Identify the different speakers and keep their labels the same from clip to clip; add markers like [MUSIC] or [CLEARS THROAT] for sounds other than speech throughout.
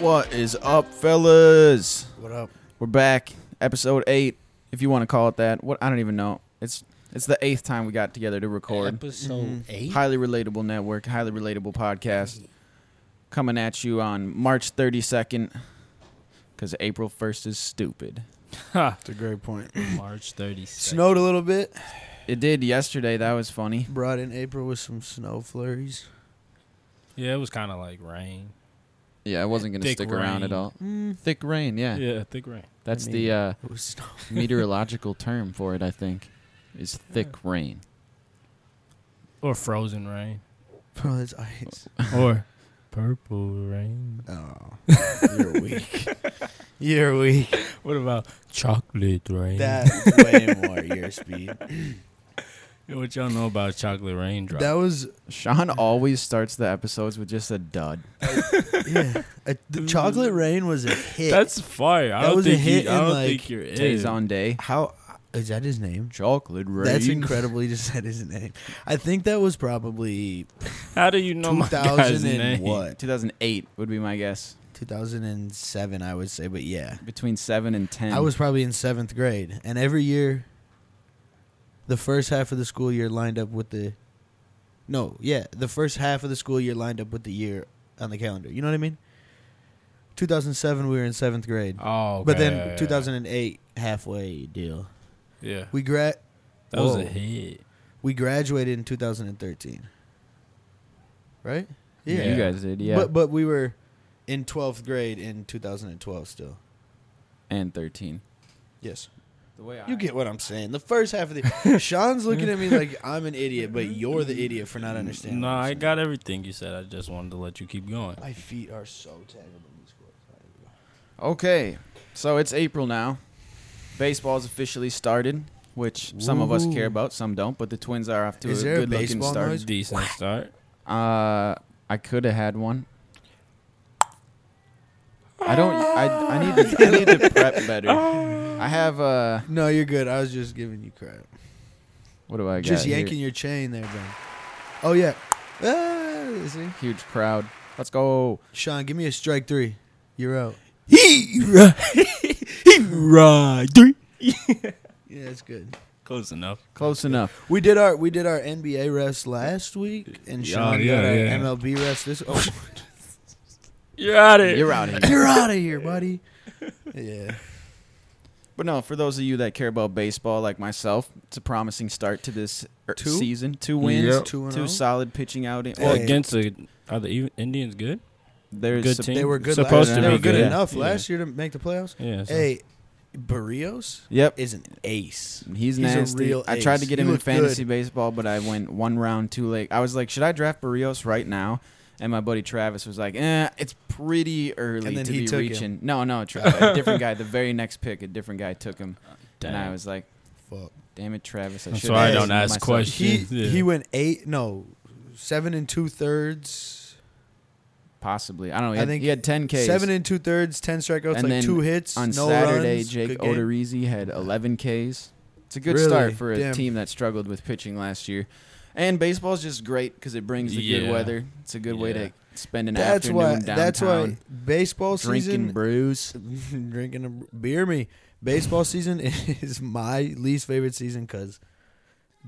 Speaker 1: What is up, fellas?
Speaker 2: What up?
Speaker 1: We're back, episode eight, if you want to call it that. What I don't even know. It's it's the eighth time we got together to record.
Speaker 3: Episode
Speaker 2: Mm-hmm.
Speaker 3: eight.
Speaker 1: Highly relatable network, highly relatable podcast, coming at you on March thirty second, because April first is stupid.
Speaker 2: That's a great point.
Speaker 3: March 30th.
Speaker 2: Snowed a little bit.
Speaker 1: It did yesterday. That was funny.
Speaker 2: Brought in April with some snow flurries.
Speaker 3: Yeah, it was kind of like rain.
Speaker 1: Yeah, it wasn't gonna
Speaker 3: Thick
Speaker 1: stick around at
Speaker 3: rain.
Speaker 1: all. Thick rain. Yeah,
Speaker 3: Yeah, thick rain.
Speaker 1: that's
Speaker 2: I
Speaker 1: the
Speaker 2: mean-
Speaker 1: uh,
Speaker 2: It was snow. [LAUGHS]
Speaker 1: meteorological term for it. I think is thick rain.
Speaker 3: Or
Speaker 2: [LAUGHS]
Speaker 3: frozen rain.
Speaker 2: Bro, it's ice.
Speaker 3: or purple rain.
Speaker 2: Oh, [LAUGHS] you're weak. You're weak.
Speaker 3: What about chocolate rain? [LAUGHS]
Speaker 2: That's [LAUGHS] way more your speed.
Speaker 3: Yo, What y'all know about chocolate
Speaker 2: [LAUGHS]
Speaker 3: raindrop?
Speaker 2: That was
Speaker 1: Sean always starts the episodes with just a dud.
Speaker 2: yeah. I, the chocolate rain was a hit.
Speaker 3: That's fire. I
Speaker 2: That
Speaker 3: don't
Speaker 2: was a
Speaker 3: think
Speaker 2: hit
Speaker 3: you, I
Speaker 2: in,
Speaker 3: don't
Speaker 2: like,
Speaker 3: think you're
Speaker 1: Today's
Speaker 3: in.
Speaker 1: on day.
Speaker 2: how is that his name?
Speaker 1: Chocolate rain.
Speaker 2: That's incredible. He [LAUGHS] just said his name. I think that was probably
Speaker 3: How do you
Speaker 2: [LAUGHS]
Speaker 3: know my guy's
Speaker 2: 2000
Speaker 3: name?
Speaker 2: and what?
Speaker 1: 2008 would be my guess.
Speaker 2: 2007, I would say. But yeah,
Speaker 1: Between seven and ten.
Speaker 2: I was probably in seventh grade, and every year, the first half of the school year lined up with the, no, yeah, the first half of the school year lined up with the year on the calendar. You know what I mean? 2007, we were in seventh grade,
Speaker 3: Oh,
Speaker 2: but
Speaker 3: okay,
Speaker 2: then
Speaker 3: yeah, yeah,
Speaker 2: 2008, halfway deal.
Speaker 3: Yeah,
Speaker 2: We gra-
Speaker 3: that was
Speaker 2: Whoa.
Speaker 3: a hit.
Speaker 2: we graduated in 2013, right?
Speaker 3: Yeah.
Speaker 1: You guys did, yeah.
Speaker 2: But but we were in 12th grade in 2012 still.
Speaker 1: and 13.
Speaker 2: Yes.
Speaker 1: The way I
Speaker 2: You get what I'm saying. The first half of the [LAUGHS] Sean's looking at me like I'm an idiot, but you're the idiot for not understanding.
Speaker 3: No,
Speaker 2: what I'm
Speaker 3: I
Speaker 2: saying.
Speaker 3: got everything you said. I just wanted to let you keep going.
Speaker 2: My feet are so tangled in these cords.
Speaker 1: Okay, so it's April now. Baseball's officially started, which some of us
Speaker 2: Woohoo.
Speaker 1: care about, some don't. But the Twins are off to
Speaker 2: Is
Speaker 1: a
Speaker 2: there a
Speaker 1: good looking
Speaker 2: baseball
Speaker 1: start.
Speaker 2: noise?
Speaker 3: Decent start.
Speaker 1: Uh, I could have had one. I don't. I, I need to. I need
Speaker 2: [LAUGHS]
Speaker 1: to prep better. I have. Uh,
Speaker 2: No, you're good. I was just giving you crap.
Speaker 1: what do I got?
Speaker 2: Just
Speaker 1: here?
Speaker 2: yanking your chain there, Ben. Oh yeah. Ah, see?
Speaker 1: Huge crowd. Let's go.
Speaker 2: Sean, give me a strike three. You're out.
Speaker 3: He
Speaker 2: [LAUGHS]
Speaker 3: right. he right.
Speaker 2: Yeah, that's good.
Speaker 3: Close enough.
Speaker 1: Close enough.
Speaker 2: We did our we did our NBA rest last week, and
Speaker 3: Yeah,
Speaker 2: Sean
Speaker 3: yeah,
Speaker 2: got our
Speaker 3: yeah.
Speaker 2: MLB rest
Speaker 3: [LAUGHS]
Speaker 2: this. Oh,
Speaker 3: You're out of
Speaker 1: You're out of here.
Speaker 2: you're out of here,
Speaker 3: [LAUGHS]
Speaker 2: buddy. Yeah.
Speaker 1: But no, for those of you that care about baseball, like myself, it's a promising start to this er,
Speaker 2: Two?
Speaker 1: season. Two wins,
Speaker 3: Yep.
Speaker 2: Two and
Speaker 1: two
Speaker 2: oh.
Speaker 1: solid pitching outing.
Speaker 3: Well,
Speaker 2: Hey.
Speaker 3: against the are the Ev- Indians good?
Speaker 1: there's
Speaker 3: Good
Speaker 1: some-
Speaker 3: team.
Speaker 2: They were good.
Speaker 3: Supposed
Speaker 2: last
Speaker 1: to
Speaker 2: year.
Speaker 1: be
Speaker 2: they were good,
Speaker 1: good.
Speaker 2: enough
Speaker 3: Yeah.
Speaker 2: last year to make the playoffs.
Speaker 3: Yeah. so-
Speaker 2: Hey, Barrios
Speaker 1: Yep.
Speaker 2: is an ace.
Speaker 1: He's,
Speaker 2: He's a
Speaker 1: nasty.
Speaker 2: real
Speaker 1: I tried to
Speaker 2: ace.
Speaker 1: get
Speaker 2: He
Speaker 1: him in
Speaker 2: looked
Speaker 1: fantasy baseball, but I went one round too late. I was like, should I draft Barrios right now? And my buddy Travis was like, eh, it's pretty early
Speaker 2: And then
Speaker 1: to
Speaker 2: he
Speaker 1: be
Speaker 2: took
Speaker 1: reaching. No,
Speaker 2: [LAUGHS]
Speaker 1: no, Travis, a different guy. The very next pick, a different guy took him,
Speaker 3: Dang.
Speaker 1: and I
Speaker 2: [LAUGHS]
Speaker 1: was like,
Speaker 2: Fuck.
Speaker 1: damn it, Travis. I
Speaker 3: That's
Speaker 1: should
Speaker 2: why I
Speaker 1: have
Speaker 2: don't
Speaker 1: listened to
Speaker 3: ask
Speaker 1: myself.
Speaker 3: questions.
Speaker 2: He
Speaker 3: Yeah.
Speaker 2: he went eight. No, seven and two thirds.
Speaker 1: Possibly, I don't know. Oh, He
Speaker 2: I
Speaker 1: had,
Speaker 2: think
Speaker 1: he had 10 Ks.
Speaker 2: Seven and two thirds. Ten strikeouts.
Speaker 1: And then
Speaker 2: like two hits.
Speaker 1: On
Speaker 2: no
Speaker 1: Saturday,
Speaker 2: runs,
Speaker 1: Jake
Speaker 2: good game.
Speaker 1: Odorizzi had 11 Ks. It's a good
Speaker 2: Really?
Speaker 1: start for a
Speaker 2: Damn.
Speaker 1: team that struggled with pitching last year. And baseball's just great because it brings the good
Speaker 3: Yeah.
Speaker 1: weather. It's a good way
Speaker 3: Yeah.
Speaker 1: to spend an
Speaker 2: That's
Speaker 1: afternoon
Speaker 2: why.
Speaker 1: downtown
Speaker 2: That's why baseball
Speaker 1: drinking
Speaker 2: season.
Speaker 1: brews.
Speaker 2: [LAUGHS] drinking a beer. Me. Baseball season [LAUGHS] is my least favorite season because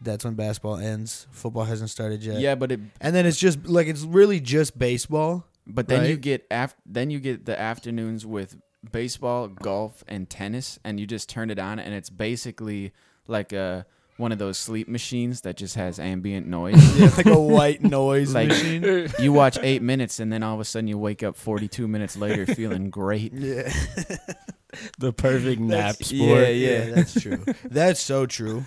Speaker 2: that's when basketball ends. Football hasn't started
Speaker 1: Yeah.
Speaker 2: yet.
Speaker 1: but it
Speaker 2: And then it's just like it's really just baseball.
Speaker 1: but then you
Speaker 2: Right.
Speaker 1: get af- then you get the afternoons with baseball, golf, and tennis, and you just turn it on, and it's basically like a one of those sleep machines that just has ambient noise.
Speaker 2: [LAUGHS] Yeah, like a white noise
Speaker 1: Like-
Speaker 2: machine.
Speaker 1: [LAUGHS] you watch eight minutes, and then all of a sudden you wake up forty-two minutes later
Speaker 2: [LAUGHS]
Speaker 1: feeling great.
Speaker 2: Yeah.
Speaker 3: the perfect nap sport.
Speaker 1: yeah,
Speaker 2: Yeah,
Speaker 1: [LAUGHS]
Speaker 2: that's true. that's so true.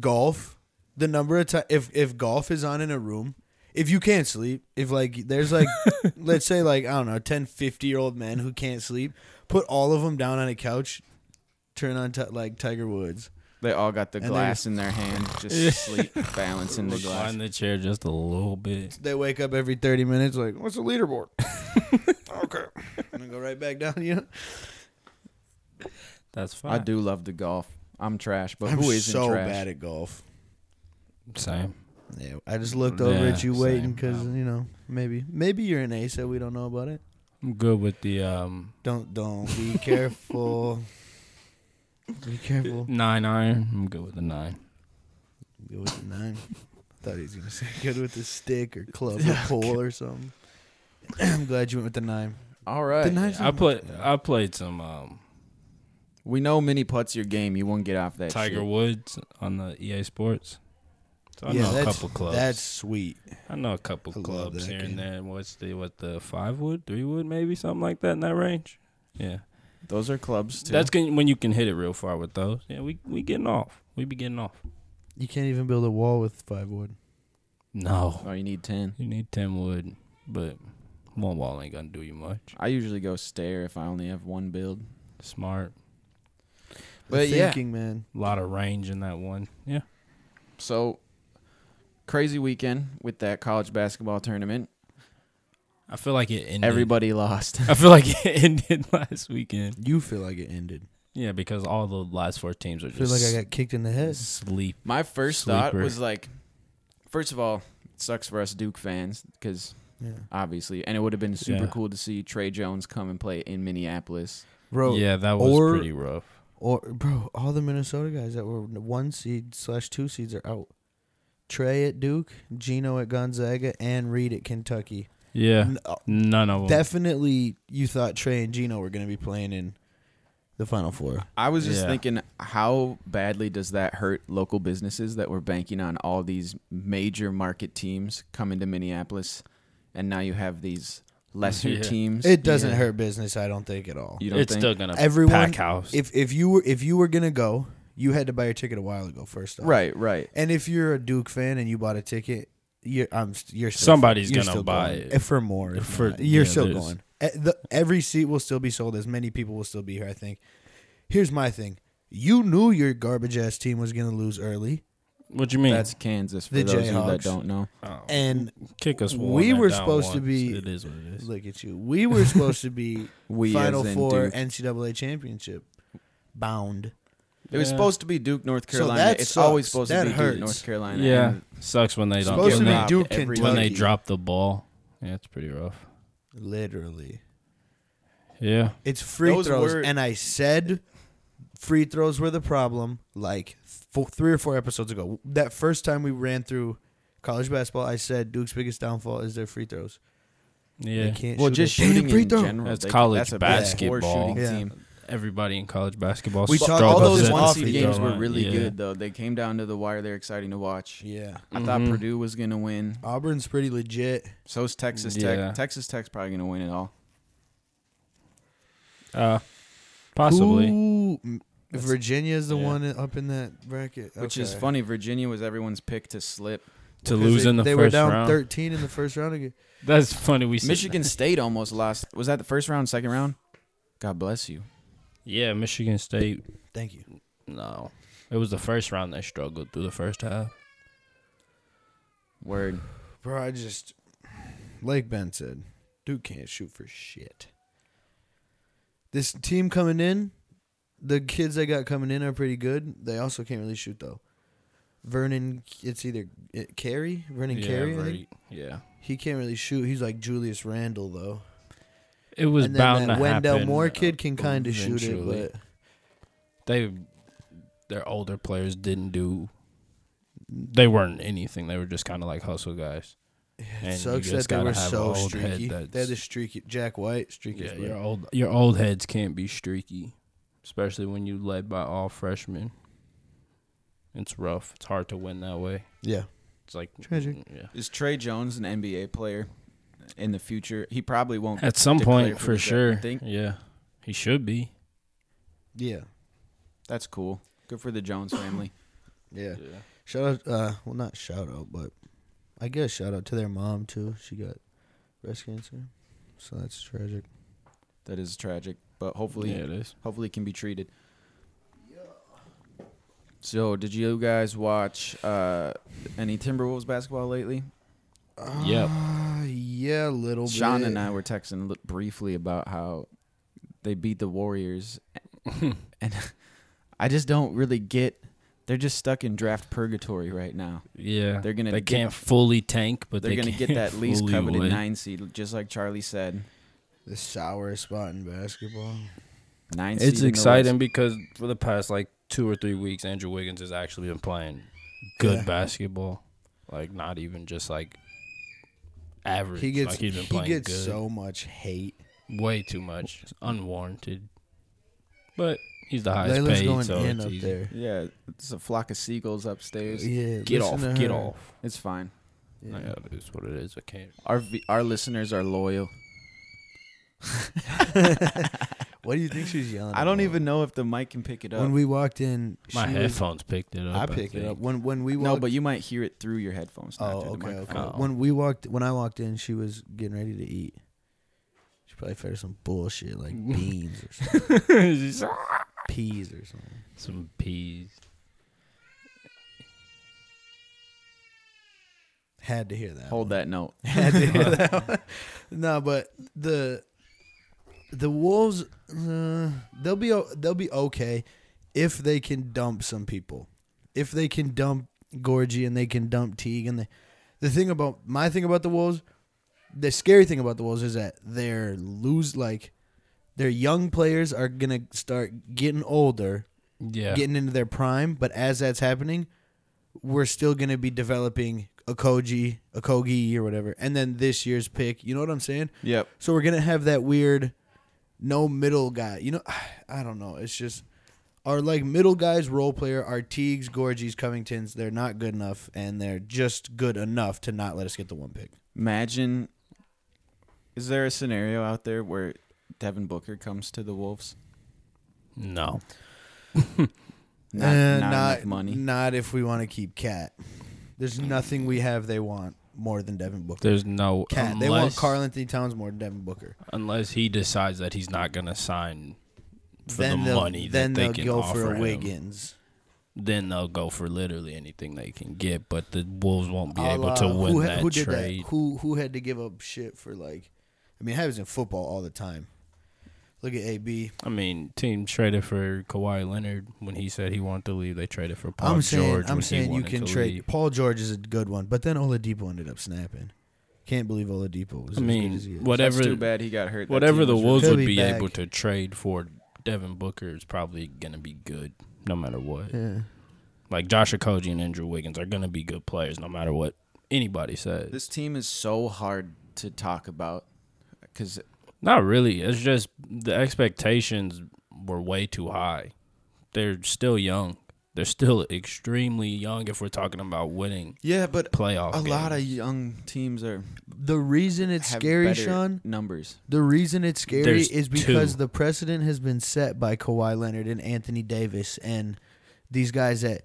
Speaker 2: Golf, the number of times if if golf is on in a room, if you can't sleep, if like
Speaker 1: [LAUGHS]
Speaker 2: there's like let's say like I don't know 10, 50 year old men who can't sleep, put all of them down on a couch, turn on ti- like Tiger Woods.
Speaker 1: They all got the
Speaker 2: And they
Speaker 1: glass in
Speaker 2: [LAUGHS]
Speaker 1: their hand,
Speaker 3: Yeah.
Speaker 1: just sleep, balancing the glass.
Speaker 3: Recline the chair just a little bit.
Speaker 2: They wake up every thirty minutes like, what's
Speaker 1: [LAUGHS]
Speaker 2: the leaderboard? okay, and then go right back down. You know,
Speaker 3: That's fine.
Speaker 1: I do love the golf. I'm trash, but
Speaker 2: I'm
Speaker 1: who isn't
Speaker 2: so
Speaker 1: trash?
Speaker 2: bad at golf.
Speaker 3: Same.
Speaker 2: Yeah, I just looked over
Speaker 3: Yeah,
Speaker 2: at you waiting
Speaker 3: same.
Speaker 2: because you know maybe maybe you're an ace that we don't know about it.
Speaker 3: I'm good with the um,
Speaker 2: Don't don't be careful. be
Speaker 3: [LAUGHS]
Speaker 2: careful.
Speaker 3: nine iron. I'm good with the nine.
Speaker 2: Go with the nine. Thought he was gonna say [LAUGHS] good with the stick or club or pole or something. [CLEARS THROAT] I'm glad you went with the nine.
Speaker 1: All right.
Speaker 2: The nine's
Speaker 3: I
Speaker 2: not
Speaker 3: put
Speaker 2: much, man.
Speaker 3: I played some um,
Speaker 1: we know mini putts your game. You won't get off that.
Speaker 3: Tiger
Speaker 1: shit.
Speaker 3: Woods on the EA Sports. So I know a
Speaker 2: that's-
Speaker 3: couple clubs.
Speaker 2: That's sweet.
Speaker 3: I know a couple
Speaker 2: I love
Speaker 3: clubs
Speaker 2: that
Speaker 3: here
Speaker 2: game.
Speaker 3: and there. What's the what the five wood, three wood, maybe something like that in that range. Yeah,
Speaker 1: Those are clubs too.
Speaker 3: that's can, when you can hit it real far with those. Yeah, we we getting off. We be getting off.
Speaker 2: You can't even build a wall with five wood.
Speaker 3: No,
Speaker 1: oh, you need ten.
Speaker 3: you need ten wood, but one wall ain't gonna do you much.
Speaker 1: I usually go stair if I only have one build.
Speaker 3: Smart,
Speaker 1: But yeah.
Speaker 2: thinking, man.
Speaker 3: a lot of range in that one. Yeah,
Speaker 1: So crazy weekend with that college basketball tournament.
Speaker 3: I feel like it ended.
Speaker 1: Everybody lost. [LAUGHS]
Speaker 3: I feel like it [LAUGHS] ended last weekend.
Speaker 2: You feel like it ended.
Speaker 3: Yeah, because all the last four teams are
Speaker 2: I feel
Speaker 3: just
Speaker 2: like I got kicked in the head.
Speaker 3: sleep.
Speaker 1: My first thought
Speaker 3: Sleeper.
Speaker 1: was like, first of all, it sucks for us Duke fans because
Speaker 2: Yeah.
Speaker 1: obviously, and it would have been super
Speaker 3: Yeah.
Speaker 1: cool to see Trey Jones come and play in Minneapolis.
Speaker 2: Bro,
Speaker 3: yeah, that was
Speaker 2: or-
Speaker 3: pretty rough.
Speaker 2: Or bro, all the Minnesota guys that were one seed slash two seeds are out. Trey at Duke, Gino at Gonzaga, and Reed at Kentucky.
Speaker 3: Yeah,
Speaker 2: N- uh,
Speaker 3: none of them.
Speaker 2: Definitely, you thought Trey and Gino were going to be playing in the Final Four.
Speaker 1: I was just
Speaker 3: Yeah.
Speaker 1: thinking, how badly does that hurt local businesses that were banking on all these major market teams coming to Minneapolis, and now you have these lesser
Speaker 3: [LAUGHS] Yeah.
Speaker 1: teams?
Speaker 2: It doesn't
Speaker 3: Yeah.
Speaker 2: hurt business, I don't think at all.
Speaker 1: you don't
Speaker 3: it's
Speaker 1: think?
Speaker 3: still gonna
Speaker 2: Everyone-
Speaker 3: pack house.
Speaker 2: If if you were if you were going to go, you had to buy your ticket a while ago. First off,
Speaker 1: right, right.
Speaker 2: And if you're a Duke fan and you bought a ticket, you're I'm st- you're still
Speaker 3: Somebody's
Speaker 2: you're
Speaker 3: gonna
Speaker 2: still
Speaker 3: buy
Speaker 2: going.
Speaker 3: it.
Speaker 2: Eh, for more. if
Speaker 3: For-
Speaker 2: not. you're
Speaker 3: yeah,
Speaker 2: still
Speaker 3: there's-
Speaker 2: going. Eh, the- every seat will still be sold. As many people will still be here. I think. Here's my thing. You knew your garbage ass team was gonna lose early,
Speaker 3: what you mean?
Speaker 1: That's Kansas for
Speaker 2: The
Speaker 1: those of you that
Speaker 2: Jayhawks.
Speaker 1: don't know.
Speaker 3: Oh,
Speaker 2: and
Speaker 3: kick us. one
Speaker 2: we
Speaker 3: and
Speaker 2: were
Speaker 3: down
Speaker 2: supposed to
Speaker 3: once.
Speaker 2: be-
Speaker 3: It is what it is.
Speaker 2: look at you. We were supposed to
Speaker 3: [LAUGHS]
Speaker 2: be
Speaker 1: We
Speaker 2: Final
Speaker 1: as in
Speaker 2: Four
Speaker 1: Duke.
Speaker 2: NCAA championship bound.
Speaker 1: It was
Speaker 3: Yeah.
Speaker 1: supposed to be Duke, North
Speaker 2: So
Speaker 1: Carolina.
Speaker 2: that
Speaker 1: it's always
Speaker 2: sucks.
Speaker 1: supposed
Speaker 2: That
Speaker 1: to be
Speaker 2: hurts.
Speaker 1: Duke, North Carolina.
Speaker 3: yeah,
Speaker 1: And
Speaker 3: sucks when they don't.
Speaker 2: supposed
Speaker 3: When
Speaker 2: to be
Speaker 3: they,
Speaker 1: robbed
Speaker 2: Duke,
Speaker 1: every-
Speaker 2: Kentucky.
Speaker 3: when they drop the ball, yeah, it's pretty rough.
Speaker 2: literally.
Speaker 3: Yeah,
Speaker 2: It's free
Speaker 1: Those
Speaker 2: throws,
Speaker 1: were-
Speaker 2: and I said free throws were the problem like fo three or four episodes ago. That first time we ran through college basketball, I said Duke's biggest downfall is their free throws. They
Speaker 3: yeah.
Speaker 2: can't
Speaker 1: Well,
Speaker 2: shoot
Speaker 1: just
Speaker 2: a damn
Speaker 1: shooting
Speaker 2: free
Speaker 1: in
Speaker 2: throw.
Speaker 1: general.
Speaker 3: That's
Speaker 1: They-
Speaker 3: college
Speaker 1: that's a big poor
Speaker 3: basketball.
Speaker 1: shooting
Speaker 2: Yeah.
Speaker 1: team.
Speaker 3: Everybody in college basketball.
Speaker 2: We
Speaker 1: But
Speaker 2: talked
Speaker 1: all
Speaker 2: about
Speaker 1: those
Speaker 2: that
Speaker 1: one
Speaker 2: off
Speaker 1: seed
Speaker 2: the
Speaker 1: games
Speaker 2: goal
Speaker 1: were
Speaker 3: line,
Speaker 1: really
Speaker 3: yeah.
Speaker 1: good though. They came down to the wire. They're exciting to watch.
Speaker 2: Yeah,
Speaker 1: I thought
Speaker 3: Mhm.
Speaker 1: Purdue was gonna win.
Speaker 2: Auburn's pretty legit.
Speaker 1: So's Texas
Speaker 3: Yeah.
Speaker 1: Tech. Texas Tech's probably gonna win it all.
Speaker 3: Uh, possibly.
Speaker 2: Who- m- Virginia's the
Speaker 3: yeah.
Speaker 2: one up in that bracket,
Speaker 1: Which is
Speaker 2: Okay.
Speaker 1: funny. Virginia was everyone's pick to slip.
Speaker 3: to
Speaker 2: Because
Speaker 3: lose
Speaker 2: they,
Speaker 3: in the
Speaker 2: they
Speaker 3: first
Speaker 2: were down
Speaker 3: round.
Speaker 2: 13 in the first round again.
Speaker 3: That's funny. We said-
Speaker 1: Michigan State almost lost. Was that the first round, second round? God bless you.
Speaker 3: Yeah, Michigan State.
Speaker 2: Thank you.
Speaker 3: No, it was the first round that struggled through the first half.
Speaker 1: Word.
Speaker 2: Bro, I just like Ben said, Duke can't shoot for shit. This team coming in, the kids they got coming in are pretty good. They also can't really shoot though. Vernon, it's either it, Carey, Vernon
Speaker 3: yeah,
Speaker 2: Carey. I think.
Speaker 3: right. Yeah,
Speaker 2: He can't really shoot. He's like Julius Randle though.
Speaker 3: it was
Speaker 2: and
Speaker 3: bound
Speaker 2: then that
Speaker 3: to
Speaker 2: Wendell
Speaker 3: happen,
Speaker 2: Moore
Speaker 3: uh,
Speaker 2: kid can kind of shoot it,
Speaker 3: eventually.
Speaker 2: but
Speaker 3: they their older players didn't do they weren't anything they were just kind of like hustle guys
Speaker 2: it
Speaker 3: And you
Speaker 2: sucks that
Speaker 3: just
Speaker 2: they
Speaker 3: gotta
Speaker 2: were
Speaker 3: have
Speaker 2: so
Speaker 3: an old head
Speaker 2: streaky.
Speaker 3: that's-
Speaker 2: They had the streaky Jack White streaky.
Speaker 3: yeah,
Speaker 2: as well.
Speaker 3: your old your old heads can't be streaky especially when you led by all freshmen it's rough it's hard to win that way
Speaker 2: yeah.
Speaker 3: it's like mm,
Speaker 2: Tragic.
Speaker 3: yeah
Speaker 1: Is Trey Jones an NBA player in the future? He probably
Speaker 3: [LAUGHS]
Speaker 1: won't.
Speaker 3: at some
Speaker 1: Declare
Speaker 3: point
Speaker 1: for
Speaker 3: for
Speaker 1: the
Speaker 3: sure
Speaker 1: draft, you think?
Speaker 3: yeah he should be
Speaker 2: Yeah.
Speaker 1: That's cool. Good for the Jones family.
Speaker 2: Yeah. Shout out, uh, well, not shout out, but I guess shout out to their mom too. She got breast cancer, so that's tragic.
Speaker 1: That is tragic, but hopefully,
Speaker 3: yeah it is
Speaker 1: hopefully, it can be treated. So, did you guys watch uh, any Timberwolves basketball lately?
Speaker 3: Yep.
Speaker 2: Uh, yeah, a little
Speaker 3: Oh,
Speaker 1: Sean
Speaker 2: bit.
Speaker 1: and I were texting li- briefly about how they beat the
Speaker 3: [LAUGHS]
Speaker 1: Warriors, and I just don't really get. They're just stuck in draft purgatory right now.
Speaker 3: yeah
Speaker 1: They're gonna
Speaker 3: they
Speaker 1: get-
Speaker 3: can't fully tank but
Speaker 1: They're
Speaker 3: they
Speaker 1: going to get
Speaker 3: can
Speaker 1: that least
Speaker 3: fully
Speaker 1: coveted
Speaker 3: win.
Speaker 1: nine seed, just like Charlie said.
Speaker 2: The sourest spot in basketball.
Speaker 1: Nine. seed in
Speaker 3: It's
Speaker 1: the
Speaker 3: exciting
Speaker 1: West.
Speaker 3: because for the past like two or three weeks, Andrew Wiggins has actually been playing good
Speaker 2: Yeah.
Speaker 3: basketball. Like not even just like average.
Speaker 2: He gets
Speaker 3: like he's been
Speaker 2: he
Speaker 3: playing
Speaker 2: gets
Speaker 3: good.
Speaker 2: so much hate.
Speaker 3: way too much, It's unwarranted. But he's the highest
Speaker 2: Layla's
Speaker 3: paid,
Speaker 2: going
Speaker 3: so
Speaker 2: in
Speaker 3: it's
Speaker 2: up
Speaker 3: easy.
Speaker 2: there.
Speaker 1: Yeah, it's a flock of seagulls upstairs.
Speaker 2: Yeah,
Speaker 3: Get
Speaker 2: listen
Speaker 3: off,
Speaker 2: to
Speaker 3: get
Speaker 2: her.
Speaker 3: off.
Speaker 1: It's fine.
Speaker 2: Yeah.
Speaker 3: Like, that is what it is. I can't.
Speaker 1: Our v- our listeners are loyal. [LAUGHS]
Speaker 2: What do you think she's yelling?
Speaker 1: I don't
Speaker 2: about?
Speaker 1: even know if the mic can pick it up.
Speaker 2: When we walked in,
Speaker 3: My
Speaker 2: she was-
Speaker 3: headphones picked it up.
Speaker 2: I picked it
Speaker 3: think.
Speaker 2: up when when we walked.
Speaker 1: no, but you might hear it through your headphones. Not
Speaker 2: oh,
Speaker 1: through the
Speaker 2: okay, okay.
Speaker 1: microphone.
Speaker 3: Oh.
Speaker 2: When we walked, when I walked in, she was getting ready to eat. She probably fed her some bullshit [LAUGHS] like beans or something,
Speaker 3: Just
Speaker 2: peas or something.
Speaker 3: [LAUGHS] Some peas.
Speaker 2: Had to hear that.
Speaker 1: Hold that note.
Speaker 2: [LAUGHS] Had to hear that. one. No, but the the wolves, uh, they'll be o- they'll be okay if they can dump some people, if they can dump Gorgie and they can dump Teague and they. The thing about my thing about the wolves, the scary thing about the wolves is that they're lose like their young players are gonna start getting older
Speaker 3: Yeah.
Speaker 2: getting into their prime. But as that's happening, we're still going to be developing a Koji, a Kogi, or whatever. And then this year's pick. You know what I'm saying?
Speaker 1: Yep.
Speaker 2: So we're going to have that weird no middle guy. You know, [SIGHS] I don't know. It's just our like middle guys role player are Teagues, Gorgies, Covingtons. They're not good enough, and they're just good enough to not let us get the one pick.
Speaker 1: Imagine. Is there a scenario out there where Devin Booker comes to the Wolves?
Speaker 3: no.
Speaker 1: Not,
Speaker 2: Uh,
Speaker 1: Eh, not, enough money.
Speaker 2: Not if we want to keep Cat. There's nothing we have they want more than Devin Booker.
Speaker 3: There's no.
Speaker 2: Cat.
Speaker 3: Unless,
Speaker 2: they want Carl Anthony Towns more than Devin Booker.
Speaker 3: Unless he decides that he's not going to sign for the
Speaker 2: they'll-
Speaker 3: money
Speaker 2: then
Speaker 3: that they
Speaker 2: they'll
Speaker 3: can
Speaker 2: go
Speaker 3: offer
Speaker 2: for a
Speaker 3: him.
Speaker 2: Wiggins.
Speaker 3: Then they'll go for literally anything they can get, but the Wolves won't be
Speaker 2: A
Speaker 3: able
Speaker 2: la-
Speaker 3: to win
Speaker 2: who, ha-
Speaker 3: that
Speaker 2: who did
Speaker 3: trade.
Speaker 2: That? Who who had to give up shit for like? I mean, it happens in football all the time. Look at AB.
Speaker 3: I mean, team traded for Kawhi Leonard when he said he wanted to leave. They traded for Paul
Speaker 2: I'm saying
Speaker 3: George
Speaker 2: I'm
Speaker 3: when he
Speaker 2: saying you
Speaker 3: wanted
Speaker 2: can
Speaker 3: to
Speaker 2: trade.
Speaker 3: leave.
Speaker 2: Paul George is a good one, but then Oladipo ended up snapping. Can't believe Oladipo was.
Speaker 3: I
Speaker 2: as good
Speaker 3: mean,
Speaker 2: as he is.
Speaker 1: That's
Speaker 3: whatever
Speaker 1: too bad he got hurt. That
Speaker 3: whatever
Speaker 1: team
Speaker 3: the
Speaker 1: was
Speaker 3: Wolves
Speaker 2: He'll
Speaker 3: would
Speaker 2: be
Speaker 3: be
Speaker 2: back.
Speaker 3: able to trade for Devin Booker is probably going to be good no matter what.
Speaker 2: Yeah.
Speaker 3: Like Josh Okoji and Andrew Wiggins are going to be good players no matter what anybody says.
Speaker 1: This team is so hard to talk about because
Speaker 3: Not really. It's just the expectations were way too high. They're still young. They're still extremely young if we're talking about winning
Speaker 1: yeah, but
Speaker 3: playoff
Speaker 1: a lot of
Speaker 3: games.
Speaker 1: young teams are
Speaker 2: The reason it's
Speaker 1: have
Speaker 2: scary,
Speaker 1: better
Speaker 2: Sean.
Speaker 1: Numbers.
Speaker 2: The reason it's scary
Speaker 3: There's
Speaker 2: is because
Speaker 3: two.
Speaker 2: the precedent has been set by Kawhi Leonard and Anthony Davis and these guys that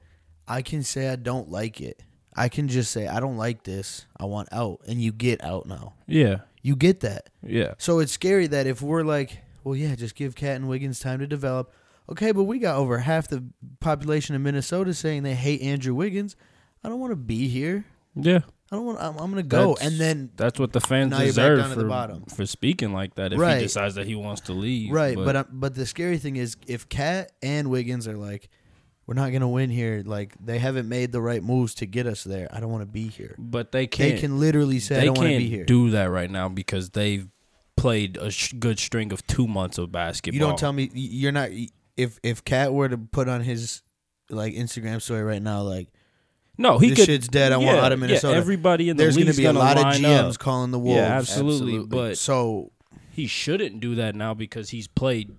Speaker 2: I can say I don't like it. I can just say I don't like this. I want out and you get out now.
Speaker 3: Yeah.
Speaker 2: You get that.
Speaker 3: Yeah.
Speaker 2: So it's scary that if we're like, well yeah, just give Cat and Wiggins time to develop. Okay, but we got over half the population of Minnesota saying they hate Andrew Wiggins. I don't want to be here.
Speaker 3: Yeah.
Speaker 2: I don't want I'm, I'm going to go
Speaker 3: That's-
Speaker 2: and then
Speaker 3: That's what the fans
Speaker 2: Now you're back down
Speaker 3: deserve
Speaker 2: to
Speaker 3: for,
Speaker 2: the bottom.
Speaker 3: for speaking like that if
Speaker 2: Right.
Speaker 3: he decides that he wants to leave.
Speaker 2: Right, but but, I- but the scary thing is if Cat and Wiggins are like, we're not gonna win here. Like they haven't made the right moves to get us there. I don't want to be here.
Speaker 3: but they can't
Speaker 2: they can literally say, I
Speaker 3: they
Speaker 2: don't want to
Speaker 3: can't
Speaker 2: be here.
Speaker 3: do that right now because they've played a sh- good string of 2 months of basketball.
Speaker 2: you don't tell me y- you're not. If if Cat were to put on his like Instagram story right now, like
Speaker 3: No, he
Speaker 2: this
Speaker 3: could
Speaker 2: shit's dead. I want
Speaker 3: yeah,
Speaker 2: out of Minnesota.
Speaker 3: Yeah, everybody in the
Speaker 2: there's
Speaker 3: going to
Speaker 2: be a lot of GMs
Speaker 3: up.
Speaker 2: calling the wolves.
Speaker 3: Yeah, absolutely,
Speaker 1: Absolutely.
Speaker 3: but
Speaker 2: So
Speaker 3: he shouldn't do that now because he's played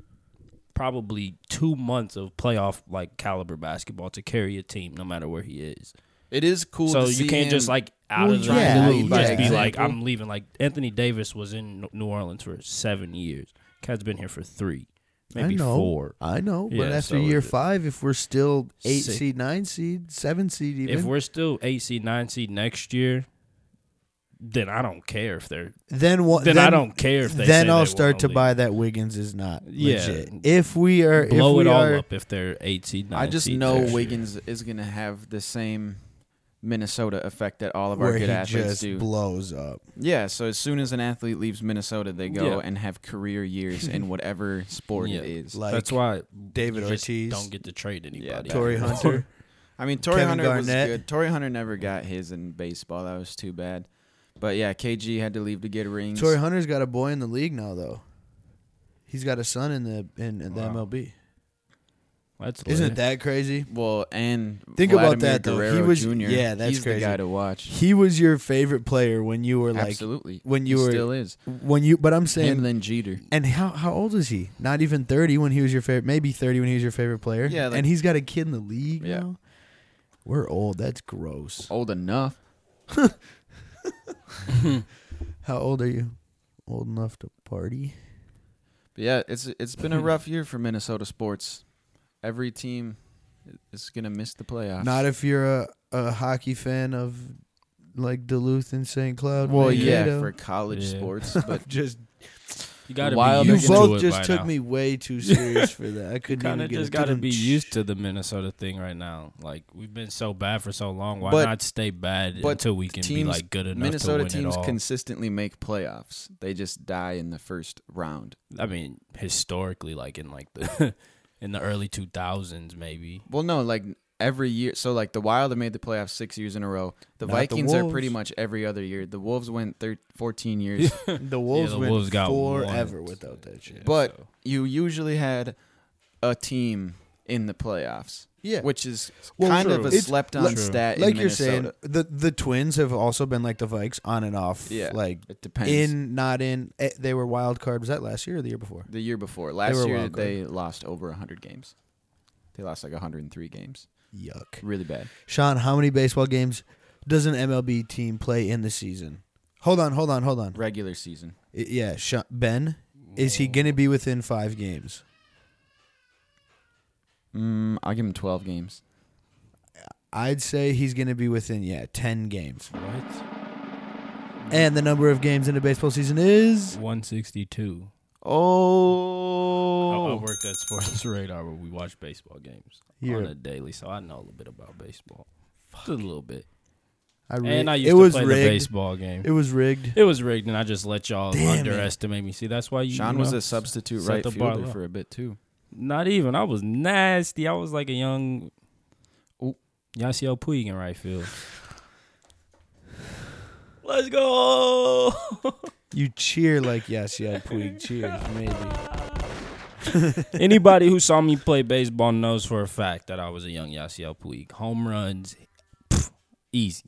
Speaker 3: probably two months of playoff like caliber basketball to carry a team no matter where he is.
Speaker 1: It is cool.
Speaker 3: so
Speaker 1: to
Speaker 3: you
Speaker 1: see
Speaker 3: can't
Speaker 1: him-
Speaker 3: just like out
Speaker 2: Well,
Speaker 3: of the
Speaker 2: yeah,
Speaker 3: blue
Speaker 2: yeah,
Speaker 3: just be
Speaker 2: exactly.
Speaker 3: like I'm leaving. Like Anthony Davis was in New Orleans for seven years. Cat's been here for three, maybe
Speaker 2: I know,
Speaker 3: four.
Speaker 2: I know, but
Speaker 3: Yeah,
Speaker 2: after
Speaker 3: so
Speaker 2: year
Speaker 3: is it-
Speaker 2: five, if we're still eight
Speaker 3: Six.
Speaker 2: seed, nine seed, seven seed, even
Speaker 3: If we're still eight seed, nine seed next year, then I don't care if they're.
Speaker 2: Uh, then what?
Speaker 3: Then, I don't care [LAUGHS] if they.
Speaker 2: then
Speaker 3: say
Speaker 2: I'll
Speaker 3: they
Speaker 2: start
Speaker 3: wanna
Speaker 2: to
Speaker 3: leave.
Speaker 2: buy that Wiggins is not
Speaker 3: Yeah.
Speaker 2: legit. If we are,
Speaker 3: Blow
Speaker 2: if we
Speaker 3: it all
Speaker 2: are,
Speaker 3: up if they're eight seed. Nine
Speaker 1: I just
Speaker 3: seed
Speaker 1: know
Speaker 3: next year.
Speaker 1: Wiggins is going to have the same Minnesota effect that all of our
Speaker 2: where
Speaker 1: good
Speaker 2: he
Speaker 1: athletes
Speaker 2: just
Speaker 1: do.
Speaker 2: blows up.
Speaker 1: yeah, so as soon as an athlete leaves Minnesota, they go
Speaker 3: Yeah.
Speaker 1: and have career years
Speaker 2: [LAUGHS]
Speaker 1: in whatever sport
Speaker 3: Yeah.
Speaker 1: it is.
Speaker 2: Like
Speaker 3: That's why
Speaker 2: David
Speaker 3: you just
Speaker 2: Ortiz,
Speaker 3: don't get to trade anybody.
Speaker 2: Torrey Hunter.
Speaker 1: I mean, Torrey
Speaker 2: Kevin
Speaker 1: Hunter
Speaker 2: Garnett.
Speaker 1: was good. Torrey Hunter never got his in baseball. That was too bad. But yeah, KG had to leave to get rings.
Speaker 2: Torrey Hunter's got a boy in the league now, though. He's got a son in the in, in the
Speaker 3: Wow.
Speaker 2: MLB.
Speaker 3: That's
Speaker 2: Isn't
Speaker 3: lit.
Speaker 2: that crazy?
Speaker 1: Well, and
Speaker 2: Think
Speaker 1: Vladimir
Speaker 2: about that, though. He
Speaker 1: Guerrero
Speaker 2: was-
Speaker 1: Jr.
Speaker 2: yeah, that's
Speaker 1: he's
Speaker 2: crazy.
Speaker 1: the guy to watch.
Speaker 2: He was your favorite player when you were like
Speaker 1: Absolutely,
Speaker 2: when you
Speaker 1: He
Speaker 2: were-
Speaker 1: still is.
Speaker 2: when you. But I'm saying,
Speaker 1: Him, then Jeter.
Speaker 2: and how how old is he? Not even thirty when he was your favorite. Maybe thirty when he was your favorite player.
Speaker 1: Yeah, like-
Speaker 2: and he's got a kid in the league
Speaker 1: Yeah.
Speaker 2: now. We're old. That's gross.
Speaker 1: Old enough.
Speaker 2: How old are you? Old enough to party?
Speaker 1: But yeah, it's it's been a
Speaker 3: Hmm.
Speaker 1: rough year for Minnesota sports. Every team is gonna miss the playoffs.
Speaker 2: Not if you're a, a hockey fan of like Duluth and St. Cloud.
Speaker 1: well, yeah,
Speaker 2: Mankato.
Speaker 1: for college
Speaker 3: Yeah. [LAUGHS]
Speaker 1: sports, but
Speaker 2: just
Speaker 3: You gotta
Speaker 1: Wild
Speaker 3: be
Speaker 2: you
Speaker 1: I'll
Speaker 3: used to
Speaker 2: both
Speaker 3: it
Speaker 2: just
Speaker 3: by
Speaker 2: took
Speaker 3: now.
Speaker 2: me way too serious for that. I
Speaker 3: You
Speaker 2: couldn't
Speaker 3: kind
Speaker 2: even
Speaker 3: of
Speaker 2: get
Speaker 3: just
Speaker 2: it.
Speaker 3: got to be
Speaker 2: Dun-dun.
Speaker 3: used to the Minnesota thing right now. Like we've been so bad for so long. Why
Speaker 1: But-
Speaker 3: not stay bad
Speaker 1: but
Speaker 3: until we can be
Speaker 1: teams-
Speaker 3: like good enough to
Speaker 1: Minnesota
Speaker 3: win
Speaker 1: teams
Speaker 3: it all?
Speaker 1: consistently make playoffs. They just die in the first round.
Speaker 3: I mean, historically, like in like the [LAUGHS] in the early two thousands, maybe.
Speaker 1: Well, no, like every year. So like the Wild have made the playoffs six years in a row. The
Speaker 2: Not the
Speaker 1: Vikings are pretty
Speaker 2: Wolves.
Speaker 1: much every other year. The Wolves went thir-
Speaker 3: [LAUGHS]
Speaker 1: 14 years.
Speaker 2: [LAUGHS] The Wolves
Speaker 3: the
Speaker 2: went
Speaker 3: Wolves got
Speaker 2: forever
Speaker 3: one.
Speaker 2: without that shit.
Speaker 1: But
Speaker 3: so.
Speaker 1: you usually had a team in the playoffs,
Speaker 2: Yeah.
Speaker 1: which is
Speaker 2: Well,
Speaker 1: kind of
Speaker 3: true.
Speaker 1: a
Speaker 2: It's-
Speaker 1: slept on
Speaker 3: like-
Speaker 1: stat.
Speaker 2: like
Speaker 1: in
Speaker 2: you're
Speaker 1: Minnesota.
Speaker 2: saying, the the Twins have also been like the Vikes on and off.
Speaker 1: Yeah.
Speaker 2: Like
Speaker 1: it depends.
Speaker 2: in, not in. Eh, They were wild card. Was that last year or the year before?
Speaker 1: the year before, last
Speaker 2: were
Speaker 1: year
Speaker 2: wild card.
Speaker 1: they lost over 100 games. They lost like 103 games.
Speaker 2: Yuck.
Speaker 1: Really bad.
Speaker 2: Sean, how many baseball games does an MLB team play in the season? Hold on, hold on, hold on.
Speaker 1: Regular season.
Speaker 2: I- Yeah, Sean, Ben, is he going to be within five games?
Speaker 1: Mm, I'll give them 12 games.
Speaker 2: I'd say he's going to be within, yeah, 10 games.
Speaker 3: What?
Speaker 2: And the number of games in a baseball season is.
Speaker 3: One sixty two. I, I
Speaker 1: Oh.
Speaker 3: worked at Sports [LAUGHS] Radar where we watch baseball games
Speaker 2: You're-
Speaker 3: on a daily, so I know a little bit about baseball, just a little bit.
Speaker 2: I re-
Speaker 3: And I used
Speaker 2: it
Speaker 3: to
Speaker 2: was
Speaker 3: play
Speaker 2: rigged.
Speaker 3: the baseball game.
Speaker 2: It was rigged.
Speaker 3: It was rigged, and I just let y'all
Speaker 2: Damn it.
Speaker 3: underestimate me. See, that's why you.
Speaker 1: Sean
Speaker 3: you
Speaker 1: was
Speaker 3: know,
Speaker 1: a substitute
Speaker 3: set
Speaker 1: right
Speaker 3: the bar
Speaker 1: fielder
Speaker 3: low.
Speaker 1: for a bit too.
Speaker 3: Not even. I was nasty. I was like a young.
Speaker 1: Ooh.
Speaker 3: Yasiel Puig in
Speaker 1: [SIGHS]
Speaker 3: right field. Let's go.
Speaker 1: [LAUGHS]
Speaker 2: You cheer like yes, yeah, Puig cheers, maybe.
Speaker 3: Anybody who saw me play baseball knows for a fact that I was a young Yasiel Puig. Home runs, pff, easy,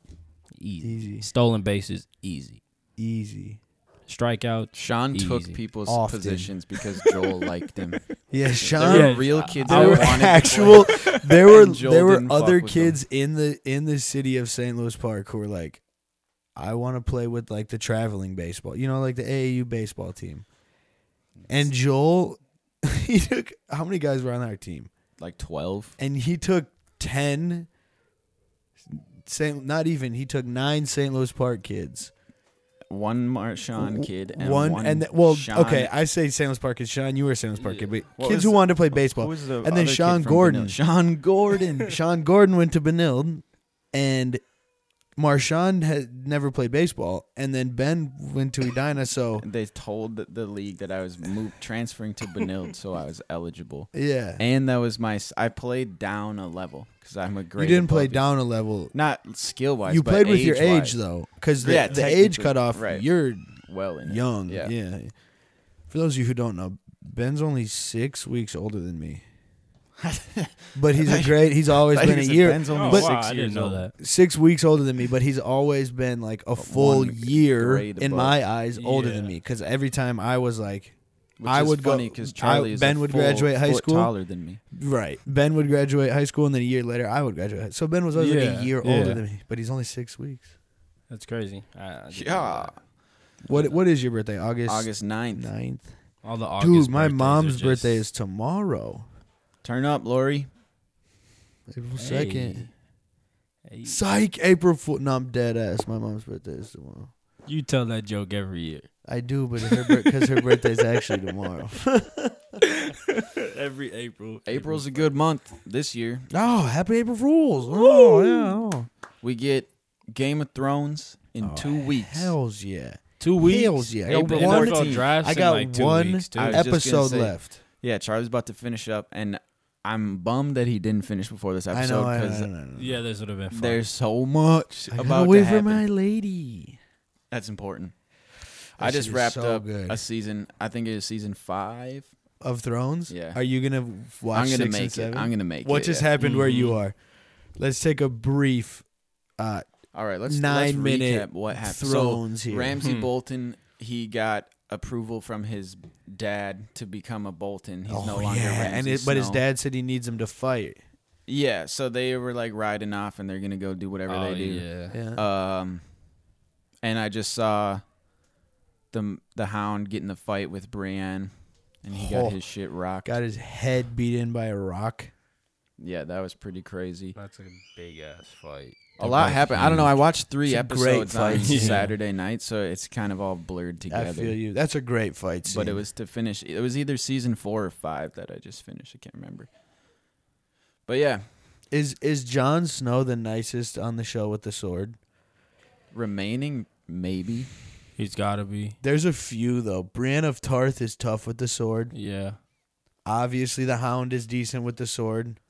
Speaker 3: easy.
Speaker 2: Easy,
Speaker 3: Stolen bases, easy.
Speaker 2: easy.
Speaker 3: Strikeout.
Speaker 1: Sean took
Speaker 3: Easy.
Speaker 1: people's
Speaker 2: Often.
Speaker 1: positions
Speaker 2: [LAUGHS]
Speaker 1: because Joel liked him.
Speaker 2: Yeah,
Speaker 1: There
Speaker 2: Sean.
Speaker 1: were real kids that
Speaker 2: There
Speaker 3: I
Speaker 2: were
Speaker 1: wanted to play.
Speaker 2: actual.
Speaker 1: [LAUGHS]
Speaker 2: There were
Speaker 1: And Joel
Speaker 2: there were
Speaker 1: didn't fuck
Speaker 2: other
Speaker 1: with them.
Speaker 2: kids in the in the city of St. Louis Park who were like, I want to play with like the traveling baseball, you know, like the AAU baseball team. And Joel, [LAUGHS] he took how many guys were on our team?
Speaker 1: like twelve.
Speaker 2: and he took 10 St. not even he took 9 St. Louis Park kids.
Speaker 1: One Marshawn kid and
Speaker 2: one,
Speaker 1: one,
Speaker 2: and th- well
Speaker 1: Sean-
Speaker 2: okay, I say St. Louis Park kids. Sean, you were a St. Louis Park kid, but
Speaker 1: What
Speaker 2: kids
Speaker 1: was
Speaker 2: who
Speaker 1: the-
Speaker 2: wanted to play
Speaker 1: Who
Speaker 2: baseball.
Speaker 1: was the
Speaker 2: and then
Speaker 1: other kid
Speaker 2: Sean
Speaker 1: from
Speaker 2: Gordon.
Speaker 1: Benilde? Sean Gordon.
Speaker 2: Sean Gordon went to Benilde and Marshawn had never played baseball and then Ben went to
Speaker 1: [LAUGHS]
Speaker 2: Edina so
Speaker 1: they told the- the league that I was move, transferring to Benilde, so I was eligible.
Speaker 2: yeah.
Speaker 1: And that was my. s- I played down a level because I'm a
Speaker 2: You
Speaker 1: great.
Speaker 2: didn't play down a level.
Speaker 1: Not skill wise.
Speaker 2: You played with your age
Speaker 1: age-wise,
Speaker 2: though cuz the,
Speaker 1: Yeah,
Speaker 2: the age
Speaker 1: technically,
Speaker 2: cutoff
Speaker 1: right.
Speaker 2: you're
Speaker 1: Well, in it.
Speaker 2: young. Yeah.
Speaker 1: Yeah.
Speaker 2: For those of you who don't know, Ben's only six weeks older
Speaker 1: [LAUGHS]
Speaker 2: than me. but he's a great. He's always
Speaker 1: Like
Speaker 2: been
Speaker 1: you
Speaker 2: a
Speaker 1: said,
Speaker 2: year
Speaker 1: Ben's only
Speaker 3: Oh,
Speaker 2: but-
Speaker 3: wow,
Speaker 1: six
Speaker 3: I
Speaker 1: years
Speaker 3: didn't know
Speaker 1: old.
Speaker 3: that.
Speaker 2: six weeks older than me, but he's always been like a full
Speaker 1: one
Speaker 2: year
Speaker 1: grade
Speaker 2: in
Speaker 1: above.
Speaker 2: my eyes older than
Speaker 3: Yeah.
Speaker 2: me. Because every time I was like,
Speaker 1: Which
Speaker 2: I
Speaker 1: is
Speaker 2: would go-
Speaker 1: funny because
Speaker 2: I-
Speaker 1: Charlie is a
Speaker 2: Ben would
Speaker 1: full
Speaker 2: graduate high
Speaker 1: foot
Speaker 2: school.
Speaker 1: taller than me.
Speaker 2: right, Ben would graduate high school, and then a year later I would graduate. high- So Ben was always like
Speaker 3: Yeah,
Speaker 2: a year
Speaker 3: yeah.
Speaker 2: older than me, but he's only six weeks.
Speaker 3: That's crazy. I, I didn't know
Speaker 1: Yeah.
Speaker 3: that.
Speaker 2: What What is your birthday? August,
Speaker 1: August 9th.
Speaker 2: 9th?
Speaker 3: All the August
Speaker 2: Dude, my
Speaker 3: birthdays are
Speaker 2: mom's
Speaker 3: just-
Speaker 2: birthday is tomorrow,
Speaker 1: Turn up, Lori.
Speaker 2: April
Speaker 3: Hey.
Speaker 2: second.
Speaker 3: Hey.
Speaker 2: Psych, April Fool. No, I'm dead ass. My mom's birthday is tomorrow.
Speaker 3: You tell that joke every year.
Speaker 2: I do, but her because her birthday's actually tomorrow.
Speaker 3: every April.
Speaker 1: April's a good month this year.
Speaker 2: Oh, happy April Fools! Oh yeah, oh.
Speaker 1: We get Game of Thrones in
Speaker 2: Oh,
Speaker 1: two weeks.
Speaker 2: Hells yeah!
Speaker 3: two weeks.
Speaker 2: Hells yeah! I
Speaker 3: Hey,
Speaker 2: got
Speaker 3: the
Speaker 2: one,
Speaker 3: NFL
Speaker 1: team.
Speaker 3: drafts
Speaker 2: I got
Speaker 3: in like two
Speaker 2: one
Speaker 3: weeks too.
Speaker 1: I was just gonna
Speaker 2: episode
Speaker 1: say,
Speaker 2: left.
Speaker 1: Yeah, Charlie's about to finish up, and I'm bummed that he didn't finish before this
Speaker 2: I
Speaker 1: episode
Speaker 2: know. I know, I
Speaker 1: because
Speaker 2: know, I know.
Speaker 3: yeah, this would have been fun.
Speaker 1: there's so much
Speaker 2: I
Speaker 1: about
Speaker 2: gotta
Speaker 1: to
Speaker 2: wait for
Speaker 1: happen.
Speaker 2: my lady.
Speaker 1: That's important.
Speaker 2: That
Speaker 1: I
Speaker 2: shit
Speaker 1: just
Speaker 2: is
Speaker 1: wrapped
Speaker 2: so
Speaker 1: up
Speaker 2: good.
Speaker 1: a season. I think it is season five
Speaker 2: of Thrones?
Speaker 1: Yeah.
Speaker 2: Are you gonna watch
Speaker 1: I'm gonna
Speaker 2: six and
Speaker 1: make it.
Speaker 2: seven?
Speaker 1: I'm gonna make
Speaker 2: what
Speaker 1: it.
Speaker 2: just
Speaker 1: yeah.
Speaker 2: happened where you
Speaker 3: Mhm.
Speaker 2: are? Let's take a brief uh,
Speaker 1: All right, let's let's
Speaker 2: nine minute
Speaker 1: recap what happened. So
Speaker 2: Thrones here.
Speaker 1: Ramsey
Speaker 3: Hmm.
Speaker 1: Bolton, he got approval from his dad to become a Bolton. He's
Speaker 2: oh
Speaker 1: no longer
Speaker 2: yeah,
Speaker 1: Ramsay
Speaker 2: and it, but his
Speaker 1: Snow.
Speaker 2: dad said he needs him to fight.
Speaker 1: Yeah, so they were like riding off, and they're gonna go do whatever
Speaker 3: Oh,
Speaker 1: they do.
Speaker 3: yeah.
Speaker 2: Yeah.
Speaker 1: Um, and I just saw the the Hound get in the fight with Brienne, and he
Speaker 2: Oh,
Speaker 1: got his shit rocked.
Speaker 2: Got his head beat in by a rock.
Speaker 1: Yeah, that was pretty crazy.
Speaker 3: That's a big ass fight.
Speaker 1: a lot happened. I don't know. I watched three
Speaker 2: It's a great
Speaker 1: episodes on [LAUGHS]
Speaker 2: fight.
Speaker 3: Yeah.
Speaker 1: Saturday night, so it's kind of all blurred together.
Speaker 2: I feel you. That's a great fight scene.
Speaker 1: But it was to finish. It was either season four or five that I just finished. I can't remember. But yeah,
Speaker 2: is is Jon Snow the nicest on the show with the sword?
Speaker 1: remaining maybe.
Speaker 3: He's got to be.
Speaker 2: There's a few though. Brienne of Tarth is tough with the sword.
Speaker 3: Yeah.
Speaker 2: Obviously, the Hound is decent with the sword.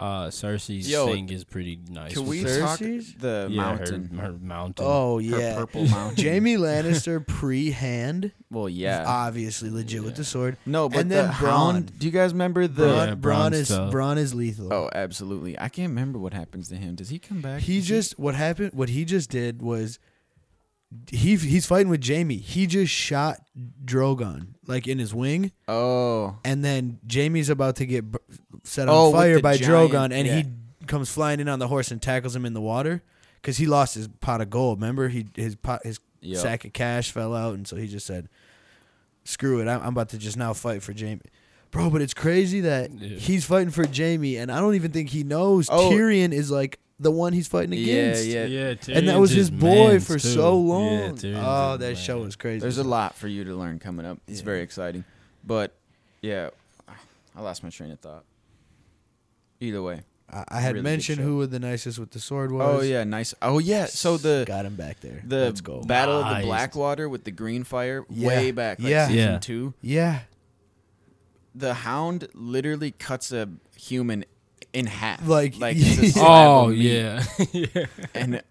Speaker 3: Uh, Cersei's
Speaker 1: Yo,
Speaker 3: thing is pretty nice.
Speaker 1: Can
Speaker 3: with
Speaker 1: we
Speaker 3: that.
Speaker 1: talk
Speaker 2: Cersei's?
Speaker 1: the
Speaker 3: yeah,
Speaker 1: mountain?
Speaker 3: Her, her mountain.
Speaker 2: Oh yeah,
Speaker 1: purple mountain.
Speaker 2: [LAUGHS] Jamie Lannister pre-hand.
Speaker 1: well,
Speaker 2: is
Speaker 1: yeah.
Speaker 2: obviously legit with
Speaker 3: Yeah.
Speaker 2: the sword.
Speaker 1: No, but
Speaker 2: and
Speaker 1: the
Speaker 2: then
Speaker 1: Hound.
Speaker 2: Bronn.
Speaker 1: Do you guys remember
Speaker 2: Braun,
Speaker 1: the?
Speaker 3: Yeah,
Speaker 2: Braun
Speaker 3: Braun's
Speaker 2: is
Speaker 3: tough.
Speaker 2: Braun is lethal.
Speaker 1: Oh, absolutely. I can't remember what happens to him. Does he come back?
Speaker 2: he
Speaker 1: Is
Speaker 2: just what happened. What he just did was he he's fighting with Jamie. He just shot Drogon like in his wing,
Speaker 1: Oh,
Speaker 2: and then Jamie's about to get br- set on
Speaker 1: Oh, with
Speaker 2: fire
Speaker 1: the
Speaker 2: by
Speaker 1: giant-
Speaker 2: Drogon, and
Speaker 1: yeah.
Speaker 2: he comes flying in on the horse and tackles him in the water because he lost his pot of gold. Remember, he his pot his
Speaker 1: Yep.
Speaker 2: sack of cash fell out, and so he just said, "Screw it, I'm, I'm about to just now fight for Jamie." Bro, but it's crazy that
Speaker 3: Yeah.
Speaker 2: he's fighting for Jamie, and I don't even think he knows
Speaker 1: Oh.
Speaker 2: Tyrion is like the one he's fighting
Speaker 1: yeah,
Speaker 2: against.
Speaker 1: yeah.
Speaker 3: Yeah,
Speaker 2: And that
Speaker 3: Tyrion's
Speaker 2: was his boy
Speaker 3: mans,
Speaker 2: for
Speaker 3: too.
Speaker 2: so
Speaker 3: Yeah,
Speaker 2: long.
Speaker 3: Tyrion's
Speaker 2: oh, that
Speaker 3: his man.
Speaker 2: show was crazy.
Speaker 1: There's a lot for you to learn coming up. It's
Speaker 2: Yeah.
Speaker 1: very exciting. But yeah, I lost my train of thought. Either way.
Speaker 2: I, I
Speaker 1: really
Speaker 2: had
Speaker 1: good
Speaker 2: mentioned
Speaker 1: show.
Speaker 2: who the nicest with the sword was.
Speaker 1: Oh yeah, nice. Oh yeah, so the
Speaker 2: got him back there.
Speaker 1: the
Speaker 2: Let's go.
Speaker 1: battle of
Speaker 3: Nice.
Speaker 1: the Blackwater with the green fire
Speaker 2: Yeah.
Speaker 1: way back like
Speaker 2: Yeah.
Speaker 1: season
Speaker 3: Yeah.
Speaker 1: 2.
Speaker 2: yeah,
Speaker 1: The hound literally cuts a human in half.
Speaker 2: Like- [LAUGHS]
Speaker 1: like it's a slab
Speaker 3: Oh,
Speaker 1: of meat.
Speaker 3: yeah. yeah.
Speaker 1: And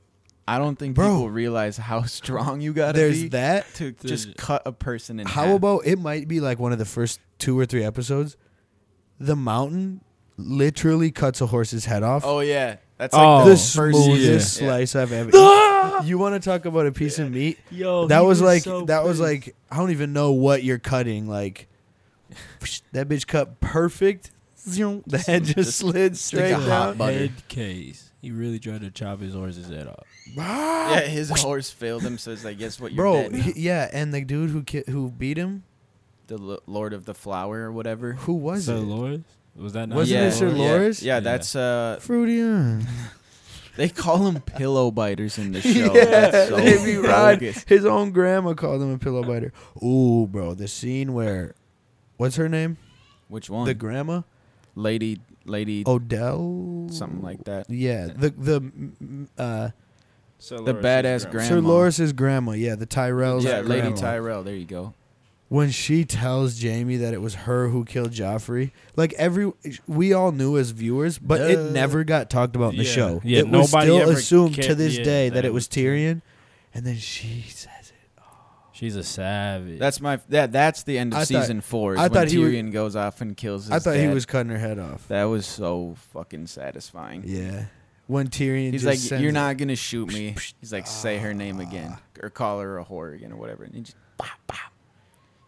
Speaker 1: I don't think
Speaker 2: Bro.
Speaker 1: people realize how [LAUGHS] strong you got to
Speaker 2: there's
Speaker 1: be
Speaker 2: that.
Speaker 1: to just cut a person in half.
Speaker 2: How about it might be like one of the first two or three episodes. The mountain literally cuts a horse's head off.
Speaker 1: Oh yeah, that's
Speaker 3: Oh,
Speaker 1: like
Speaker 2: the
Speaker 1: the first
Speaker 2: smoothest
Speaker 1: Yeah. Ah!
Speaker 2: slice I've ever. you want to talk about a piece of meat?
Speaker 1: Oh,
Speaker 3: Yo,
Speaker 2: that was like that was like I don't even know what you're cutting. Like [LAUGHS] that bitch cut perfect. [LAUGHS] The head just,
Speaker 1: Just
Speaker 2: slid
Speaker 1: stick a
Speaker 2: straight
Speaker 1: hot
Speaker 2: down.
Speaker 1: butter.
Speaker 3: head case. He really tried to chop his horse's head off.
Speaker 1: Yeah,
Speaker 2: [LAUGHS]
Speaker 1: his horse failed him, so it's like, guess what? You're
Speaker 2: Ah, Bro,
Speaker 1: dead now.
Speaker 2: he- yeah, and the dude who ki- who beat him,
Speaker 1: the L- Lord of the Flower or whatever.
Speaker 2: who was
Speaker 3: Sir
Speaker 2: it?
Speaker 3: Loris? Was that not
Speaker 2: Wasn't
Speaker 1: yeah,
Speaker 2: it Sir
Speaker 1: yeah,
Speaker 2: Loris?
Speaker 1: Yeah,
Speaker 3: Yeah.
Speaker 1: that's uh, [LAUGHS]
Speaker 2: Fruity. Orange.
Speaker 1: they call him pillow biters in the show.
Speaker 2: [LAUGHS] yeah,
Speaker 1: That's so
Speaker 2: if he ride,
Speaker 1: bogus.
Speaker 2: his own grandma called him a pillow biter. Ooh, bro, the scene where, what's her name?
Speaker 1: Which one?
Speaker 2: The Oh, grandma
Speaker 1: lady, lady,
Speaker 2: Odell,
Speaker 1: something like that.
Speaker 2: Yeah, the the mm, uh,
Speaker 1: The badass grandma.
Speaker 2: Sir Loris's grandma. Yeah, the Tyrell's
Speaker 1: yeah, Lady
Speaker 2: grandma.
Speaker 1: Tyrell. There you go.
Speaker 2: when she tells Jamie that it was her who killed Joffrey, like every we all knew as viewers, but
Speaker 1: Duh.
Speaker 2: it never got talked about in the
Speaker 3: Yeah.
Speaker 2: show.
Speaker 3: Yeah,
Speaker 2: it was
Speaker 3: nobody
Speaker 2: still
Speaker 3: ever
Speaker 2: assumed to
Speaker 3: cared-
Speaker 2: this
Speaker 3: yeah,
Speaker 2: day that
Speaker 3: that
Speaker 2: it
Speaker 3: it
Speaker 2: was
Speaker 3: was
Speaker 2: Tyrion, and then she says it.
Speaker 3: She's a savage.
Speaker 1: That's my that. That's the end of
Speaker 2: I thought-
Speaker 1: season four. Is
Speaker 2: I
Speaker 1: when
Speaker 2: thought he was-
Speaker 1: Tyrion goes off and kills. His
Speaker 2: I thought he
Speaker 1: dad.
Speaker 2: was cutting her head off.
Speaker 1: That was so fucking satisfying.
Speaker 2: Yeah, when Tyrion
Speaker 1: He's
Speaker 2: just
Speaker 1: like,
Speaker 2: sends
Speaker 1: "You're
Speaker 2: it-
Speaker 1: not gonna shoot me." He's like, "Say her name again, or call her a whore again, or whatever." And he just, bah, bah.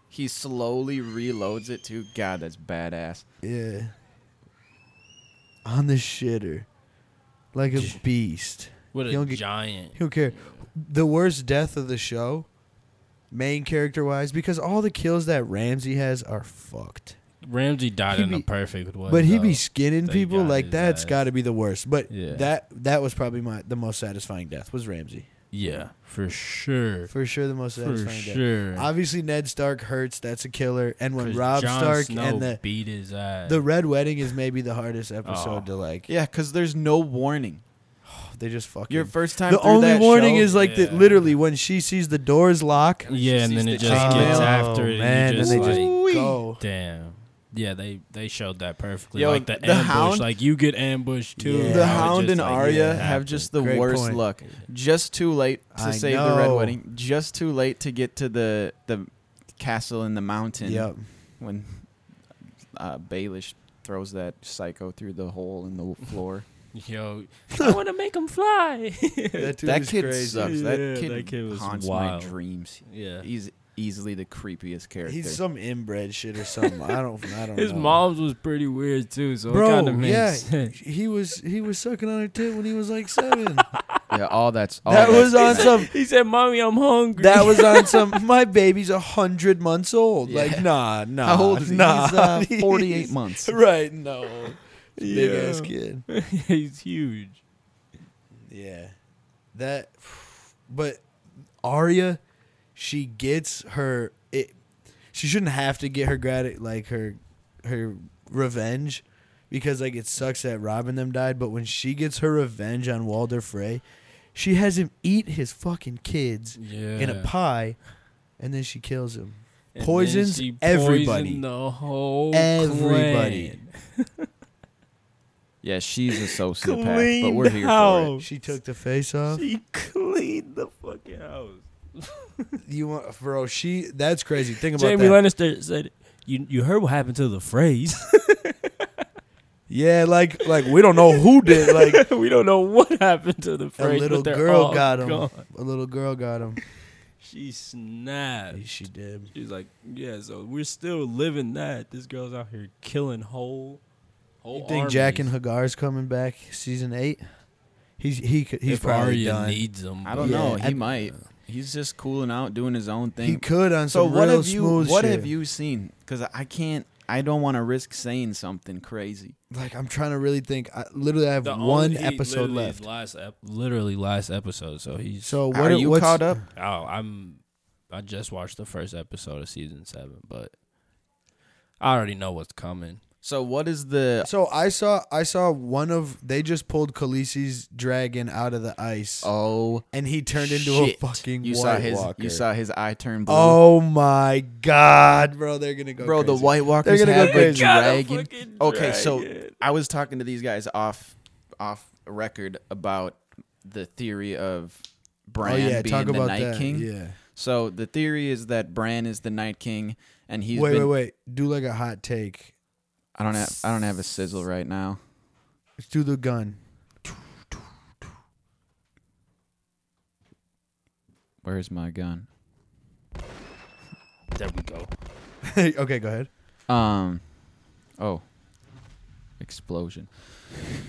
Speaker 1: he slowly reloads it too. God, that's badass.
Speaker 2: yeah, on the shitter, like a beast.
Speaker 3: what a
Speaker 2: He'll get-
Speaker 3: giant.
Speaker 2: Who care? The worst death of the show, main character wise, because all the kills that Ramsey has are fucked.
Speaker 3: Ramsey died
Speaker 2: He
Speaker 3: in
Speaker 2: be-
Speaker 3: a perfect way.
Speaker 2: But he
Speaker 3: though.
Speaker 2: be skinning
Speaker 3: Thank
Speaker 2: people
Speaker 3: God
Speaker 2: like
Speaker 3: his
Speaker 2: that's
Speaker 3: ass.
Speaker 2: got to be the worst. But
Speaker 3: Yeah.
Speaker 2: that that was probably my the most satisfying death was Ramsey
Speaker 3: Yeah, for sure.
Speaker 2: for sure. The most
Speaker 3: For
Speaker 2: satisfying death.
Speaker 3: sure.
Speaker 2: Obviously, Ned Stark hurts. That's a killer. And when
Speaker 3: 'Cause
Speaker 2: Rob
Speaker 3: Jon
Speaker 2: Stark
Speaker 3: Snow
Speaker 2: and the
Speaker 3: beat his ass.
Speaker 2: the Red Wedding is maybe the hardest episode
Speaker 3: Oh.
Speaker 2: to like.
Speaker 1: Yeah, because there's no warning.
Speaker 2: They just fucking.
Speaker 1: Your first time.
Speaker 2: the
Speaker 1: through
Speaker 2: only
Speaker 1: that
Speaker 2: warning
Speaker 1: show-
Speaker 2: is like that.
Speaker 3: Yeah.
Speaker 2: Literally, when she sees the doors lock,
Speaker 3: yeah, and
Speaker 1: Sees
Speaker 3: then
Speaker 1: the
Speaker 3: it just
Speaker 1: chain
Speaker 3: gets
Speaker 1: mail.
Speaker 3: after it.
Speaker 2: man,
Speaker 3: and you just
Speaker 2: and they
Speaker 3: like,
Speaker 2: just go.
Speaker 3: damn. Yeah, they they showed that perfectly.
Speaker 1: Yo,
Speaker 3: like the,
Speaker 1: the
Speaker 3: ambush,
Speaker 1: Hound-
Speaker 3: like you get ambushed too.
Speaker 2: Yeah.
Speaker 3: I
Speaker 2: The
Speaker 3: was
Speaker 1: The
Speaker 3: just
Speaker 1: Hound and
Speaker 3: like,
Speaker 1: Arya
Speaker 3: yeah, it
Speaker 1: have
Speaker 3: happened.
Speaker 1: just the
Speaker 2: Great
Speaker 1: worst
Speaker 2: point.
Speaker 1: luck. Just too late to
Speaker 2: I
Speaker 1: save the Red
Speaker 2: know.
Speaker 1: Wedding. Just too late to get to the the castle in the mountain.
Speaker 2: Yep.
Speaker 1: When uh, Baelish throws that psycho through the hole in the floor.
Speaker 3: Yo, I want to make him fly.
Speaker 2: [LAUGHS] That, dude
Speaker 1: that
Speaker 2: is
Speaker 1: kid
Speaker 2: crazy.
Speaker 1: sucks. That
Speaker 3: Yeah,
Speaker 1: kid,
Speaker 3: that kid was
Speaker 1: haunts
Speaker 3: wild.
Speaker 1: my dreams.
Speaker 3: [LAUGHS] yeah.
Speaker 1: He's easily the creepyest character.
Speaker 2: He's some inbred shit or something. I don't.
Speaker 1: [LAUGHS]
Speaker 2: I don't.
Speaker 3: His
Speaker 2: know.
Speaker 3: mom's was pretty weird too, so it
Speaker 2: Bro,
Speaker 3: kind of makes
Speaker 2: yeah,
Speaker 1: [LAUGHS]
Speaker 3: sense. [LAUGHS]
Speaker 2: He was he was sucking on her tit when he was like seven.
Speaker 1: Oh, yeah, all that's all
Speaker 2: that
Speaker 1: that's-
Speaker 2: was
Speaker 1: [LAUGHS]
Speaker 2: on some.
Speaker 3: He said, "Mommy, I'm hungry."
Speaker 2: That was on some. My baby's a hundred months old. Like
Speaker 1: Yeah.
Speaker 2: nah, nah.
Speaker 1: How old is he?
Speaker 2: [LAUGHS] nah.
Speaker 1: He's uh, 48 months.
Speaker 2: Right? No. Big
Speaker 3: Yeah.
Speaker 2: ass kid.
Speaker 3: [LAUGHS] He's huge.
Speaker 2: Yeah. That but Arya she gets her it she shouldn't have to get her grati- like her her revenge because like it sucks that Rob and them died, but when she gets her revenge on Walder Frey, she has him eat his fucking kids
Speaker 3: Yeah.
Speaker 2: in a pie and then she kills him.
Speaker 3: And then
Speaker 2: poisons
Speaker 3: she
Speaker 2: everybody.
Speaker 3: poisoned The whole
Speaker 2: Everybody.
Speaker 3: clan.
Speaker 1: Yeah, she's a sociopath, but
Speaker 3: Cleaned
Speaker 1: we're here for
Speaker 3: house.
Speaker 1: it.
Speaker 2: She took the face off.
Speaker 3: She [LAUGHS] cleaned the fucking house.
Speaker 2: You want bro, she that's crazy. Think about
Speaker 3: Jamie
Speaker 2: that.
Speaker 3: Lannister said, "You you heard what happened to the phrase?
Speaker 2: yeah, like like we don't know who did [LAUGHS] like
Speaker 3: [LAUGHS] we don't know what happened to the
Speaker 2: a
Speaker 3: phrase.
Speaker 2: little
Speaker 3: but they're
Speaker 2: girl
Speaker 3: all
Speaker 2: got him.
Speaker 3: gone.
Speaker 2: A little girl got him.
Speaker 3: She snapped.
Speaker 2: She did.
Speaker 3: She's like, yeah. So we're still living that. This girl's out here killing whole. whole
Speaker 2: You think Jack and
Speaker 3: armies.
Speaker 2: Hagar's coming back season eight? He's he could, he's
Speaker 3: If
Speaker 2: probably
Speaker 3: Arya
Speaker 2: done.
Speaker 3: needs him?
Speaker 1: I don't
Speaker 2: Yeah,
Speaker 1: know. He
Speaker 2: I-
Speaker 1: might. He's just cooling out, doing his own thing.
Speaker 2: he could on
Speaker 1: so
Speaker 2: some
Speaker 1: what
Speaker 2: real
Speaker 1: have you?
Speaker 2: smooth
Speaker 1: What
Speaker 2: shit.
Speaker 1: have you seen? Because I can't. I don't want to risk saying something crazy.
Speaker 2: Like I'm trying to really think. I literally I have one episode left.
Speaker 3: Last ep- literally last episode. So he's.
Speaker 2: So what
Speaker 1: Are you
Speaker 2: what's-
Speaker 1: caught up?
Speaker 3: oh, I'm. I just watched the first episode of season seven, but I already know what's coming.
Speaker 1: So what is the?
Speaker 2: So I saw I saw one of they just pulled Khaleesi's dragon out of the ice
Speaker 1: Oh,
Speaker 2: and he turned into
Speaker 1: shit.
Speaker 2: a fucking
Speaker 1: you
Speaker 2: White
Speaker 1: saw his.
Speaker 2: Walker.
Speaker 1: You saw his eye turn blue.
Speaker 2: oh my god, bro! They're gonna go
Speaker 1: bro, the
Speaker 2: crazy.
Speaker 1: White Walkers
Speaker 2: They're gonna go
Speaker 1: have a
Speaker 2: crazy. Got
Speaker 1: dragon. Okay, so I was talking to these guys off off record about the theory of Bran
Speaker 2: Oh yeah,
Speaker 1: being
Speaker 2: talk
Speaker 1: the
Speaker 2: about
Speaker 1: Night
Speaker 2: that.
Speaker 1: King.
Speaker 2: Yeah.
Speaker 1: So the theory is that Bran is the Night King, and he's
Speaker 2: wait,
Speaker 1: been.
Speaker 2: wait, wait. Do like a hot take.
Speaker 1: I don't have. I don't have a sizzle right now.
Speaker 2: Let's do the gun.
Speaker 1: Where's my gun?
Speaker 3: there we go.
Speaker 2: [LAUGHS] okay, go ahead.
Speaker 1: Um. Oh. Explosion.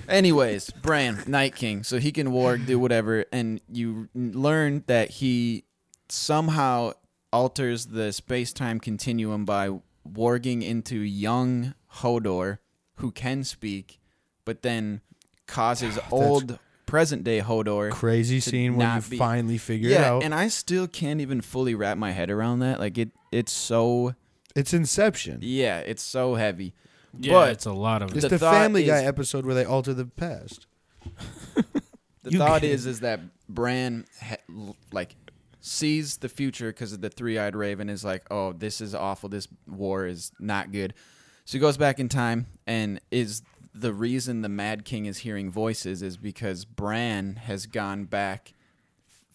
Speaker 1: Anyways, Bran, Night King, so he can warg, do whatever, and you learn that he somehow alters the space time continuum by warging into young Hodor, who can speak, but then causes old present day Hodor
Speaker 2: Crazy scene when you
Speaker 1: not be-
Speaker 2: finally figure it
Speaker 1: yeah,
Speaker 2: out.
Speaker 1: and I still can't even fully wrap my head around that. Like it, it's so
Speaker 2: it's Inception.
Speaker 1: yeah, it's so heavy.
Speaker 3: Yeah,
Speaker 1: But-
Speaker 3: it's a lot of
Speaker 2: It's
Speaker 1: The
Speaker 2: the,
Speaker 1: thought
Speaker 2: Family Guy
Speaker 1: is-
Speaker 2: episode where they alter the past.
Speaker 1: The
Speaker 2: You
Speaker 1: thought
Speaker 2: can-
Speaker 1: is is that Bran ha- l- like sees the future because of the three-eyed raven is like, oh, this is awful. This war is not good. So he goes back in time and is the reason the Mad King is hearing voices is because Bran has gone back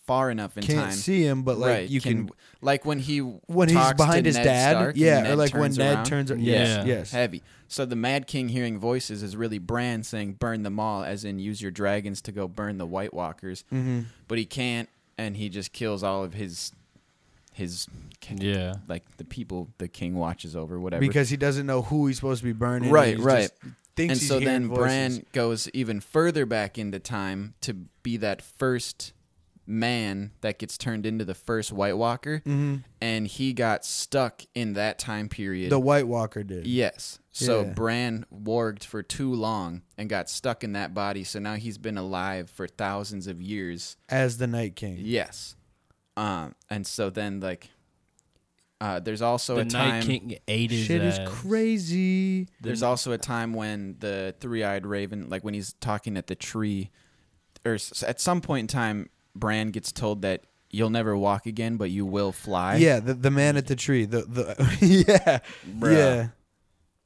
Speaker 1: far enough in
Speaker 2: Can't
Speaker 1: time.
Speaker 2: see him, but like
Speaker 1: right,
Speaker 2: you can,
Speaker 1: like when he
Speaker 2: when he's
Speaker 1: talks to
Speaker 2: behind his
Speaker 1: Ned
Speaker 2: dad.
Speaker 1: Stark and
Speaker 2: yeah,
Speaker 1: Ned
Speaker 2: or like when
Speaker 1: turns
Speaker 2: Ned
Speaker 1: around.
Speaker 2: turns.
Speaker 3: Yeah.
Speaker 2: Yes, yes.
Speaker 1: heavy. So the Mad King hearing voices is really Bran saying burn them all, as in use your dragons to go burn the White Walkers.
Speaker 2: Mhm.
Speaker 1: But he can't, and he just kills all of his his
Speaker 3: yeah.
Speaker 1: like the people the king watches over, whatever.
Speaker 2: Because he doesn't know who he's supposed to be burning. and
Speaker 1: Right,
Speaker 2: he's
Speaker 1: right.
Speaker 2: just Thinks
Speaker 1: and
Speaker 2: he's
Speaker 1: so
Speaker 2: hearing
Speaker 1: then
Speaker 2: voices.
Speaker 1: Bran goes even further back into time to be that first man that gets turned into the first White Walker,
Speaker 2: Mm-hmm.
Speaker 1: and he got stuck in that time period.
Speaker 2: the White Walker did.
Speaker 1: Yes. So
Speaker 2: Yeah.
Speaker 1: Bran warged for too long and got stuck in that body. So now he's been alive for thousands of years.
Speaker 2: as the Night King.
Speaker 1: Yes. Um, and so then like, uh, there's also
Speaker 3: The
Speaker 1: a time.
Speaker 3: Night King ate his
Speaker 2: Shit is
Speaker 3: ass.
Speaker 2: crazy.
Speaker 1: There's also a time when the three-eyed raven, like when he's talking at the tree, or s- at some point in time, Bran gets told that you'll never walk again, but you will fly.
Speaker 2: yeah, the, the man at the tree. The the [LAUGHS] yeah
Speaker 1: Bruh.
Speaker 2: yeah.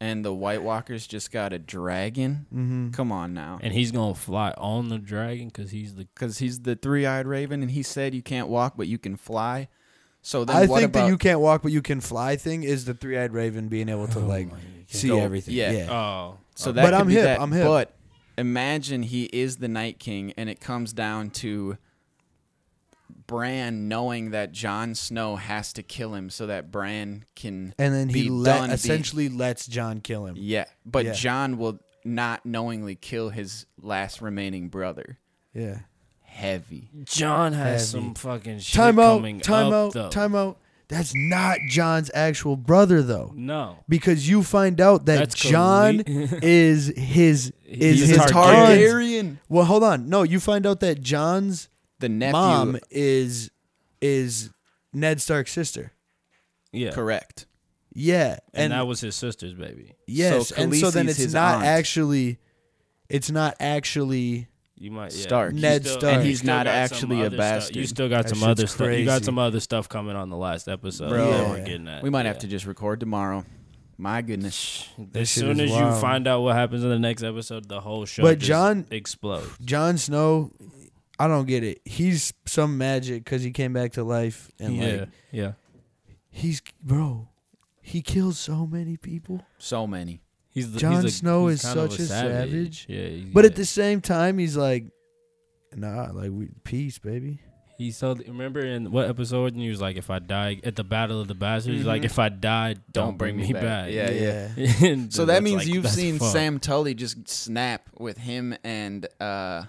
Speaker 1: And the White Walkers just got a dragon.
Speaker 2: Mm-hmm.
Speaker 1: Come on now.
Speaker 3: and he's gonna fly on the dragon because he's the
Speaker 1: because he's the three eyed raven and he said you can't walk but you can fly. So then
Speaker 2: I
Speaker 1: what
Speaker 2: think
Speaker 1: about
Speaker 2: that you can't walk but you can fly thing is the three eyed raven being able to like see
Speaker 4: Go-
Speaker 2: everything.
Speaker 1: Oh yeah.
Speaker 2: Yeah.
Speaker 3: Oh,
Speaker 1: so
Speaker 2: okay.
Speaker 1: that
Speaker 2: Uh, But
Speaker 1: could
Speaker 2: I'm
Speaker 1: be
Speaker 2: hip,
Speaker 1: that,
Speaker 2: I'm hip.
Speaker 1: But imagine he is the Night King, and it comes down to Bran knowing that Jon Snow has to kill him so that Bran can.
Speaker 2: And then
Speaker 1: be
Speaker 2: he
Speaker 1: done
Speaker 2: let,
Speaker 1: be-
Speaker 2: essentially lets John kill him.
Speaker 1: Yeah, but
Speaker 2: Yeah.
Speaker 1: John will not knowingly kill his last remaining brother.
Speaker 2: Yeah.
Speaker 1: Heavy.
Speaker 3: John has
Speaker 2: Heavy.
Speaker 3: some fucking shit
Speaker 2: Time out,
Speaker 3: coming
Speaker 2: time
Speaker 3: up,
Speaker 2: out,
Speaker 3: though.
Speaker 2: time out. That's not John's actual brother though.
Speaker 3: No,
Speaker 2: Because you find out that
Speaker 3: That's
Speaker 2: John
Speaker 3: complete-
Speaker 2: is his is
Speaker 3: He's
Speaker 2: his
Speaker 3: Targaryen.
Speaker 2: aunt's- Well, hold on. No, you find out that John's
Speaker 1: The nephew.
Speaker 2: mom is is Ned Stark's sister.
Speaker 3: yeah,
Speaker 1: Correct.
Speaker 2: Yeah,
Speaker 3: And,
Speaker 2: and,
Speaker 3: that was his sister's baby.
Speaker 2: yes,
Speaker 1: so
Speaker 2: and so then
Speaker 1: Khaleesi's
Speaker 2: it's
Speaker 1: his
Speaker 2: not
Speaker 1: aunt.
Speaker 2: actually, it's not actually.
Speaker 3: You might yeah.
Speaker 1: Stark.
Speaker 3: You
Speaker 2: Ned
Speaker 3: still-
Speaker 2: Stark. And
Speaker 3: you
Speaker 1: he's
Speaker 3: still
Speaker 1: not
Speaker 3: got some
Speaker 1: actually a
Speaker 3: other stuff- You
Speaker 1: bastard.
Speaker 3: still got
Speaker 2: That
Speaker 3: some
Speaker 2: shit's
Speaker 3: other stuff. You got
Speaker 2: crazy.
Speaker 3: some other stuff coming on the last episode
Speaker 1: Bro.
Speaker 3: that we're
Speaker 2: Yeah.
Speaker 3: getting at.
Speaker 1: We might have
Speaker 3: Uh, Yeah.
Speaker 1: to just record tomorrow. My goodness.
Speaker 3: As
Speaker 2: shit
Speaker 3: soon
Speaker 2: is
Speaker 3: as you
Speaker 2: wild.
Speaker 3: find out what happens in the next episode, the whole show.
Speaker 2: But
Speaker 3: just
Speaker 2: John-
Speaker 3: explodes.
Speaker 2: Jon Snow, I don't get it. He's some magic because he came back to life, and
Speaker 3: yeah,
Speaker 2: like
Speaker 3: yeah.
Speaker 2: he's bro, he kills so many people.
Speaker 1: So many.
Speaker 3: He's the,
Speaker 2: Jon
Speaker 3: he's a-
Speaker 2: Snow
Speaker 3: he's
Speaker 2: is
Speaker 3: kind of
Speaker 2: such a savage,
Speaker 3: Yeah, he's,
Speaker 2: But
Speaker 3: yeah.
Speaker 2: at the same time, he's like, nah, like we peace, baby.
Speaker 3: he told. Remember in what episode? And he was like, "If I die at the Battle of the Bastards, he's like,
Speaker 2: Mm-hmm.
Speaker 1: Mhm.
Speaker 3: if I die, don't, bring, me back."
Speaker 1: Yeah, yeah.
Speaker 3: [LAUGHS] And
Speaker 1: So that
Speaker 3: that's
Speaker 1: means
Speaker 3: like,
Speaker 1: you've
Speaker 3: that's
Speaker 1: seen
Speaker 3: fucked.
Speaker 1: Sam Tully just snap with him and uh,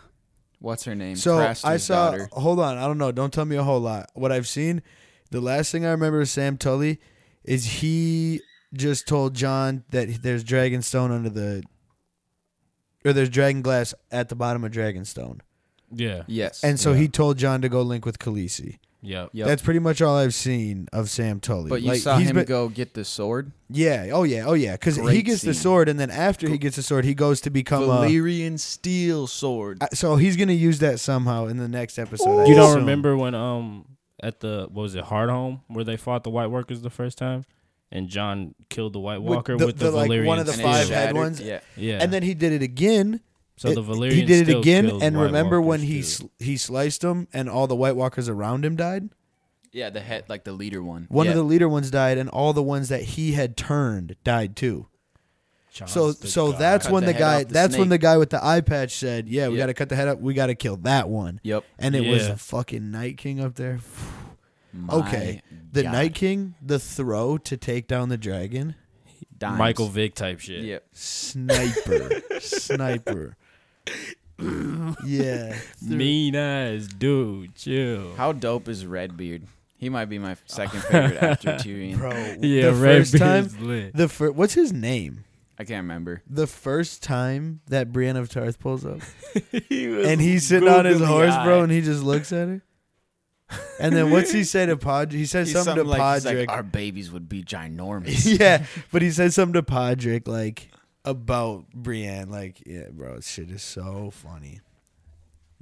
Speaker 1: what's her name?
Speaker 2: So I
Speaker 1: Craster's
Speaker 2: saw.
Speaker 1: daughter.
Speaker 2: Hold on, I don't know. Don't tell me a whole lot. What I've seen, the last thing I remember of Sam Tully is he just told John that there's Dragonstone under the, or there's Dragon Glass at the bottom of Dragonstone,
Speaker 3: Yeah.
Speaker 1: Yes.
Speaker 2: and so
Speaker 3: Yeah.
Speaker 2: he told John to go link with Khaleesi.
Speaker 3: Yep.
Speaker 1: Yep.
Speaker 2: That's pretty much all I've seen of Sam Tully.
Speaker 1: but you
Speaker 2: Like,
Speaker 1: saw
Speaker 2: he's
Speaker 1: him
Speaker 2: been-
Speaker 1: go get the sword.
Speaker 2: Yeah. Oh yeah. Oh yeah. Because he
Speaker 1: Great
Speaker 2: gets the
Speaker 1: scene.
Speaker 2: sword, and then after he gets the sword, he goes to become a.
Speaker 1: Valyrian steel sword.
Speaker 2: I- So he's gonna use that somehow in the next episode. I
Speaker 3: You don't
Speaker 2: assume.
Speaker 3: remember when um at the what was it Hard Home where they fought the White Workers the first time, and John killed the White
Speaker 2: With
Speaker 3: Walker with,
Speaker 2: the-
Speaker 3: the,
Speaker 2: the, like,
Speaker 3: Valyrian.
Speaker 2: one of the
Speaker 1: And it
Speaker 3: steel.
Speaker 2: five head
Speaker 1: shattered-
Speaker 2: ones.
Speaker 1: Yeah.
Speaker 3: Yeah.
Speaker 2: And then he did it again.
Speaker 3: so the Valyrian.
Speaker 2: he did it
Speaker 3: still
Speaker 2: again
Speaker 3: killed
Speaker 2: and
Speaker 3: White
Speaker 2: remember when
Speaker 3: Walkers,
Speaker 2: he
Speaker 3: too.
Speaker 2: sl- he sliced them and all the white walkers around him died
Speaker 1: Yeah, the head like the leader one.
Speaker 2: one
Speaker 1: yeah.
Speaker 2: of the leader ones died and all the ones that he had turned died too
Speaker 3: John's
Speaker 2: so
Speaker 3: the
Speaker 2: so
Speaker 3: god.
Speaker 2: that's
Speaker 1: Cut
Speaker 2: when
Speaker 1: the
Speaker 2: the,
Speaker 1: head
Speaker 2: guy
Speaker 1: off the
Speaker 2: that's when
Speaker 1: snake.
Speaker 2: the guy with the eye patch said yeah we
Speaker 1: Yeah.
Speaker 2: got to cut the head up we got to kill that one
Speaker 1: Yep.
Speaker 2: and it was
Speaker 3: Yeah.
Speaker 2: the fucking night king up there
Speaker 1: My
Speaker 2: okay the
Speaker 1: God.
Speaker 2: night king the throw to take down the dragon
Speaker 1: Dimes.
Speaker 3: [LAUGHS] Michael Vick type shit.
Speaker 1: Yep. [LAUGHS]
Speaker 2: sniper sniper
Speaker 1: [LAUGHS]
Speaker 2: yeah
Speaker 3: Mean eyes, dude. Chill.
Speaker 1: How dope is Redbeard? He might be my second
Speaker 3: [LAUGHS]
Speaker 1: favorite after Tyrion.
Speaker 2: bro
Speaker 3: yeah,
Speaker 2: the
Speaker 3: Red
Speaker 2: first time
Speaker 3: lit.
Speaker 2: the fir- what's his name
Speaker 1: I can't remember.
Speaker 2: the first time that Brienne of Tarth pulls up,
Speaker 1: [LAUGHS]
Speaker 2: and he's sitting on his horse, bro, and he just looks at her. And then what's he
Speaker 1: [LAUGHS]
Speaker 2: say to Pod? He says
Speaker 1: He's
Speaker 2: something,
Speaker 1: something
Speaker 2: to
Speaker 1: like, he's
Speaker 2: Podrick.
Speaker 1: like,
Speaker 2: [LAUGHS]
Speaker 1: our babies would be ginormous.
Speaker 2: yeah,
Speaker 1: [LAUGHS]
Speaker 2: but he says something to Podrick like about Brienne. Like, yeah, bro, this shit is so funny.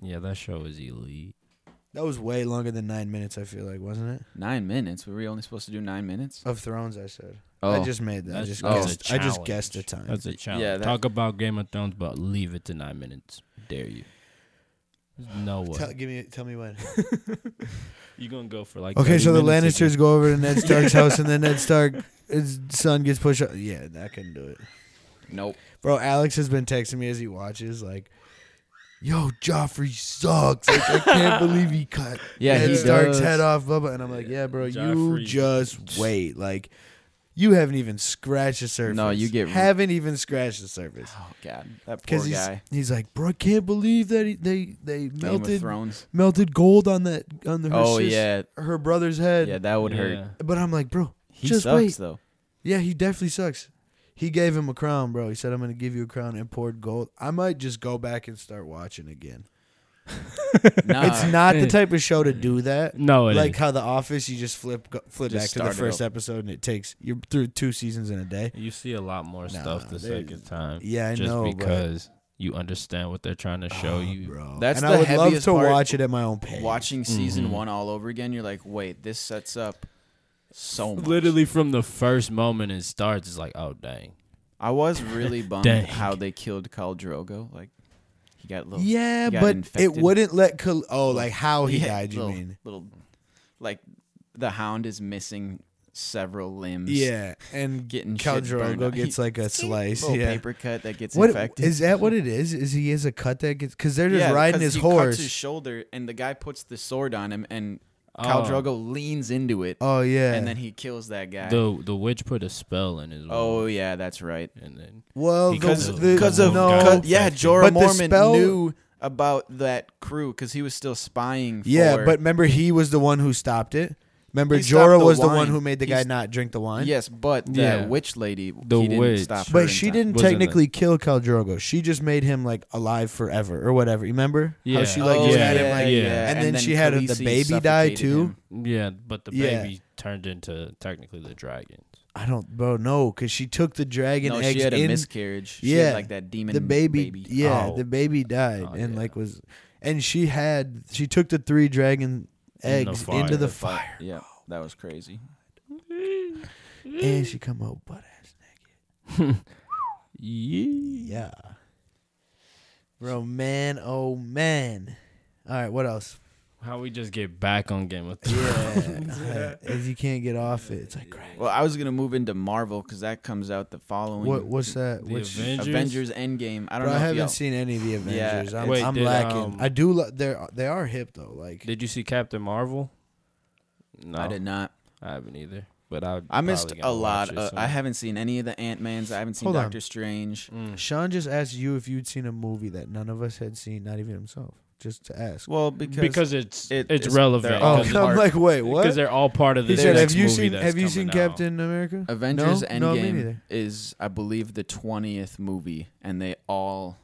Speaker 3: Yeah, that show is elite.
Speaker 2: That was way longer than nine minutes. I feel like, wasn't it?
Speaker 1: nine minutes. Were we only supposed to do nine minutes?
Speaker 2: Of Thrones, I said.
Speaker 1: Oh,
Speaker 2: I just made that. I
Speaker 3: That's-
Speaker 2: just,
Speaker 1: that's a
Speaker 2: guessed, I just
Speaker 3: challenge.
Speaker 2: guessed the time.
Speaker 3: That's a challenge.
Speaker 1: Yeah, that-
Speaker 3: Talk about Game of Thrones, but leave it to nine minutes. Dare you? There's no way.
Speaker 2: Tell, give me, tell me
Speaker 3: [LAUGHS]
Speaker 2: when.
Speaker 3: you gonna go for like?
Speaker 2: Okay,
Speaker 3: 30
Speaker 2: so the
Speaker 3: minutes
Speaker 2: Lannisters
Speaker 3: again.
Speaker 2: go over to
Speaker 3: [LAUGHS]
Speaker 2: Ned Stark's house, and then Ned Stark's son gets pushed. Out. Yeah, that can do it,
Speaker 1: nope.
Speaker 2: bro. Alex has been texting me as he watches, like, "Yo, Joffrey sucks. Like,
Speaker 1: [LAUGHS]
Speaker 2: I can't believe he cut
Speaker 1: Yeah,
Speaker 2: Ned
Speaker 1: he
Speaker 2: Stark's
Speaker 1: does.
Speaker 2: head off." Blah blah. And I'm like, "Yeah, bro,
Speaker 3: Joffrey-
Speaker 2: you just wait. Like, you haven't even scratched the surface.
Speaker 1: No, you get-
Speaker 2: haven't even scratched the surface."
Speaker 1: Oh God, that [SIGHS] poor
Speaker 2: Because he's
Speaker 1: guy.
Speaker 2: he's like, bro, I can't believe that he, they they
Speaker 1: Game of
Speaker 2: melted
Speaker 1: Thrones.
Speaker 2: melted gold on that on the, her
Speaker 1: Oh
Speaker 2: sis-
Speaker 1: yeah,
Speaker 2: her brother's head.
Speaker 1: yeah, that would hurt.
Speaker 3: Yeah.
Speaker 2: But I'm like, bro,
Speaker 1: He
Speaker 2: Just
Speaker 1: sucks
Speaker 2: wait.
Speaker 1: though.
Speaker 2: Yeah, he definitely sucks. He gave him a crown, bro. He said, "I'm gonna give you a crown and poured gold." I might just go back and start watching again.
Speaker 1: Nah,
Speaker 2: [LAUGHS] it's not
Speaker 1: [LAUGHS]
Speaker 2: the type of show to do that.
Speaker 3: No, it
Speaker 2: like
Speaker 3: ain't.
Speaker 2: how The Office, you just flip go, flip
Speaker 1: Just
Speaker 2: back to
Speaker 1: start
Speaker 2: the
Speaker 1: it
Speaker 2: first
Speaker 1: up.
Speaker 2: episode, and it takes you're through two seasons in a day.
Speaker 3: You see a lot more stuff the
Speaker 2: there's-
Speaker 3: second time.
Speaker 2: Yeah, I
Speaker 3: just
Speaker 2: know, but-
Speaker 3: because you understand what they're trying to show
Speaker 2: Oh,
Speaker 3: you.
Speaker 2: bro.
Speaker 1: That's the
Speaker 2: and I would love
Speaker 1: heaviest
Speaker 2: to
Speaker 1: part.
Speaker 2: watch it at my own pace.
Speaker 1: watching season
Speaker 3: Mhm.
Speaker 1: one all over again. You're like, wait, this sets up so much.
Speaker 3: Literally from the first moment it starts, it's like, oh dang.
Speaker 1: I was really bummed
Speaker 3: Dang.
Speaker 1: how they killed Khal Drogo. Like, he got a little.
Speaker 2: Yeah,
Speaker 1: He got
Speaker 2: but it
Speaker 1: infected.
Speaker 2: wouldn't let. Khal- oh, like how
Speaker 1: [LAUGHS]
Speaker 2: he
Speaker 1: Yeah,
Speaker 2: died? You
Speaker 1: little-
Speaker 2: mean?
Speaker 1: little like the hound is missing several limbs.
Speaker 2: Yeah, and
Speaker 1: Getting shit burned
Speaker 2: Caldrogo
Speaker 1: up.
Speaker 2: gets
Speaker 1: He- [LAUGHS]
Speaker 2: like a slice.
Speaker 1: Little
Speaker 2: Yeah.
Speaker 1: paper cut that gets
Speaker 2: What
Speaker 1: infected.
Speaker 2: is that? What
Speaker 1: [LAUGHS]
Speaker 2: it is? Is he has a cut that gets because they're just
Speaker 1: Yeah,
Speaker 2: riding
Speaker 1: because
Speaker 2: his
Speaker 1: he
Speaker 2: horse.
Speaker 1: Cuts his shoulder, and the guy puts the sword on him, and
Speaker 3: Oh.
Speaker 1: Cal Drogo leans into it,
Speaker 2: oh yeah.
Speaker 1: and then he kills that guy.
Speaker 3: The the witch put a spell in his
Speaker 1: oh
Speaker 3: wound,
Speaker 1: yeah, that's right.
Speaker 3: and then
Speaker 2: well,
Speaker 3: Because
Speaker 2: the,
Speaker 3: of-
Speaker 2: the,
Speaker 1: Because of
Speaker 2: no,
Speaker 3: cut-
Speaker 1: cut- yeah,
Speaker 3: infected.
Speaker 1: Jorah
Speaker 2: But the
Speaker 1: Mormon
Speaker 2: spell-
Speaker 1: knew about that crew because he was still spying. For,
Speaker 2: yeah. But remember, he was the one who stopped it. Remember,
Speaker 1: He stopped
Speaker 2: Jorah
Speaker 1: the
Speaker 2: was the
Speaker 1: wine.
Speaker 2: one who made the guy
Speaker 1: He's-
Speaker 2: not drink the wine.
Speaker 1: yes, but that
Speaker 3: Yeah.
Speaker 1: witch lady,
Speaker 3: The
Speaker 1: he didn't
Speaker 3: witch.
Speaker 1: stop her in
Speaker 2: But she
Speaker 1: time.
Speaker 2: didn't
Speaker 3: Was in the-
Speaker 2: technically kill Khal Drogo. She just made him like alive forever or whatever. You Remember? How
Speaker 3: Yeah.
Speaker 2: she like
Speaker 3: Oh,
Speaker 2: just
Speaker 3: yeah,
Speaker 2: had him like
Speaker 3: yeah.
Speaker 2: And then she had a- the
Speaker 1: Khaleesi
Speaker 2: baby die,
Speaker 1: suffocated
Speaker 2: too.
Speaker 1: him.
Speaker 3: yeah, but the
Speaker 2: Yeah.
Speaker 3: baby turned into technically the dragons.
Speaker 2: I don't bro no because she took the dragon
Speaker 1: No,
Speaker 2: eggs
Speaker 1: she had a
Speaker 2: in
Speaker 1: miscarriage. She had,
Speaker 2: Yeah.
Speaker 1: like that demon.
Speaker 2: the baby, yeah
Speaker 3: Oh.
Speaker 2: the baby died
Speaker 3: Oh,
Speaker 2: and
Speaker 3: yeah.
Speaker 2: like was and she had she took the three dragon
Speaker 3: In the
Speaker 2: eggs
Speaker 3: fire.
Speaker 2: into the
Speaker 3: The
Speaker 1: But,
Speaker 2: fire
Speaker 1: yeah, that was crazy.
Speaker 2: and she come out butt ass
Speaker 3: Yeah.
Speaker 2: yeah bro man oh man all right what
Speaker 3: [LAUGHS]
Speaker 2: else
Speaker 3: How we just get back on Game
Speaker 1: [LAUGHS]
Speaker 3: of Thrones?
Speaker 2: yeah as you can't get off it it's like crap.
Speaker 1: Well, I was gonna move into Marvel because that comes out the following.
Speaker 2: what what's that
Speaker 3: The
Speaker 2: Which,
Speaker 3: Aven-
Speaker 1: Avengers
Speaker 3: Avengers?
Speaker 1: Endgame. I don't
Speaker 2: bro, I
Speaker 1: know.
Speaker 2: haven't
Speaker 1: if y'all-
Speaker 2: seen any of the Avengers I'm,
Speaker 3: Wait,
Speaker 2: I'm
Speaker 3: did,
Speaker 2: lacking
Speaker 3: um,
Speaker 2: I do lo- they they are hip though like
Speaker 3: Did you see Captain Marvel? No,
Speaker 1: I did not.
Speaker 3: I haven't either. But I
Speaker 1: I missed
Speaker 3: probably
Speaker 1: a
Speaker 3: gonna watch
Speaker 1: lot.
Speaker 3: it
Speaker 2: uh,
Speaker 1: Of,
Speaker 3: soon.
Speaker 1: I haven't seen any of the Ant Mans. I haven't seen
Speaker 2: Hold on.
Speaker 1: Doctor Strange.
Speaker 3: Mm.
Speaker 2: Sean just asked you if you'd seen a movie that none of us had seen, not even himself, just to ask.
Speaker 1: Well, because,
Speaker 3: because it's
Speaker 1: it-
Speaker 3: it's,
Speaker 1: it's-
Speaker 3: relevant.
Speaker 1: they're
Speaker 2: Oh,
Speaker 1: all
Speaker 3: because
Speaker 1: cut part-
Speaker 2: I'm like, wait,
Speaker 3: [LAUGHS] Because
Speaker 2: what?
Speaker 3: they're all part of
Speaker 2: He
Speaker 3: this
Speaker 2: said,
Speaker 3: next
Speaker 2: "Have you
Speaker 3: movie
Speaker 2: seen
Speaker 3: that's
Speaker 2: Have you seen
Speaker 3: coming out."
Speaker 2: Captain America?
Speaker 1: Avengers
Speaker 2: No? No, me
Speaker 1: Endgame
Speaker 2: neither.
Speaker 1: is, I believe, the twentieth movie, and they all.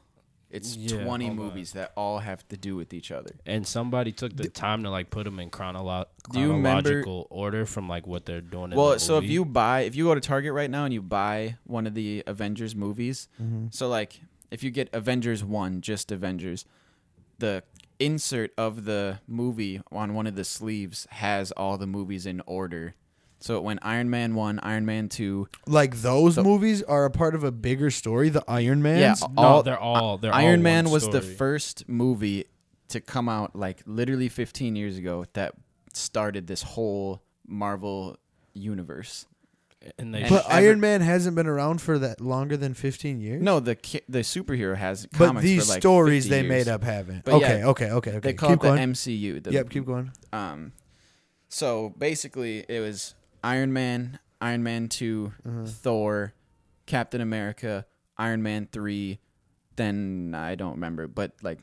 Speaker 1: It's
Speaker 3: Yeah,
Speaker 1: twenty
Speaker 3: all that.
Speaker 1: movies that all have to do with each other.
Speaker 3: And somebody took the time to like put them in chronolo-
Speaker 1: Do you remember-
Speaker 3: chronological order from like what they're doing. In
Speaker 1: Well,
Speaker 3: the
Speaker 1: so if
Speaker 3: movie.
Speaker 1: you buy, if you go to Target right now and you buy one of the Avengers movies,
Speaker 2: Mm-hmm.
Speaker 1: so like if you get Avengers 1, just Avengers, the insert of the movie on one of the sleeves has all the movies in order. So it went Iron Man 1, Iron Man 2.
Speaker 2: Like those
Speaker 1: So-
Speaker 2: movies are a part of a bigger story. The Iron
Speaker 1: Yeah,
Speaker 2: Man's.
Speaker 3: no,
Speaker 1: all,
Speaker 3: they're all they're all
Speaker 1: Iron
Speaker 3: one
Speaker 1: Man was the
Speaker 3: story.
Speaker 1: first movie to come out like literally 15 years ago that started this whole Marvel universe.
Speaker 3: and they
Speaker 1: and
Speaker 2: but
Speaker 1: ever-
Speaker 2: Iron Man hasn't been around for that longer than fifteen years.
Speaker 1: No, the ki- the superhero has comics
Speaker 2: but
Speaker 1: for,
Speaker 2: these
Speaker 1: like,
Speaker 2: stories
Speaker 1: 50
Speaker 2: they
Speaker 1: years.
Speaker 2: made up haven't.
Speaker 1: But
Speaker 2: okay,
Speaker 1: yeah,
Speaker 2: okay, okay, okay.
Speaker 1: They call
Speaker 2: keep
Speaker 1: it the
Speaker 2: going.
Speaker 1: MCU. The,
Speaker 2: yep, keep going.
Speaker 1: Um, so basically, it was Iron Man, Iron Man 2
Speaker 2: Mm-hmm.
Speaker 1: Thor, Captain America, Iron Man three. Then I don't remember, but like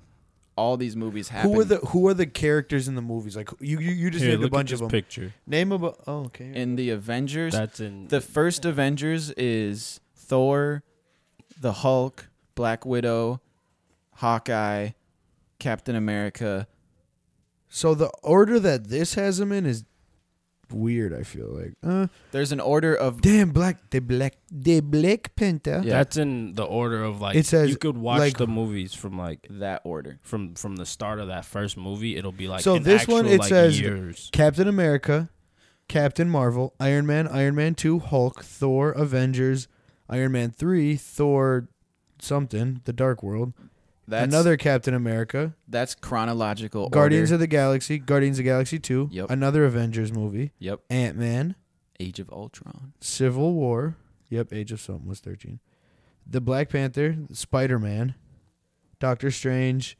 Speaker 1: all these movies happened.
Speaker 2: Who are the Who are the characters in the movies? Like you, you, you just
Speaker 3: Here,
Speaker 2: named a
Speaker 3: look at
Speaker 2: bunch of
Speaker 3: this
Speaker 2: them.
Speaker 3: Picture
Speaker 2: Name a. Bu- oh, okay.
Speaker 1: in the Avengers?
Speaker 3: that's in
Speaker 1: the first Avengers is Thor, the Hulk, Black Widow, Hawkeye, Captain America.
Speaker 2: So the order that this has them in is weird. I feel like, uh,
Speaker 1: There's an order of
Speaker 2: damn, black the black the Black Panther.
Speaker 1: Yeah.
Speaker 3: That's in the order of like
Speaker 2: It says,
Speaker 3: you could watch
Speaker 2: like-
Speaker 3: the movies from like
Speaker 1: that order.
Speaker 3: from from the start of that first movie. It'll be like
Speaker 2: So
Speaker 3: an
Speaker 2: this
Speaker 3: actual,
Speaker 2: one, it
Speaker 3: like,
Speaker 2: says-
Speaker 3: years.
Speaker 2: Captain America, Captain Marvel, Iron Man, Iron Man Two, Hulk, Thor, Avengers, Iron Man Three, Thor, something, the Dark World,
Speaker 1: That's
Speaker 2: another Captain America,
Speaker 1: That's chronological.
Speaker 2: Guardians
Speaker 1: order.
Speaker 2: of the Galaxy, Guardians of the Galaxy Two,
Speaker 1: Yep.
Speaker 2: another Avengers movie,
Speaker 1: Yep.
Speaker 2: Ant Man,
Speaker 1: Age of Ultron.
Speaker 2: Civil War. Yep, Age of Something was 13. The Black Panther, Spider Man, Doctor Strange,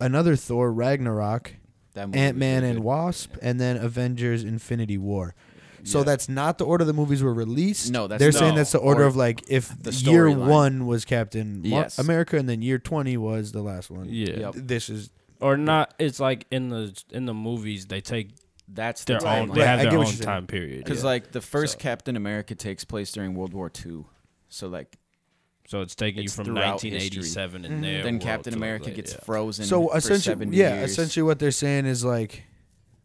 Speaker 2: another Thor, Ragnarok,
Speaker 1: That movie was
Speaker 2: Ant Man
Speaker 1: really
Speaker 2: and
Speaker 1: good.
Speaker 2: Wasp, and then Avengers Infinity War. So
Speaker 1: Yeah.
Speaker 2: that's not the order the movies were released.
Speaker 1: No, that's
Speaker 2: they're
Speaker 1: not-
Speaker 2: saying that's the order
Speaker 1: or
Speaker 2: of like if
Speaker 1: the
Speaker 2: year
Speaker 1: storyline.
Speaker 2: one was Captain Mar-
Speaker 1: Yes.
Speaker 2: America, and then year twenty was the last one.
Speaker 3: Yeah,
Speaker 1: Yep.
Speaker 2: This is
Speaker 3: or not. It's like in the in the movies they take
Speaker 1: that's the
Speaker 3: their
Speaker 1: timeline.
Speaker 3: own. They
Speaker 2: Right,
Speaker 3: have
Speaker 2: I get
Speaker 3: their
Speaker 2: what
Speaker 3: own
Speaker 2: you're saying.
Speaker 3: time period.
Speaker 1: Because
Speaker 3: Yeah.
Speaker 1: like the first
Speaker 3: So-
Speaker 1: Captain America takes place during World War II, so like
Speaker 3: so it's taking
Speaker 1: it's
Speaker 3: you from
Speaker 1: throughout
Speaker 3: 1987
Speaker 2: Mm-hmm.
Speaker 3: and there.
Speaker 1: then Captain America gets frozen.
Speaker 2: so
Speaker 1: for
Speaker 2: essentially,
Speaker 1: 70
Speaker 2: yeah.
Speaker 1: years.
Speaker 2: Essentially, what they're saying is like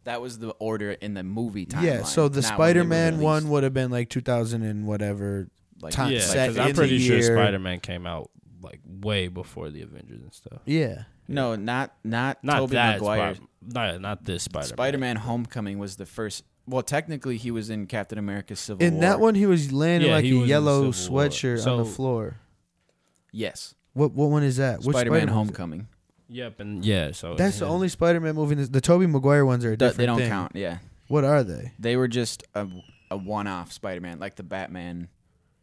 Speaker 1: that was the order in the movie timeline.
Speaker 2: Yeah, so the
Speaker 1: not when they were
Speaker 2: Spider-Man
Speaker 1: released.
Speaker 2: one would have been like 2000 and whatever.
Speaker 1: like,
Speaker 2: time
Speaker 3: Yeah,
Speaker 2: set
Speaker 3: because
Speaker 2: in
Speaker 3: I'm
Speaker 2: the
Speaker 3: pretty sure
Speaker 2: year.
Speaker 3: Spider Man came out like way before the Avengers and stuff.
Speaker 2: Yeah.
Speaker 1: no, not not,
Speaker 3: Not
Speaker 1: Tobey
Speaker 3: that
Speaker 1: Maguire.
Speaker 3: Spider- not not this Spider.
Speaker 1: Spider-Man Homecoming was the first. Well, technically, he was in Captain America Civil
Speaker 2: In
Speaker 1: War.
Speaker 2: that one, he was laying in
Speaker 3: Yeah,
Speaker 2: like a
Speaker 3: he was in
Speaker 2: yellow
Speaker 3: Civil War.
Speaker 2: sweatshirt on the
Speaker 3: So-
Speaker 2: floor.
Speaker 1: yes,
Speaker 2: What what one is that? Which
Speaker 1: Spider-Man
Speaker 2: Spider-Man?
Speaker 1: Homecoming.
Speaker 3: Yep, and yeah, so
Speaker 2: That's the
Speaker 3: yeah.
Speaker 2: only Spider-Man movie. in this- The Toby Maguire ones are a
Speaker 1: Th-
Speaker 2: different.
Speaker 1: they don't
Speaker 2: thing.
Speaker 1: count. Yeah,
Speaker 2: What are they?
Speaker 1: They were just a, a one off Spider Man, like the Batman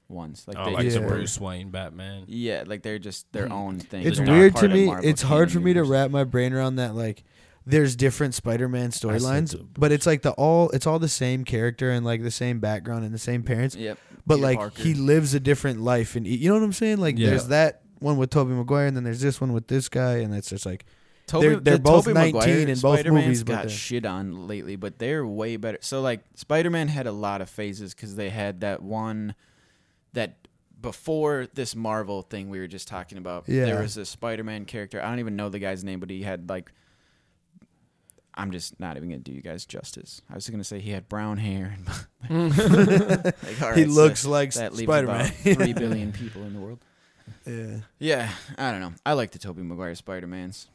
Speaker 1: ones. Like
Speaker 3: oh,
Speaker 1: they
Speaker 3: like
Speaker 1: just
Speaker 3: the
Speaker 2: Yeah.
Speaker 1: were-
Speaker 3: Bruce Wayne Batman.
Speaker 1: Yeah, like they're just their own thing.
Speaker 2: Hmm. It's
Speaker 1: They're not
Speaker 2: weird
Speaker 1: part
Speaker 2: to
Speaker 1: of
Speaker 2: me.
Speaker 1: Marvel
Speaker 2: It's hard for
Speaker 1: Cinematic
Speaker 2: me to
Speaker 1: Universe.
Speaker 2: wrap my brain around that. Like, there's different Spider-Man storylines,
Speaker 3: the-
Speaker 2: but it's like the all. It's all the same character and like the same background and the same parents.
Speaker 1: Yep.
Speaker 2: But
Speaker 1: Peter
Speaker 2: like
Speaker 1: Parker.
Speaker 2: he lives a different life, and you know what I'm saying. Like
Speaker 3: Yeah.
Speaker 2: there's that one with Tobey Maguire, and then there's this one with this guy, and it's
Speaker 1: [LAUGHS]
Speaker 2: just like
Speaker 1: Tobey-
Speaker 2: they're- they're
Speaker 1: the
Speaker 2: both
Speaker 1: Tobey Maguire
Speaker 2: 19 in both
Speaker 1: Spider-Man's
Speaker 2: movies, but
Speaker 1: Got
Speaker 2: they're-
Speaker 1: shit on lately, but they're way better. So like Spider-Man had a lot of phases because they had that one that before this Marvel thing we were just talking about.
Speaker 2: Yeah.
Speaker 1: there was a Spider-Man character. I don't even know the guy's name, but he had like. I'm just not even gonna do you guys justice. I was gonna say he had brown hair.
Speaker 2: [LAUGHS]
Speaker 1: And [LAUGHS] like, all
Speaker 2: he
Speaker 1: right, so
Speaker 2: looks like
Speaker 1: that leaves
Speaker 2: Spider-Man.
Speaker 1: about three
Speaker 2: [LAUGHS]
Speaker 1: billion people in the world.
Speaker 2: yeah,
Speaker 1: Yeah, I don't know. I like the Tobey Maguire Spider-Mans.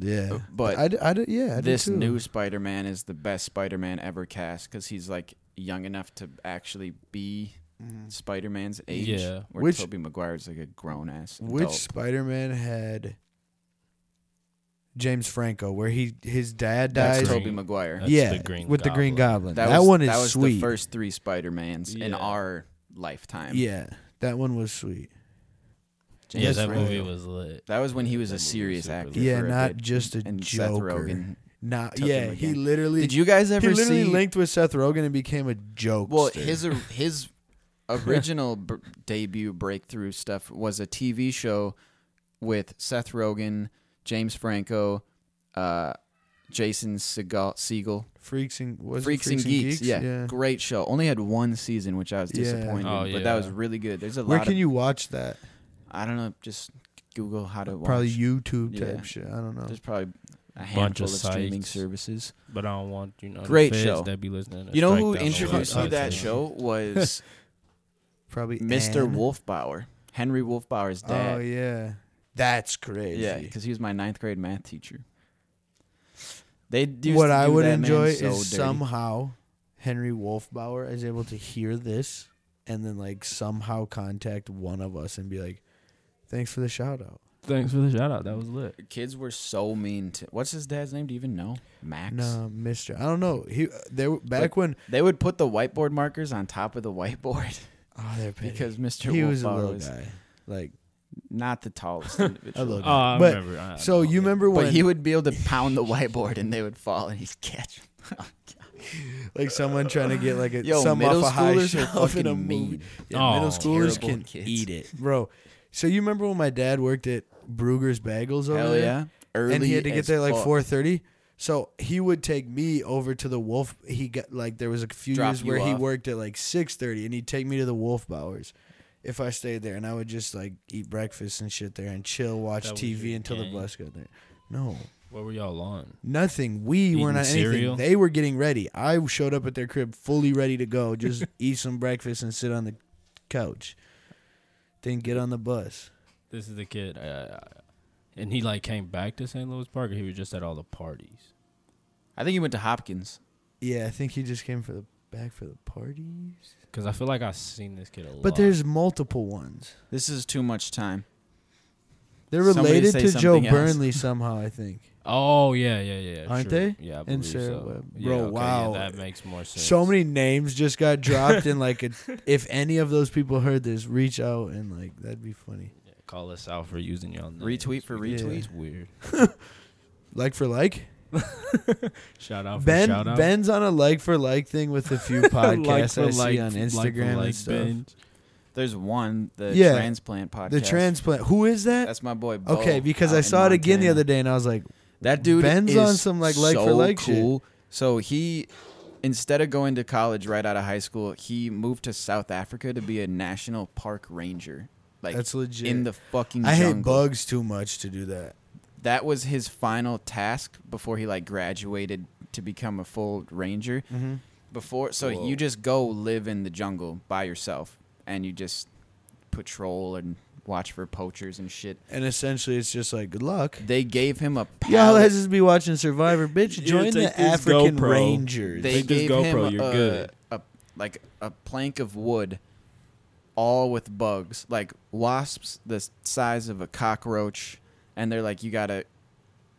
Speaker 2: yeah.
Speaker 1: But
Speaker 2: I, d- I d- yeah, I do
Speaker 1: this
Speaker 2: too.
Speaker 1: new Spider-Man is the best Spider-Man ever cast because he's like young enough to actually be
Speaker 2: Mhm.
Speaker 1: Spider-Man's age.
Speaker 3: Yeah.
Speaker 1: where
Speaker 2: Which-
Speaker 1: Tobey Maguire's like a grown ass.
Speaker 2: Which Spider-Man had James Franco, where he his dad
Speaker 1: that's
Speaker 2: dies?
Speaker 3: Green-
Speaker 1: Tobey Maguire.
Speaker 3: That's
Speaker 2: yeah,
Speaker 3: the Green
Speaker 2: with the Green Goblin. That,
Speaker 1: was,
Speaker 2: one is
Speaker 1: that was
Speaker 2: sweet.
Speaker 1: the first three Spider-Mans in
Speaker 3: Yeah.
Speaker 1: our lifetime.
Speaker 2: Yeah, that one was sweet.
Speaker 3: Yeah,
Speaker 1: James
Speaker 3: that
Speaker 1: Franco.
Speaker 3: movie was lit.
Speaker 1: That was when he was
Speaker 3: That
Speaker 1: a
Speaker 3: movie was
Speaker 1: serious
Speaker 3: super
Speaker 1: actor.
Speaker 3: lit.
Speaker 2: Yeah,
Speaker 1: for a
Speaker 2: not
Speaker 1: bit.
Speaker 2: just a
Speaker 1: and
Speaker 2: joker.
Speaker 1: Seth Rogen.
Speaker 2: Not
Speaker 1: took
Speaker 2: yeah,
Speaker 1: him
Speaker 2: he
Speaker 1: again.
Speaker 2: literally
Speaker 1: Did you guys
Speaker 2: he
Speaker 1: ever
Speaker 2: literally
Speaker 1: see?
Speaker 2: linked with Seth Rogen and became a joke.
Speaker 1: well, his
Speaker 2: [LAUGHS]
Speaker 1: or- his original br- debut breakthrough stuff was a TV show with Seth Rogen, James Franco, uh, Jason Segal, Siegel,
Speaker 2: freaks and was it
Speaker 1: Freaks, and Geeks. Yeah. great show. Only had one season, which I was
Speaker 2: Yeah.
Speaker 1: disappointed.
Speaker 3: Oh,
Speaker 1: in, But that was
Speaker 3: yeah.
Speaker 1: really good. There's a
Speaker 2: Where
Speaker 1: lot.
Speaker 2: can
Speaker 1: of,
Speaker 2: you watch that?
Speaker 1: I don't know. Just Google how to watch.
Speaker 2: Probably YouTube type
Speaker 1: Yeah.
Speaker 2: shit. I don't know.
Speaker 1: There's probably a handful of,
Speaker 3: of
Speaker 1: streaming
Speaker 3: sites.
Speaker 1: services.
Speaker 3: But I don't want you know.
Speaker 1: Great
Speaker 3: the feds
Speaker 1: show.
Speaker 3: That be listening. to
Speaker 1: You know
Speaker 3: strike
Speaker 1: who
Speaker 3: down the
Speaker 1: introduced me
Speaker 3: website
Speaker 1: to that
Speaker 3: to
Speaker 1: show
Speaker 2: [LAUGHS]
Speaker 3: [LAUGHS]
Speaker 1: was
Speaker 2: Probably
Speaker 1: Mr.
Speaker 2: Anne.
Speaker 1: Wolfbauer, Henry Wolfbauer's dad.
Speaker 2: Oh yeah, that's crazy.
Speaker 1: Yeah, because he was my ninth grade math teacher. They do
Speaker 2: what I would
Speaker 1: that man
Speaker 2: enjoy
Speaker 1: so
Speaker 2: is
Speaker 1: dirty.
Speaker 2: somehow Henry Wolfbauer is able to hear this and then like somehow contact one of us and be like, "Thanks for the shout out."
Speaker 3: Thanks for the shout out. That was lit.
Speaker 1: kids were so mean to. What's his dad's name? Do you even know? Max.
Speaker 2: No, Mister. I don't know. He they were back when
Speaker 1: They would put the whiteboard markers on top of the whiteboard [LAUGHS]
Speaker 2: oh they're petty.
Speaker 1: because Mr.
Speaker 2: he
Speaker 1: Wolfbauer was,
Speaker 2: was a little guy. Like
Speaker 1: not the
Speaker 2: [LAUGHS]
Speaker 1: tallest individual. Uh,
Speaker 2: little
Speaker 3: Oh, I
Speaker 2: But-
Speaker 3: remember. I- I
Speaker 2: so,
Speaker 3: know.
Speaker 2: you remember
Speaker 1: But
Speaker 2: when
Speaker 1: he would be able to pound the whiteboard and they would fall and he'd catch. 'em.
Speaker 2: like someone trying to get like a
Speaker 1: Yo,
Speaker 2: some off
Speaker 1: middle
Speaker 2: a high
Speaker 1: schoolers are
Speaker 2: [LAUGHS] shelf in a
Speaker 1: fucking
Speaker 2: movie.
Speaker 1: mean.
Speaker 2: Yeah,
Speaker 3: Aw.
Speaker 2: middle schoolers
Speaker 1: Terrible
Speaker 2: can
Speaker 1: kids.
Speaker 2: eat it, bro. So you remember when my dad worked at Brugger's Bagels over
Speaker 1: Hell
Speaker 2: there?
Speaker 1: yeah! Early
Speaker 2: and he had to get
Speaker 1: as
Speaker 2: there like
Speaker 1: fuck.
Speaker 2: four thirty. So he would take me over to the Wolf. He got like there was a few
Speaker 1: Drop
Speaker 2: years
Speaker 1: you
Speaker 2: where he
Speaker 1: off.
Speaker 2: worked at like six thirty, and he'd take me to the Wolf Bowers if I stayed there, and I would just like eat breakfast and shit there and chill, watch
Speaker 3: That was
Speaker 2: TV
Speaker 3: your
Speaker 2: until the
Speaker 3: gang.
Speaker 2: bus got there. No,
Speaker 3: What were y'all on?
Speaker 2: nothing. We were
Speaker 3: Eating
Speaker 2: not
Speaker 3: cereal?
Speaker 2: anything. They were getting ready. I showed up at their crib fully ready to go,
Speaker 1: [LAUGHS]
Speaker 2: just eat some breakfast and sit on the couch. Then get on the bus.
Speaker 3: This is the kid. Uh, and he like came back to St. Louis Park, or he was just at all the parties.
Speaker 1: I think he went to Hopkins.
Speaker 2: Yeah, I think he just came for the back for the parties.
Speaker 3: Because I feel like I've seen this kid a lot.
Speaker 2: But there's multiple ones.
Speaker 1: This is too much time.
Speaker 2: They're
Speaker 1: Somebody
Speaker 2: related
Speaker 1: say
Speaker 2: to Joe
Speaker 1: something else.
Speaker 2: Burnley somehow, I think.
Speaker 3: Oh yeah, yeah, yeah.
Speaker 2: Aren't
Speaker 3: true.
Speaker 2: they?
Speaker 3: Yeah, I
Speaker 2: And
Speaker 3: believe
Speaker 2: Sarah
Speaker 3: so.
Speaker 2: Webb.
Speaker 3: Yeah,
Speaker 2: Bro,
Speaker 3: okay,
Speaker 2: wow.
Speaker 3: Yeah, that makes more sense.
Speaker 2: So many names just got dropped, and like, a, if any of those people heard this, reach out and like, that'd be funny.
Speaker 3: Yeah, call us out for using y'all. Names.
Speaker 1: Retweet for
Speaker 3: Because
Speaker 2: retweet?
Speaker 3: It's weird.
Speaker 2: Like for like,
Speaker 3: Shout out for
Speaker 2: Ben.
Speaker 3: shout out.
Speaker 2: Ben's on a like for like thing with a few podcasts I see on Instagram and stuff.
Speaker 1: There's one the
Speaker 2: Yeah.
Speaker 1: transplant podcast.
Speaker 2: The transplant. Who is that?
Speaker 1: That's my boy. Bo
Speaker 2: okay, because
Speaker 1: out
Speaker 2: I
Speaker 1: in
Speaker 2: saw it again the
Speaker 1: Montana.
Speaker 2: other day, and I was like,
Speaker 1: That dude
Speaker 2: Ben's
Speaker 1: is
Speaker 2: on some, like, like for
Speaker 1: so
Speaker 2: like shit.
Speaker 1: cool. So he instead of going to college right out of high school, he moved to South Africa to be a national park ranger. Like
Speaker 2: "That's legit."
Speaker 1: in the fucking
Speaker 2: I hate
Speaker 1: jungle.
Speaker 2: bugs too much to do that.
Speaker 1: That was his final task before he like graduated to become a full ranger.
Speaker 2: Mm-hmm.
Speaker 1: Before so
Speaker 3: Whoa.
Speaker 1: you just go live in the jungle by yourself and you just patrol and watch for poachers and shit.
Speaker 2: And essentially, it's just like, good luck.
Speaker 1: They gave him a
Speaker 2: Y'all
Speaker 1: pallet.
Speaker 2: let's just be watching Survivor, bitch.
Speaker 3: Yeah,
Speaker 2: Join
Speaker 3: take
Speaker 2: the
Speaker 3: this
Speaker 2: African
Speaker 3: GoPro.
Speaker 2: Rangers.
Speaker 1: they
Speaker 3: Take this
Speaker 1: gave
Speaker 3: GoPro,
Speaker 1: him
Speaker 3: you're
Speaker 1: a,
Speaker 3: good.
Speaker 1: a like a plank of wood, all with bugs, like wasps the s- size of a cockroach, and they're like, you gotta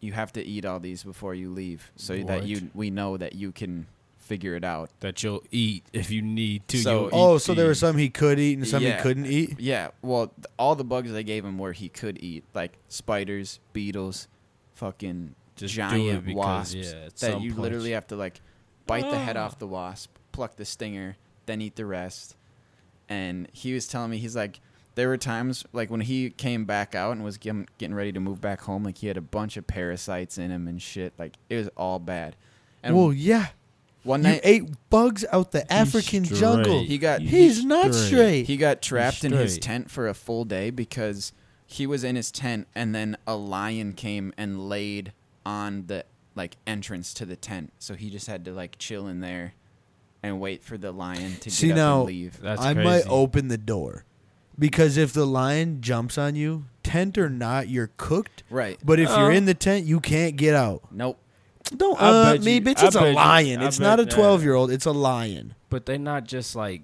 Speaker 1: you have to eat all these before you leave so that
Speaker 3: What?
Speaker 1: you we know that you can figure it out.
Speaker 3: that you'll eat if you need to.
Speaker 1: So-
Speaker 3: you'll
Speaker 2: Oh,
Speaker 3: eat
Speaker 2: so there
Speaker 3: the-
Speaker 2: was some he could eat and some
Speaker 1: Yeah.
Speaker 2: he couldn't eat.
Speaker 1: Yeah, well, th- all the bugs they gave him where he could eat, like spiders, beetles, fucking
Speaker 3: Just do
Speaker 1: giant
Speaker 3: it because,
Speaker 1: wasps
Speaker 3: yeah, at
Speaker 1: that
Speaker 3: some
Speaker 1: you
Speaker 3: point-
Speaker 1: literally have to like bite the head
Speaker 3: Ah.
Speaker 1: off the wasp, pluck the stinger, then eat the rest. And he was telling me he's like there were times like when he came back out and was getting getting ready to move back home, like he had a bunch of parasites in him and shit. Like it was all bad. And
Speaker 2: well, yeah,
Speaker 1: one
Speaker 2: you
Speaker 1: night
Speaker 2: ate bugs out the African
Speaker 3: straight.
Speaker 2: jungle.
Speaker 1: he got
Speaker 3: You
Speaker 2: He's not straight.
Speaker 1: He got trapped in his
Speaker 3: straight.
Speaker 1: tent for a full day because he was in his tent and then a lion came and laid on the like entrance to the tent. So he just had to like chill in there and wait for the lion to
Speaker 2: See,
Speaker 1: get up
Speaker 2: now-
Speaker 1: and leave.
Speaker 3: That's
Speaker 2: I
Speaker 3: crazy.
Speaker 2: might open the door because if the lion jumps on you, tent or not, you're cooked.
Speaker 1: Right.
Speaker 2: But if you're
Speaker 3: Uh.
Speaker 2: in the tent, you can't get out.
Speaker 1: Nope.
Speaker 2: Don't
Speaker 3: I
Speaker 2: uh,
Speaker 3: bet
Speaker 2: me,
Speaker 3: you-
Speaker 2: bitch.
Speaker 3: I
Speaker 2: It's a
Speaker 3: bet you-
Speaker 2: lion.
Speaker 3: I
Speaker 2: It's not a
Speaker 3: bet that-
Speaker 2: twelve year old. It's a lion.
Speaker 3: but they're not just like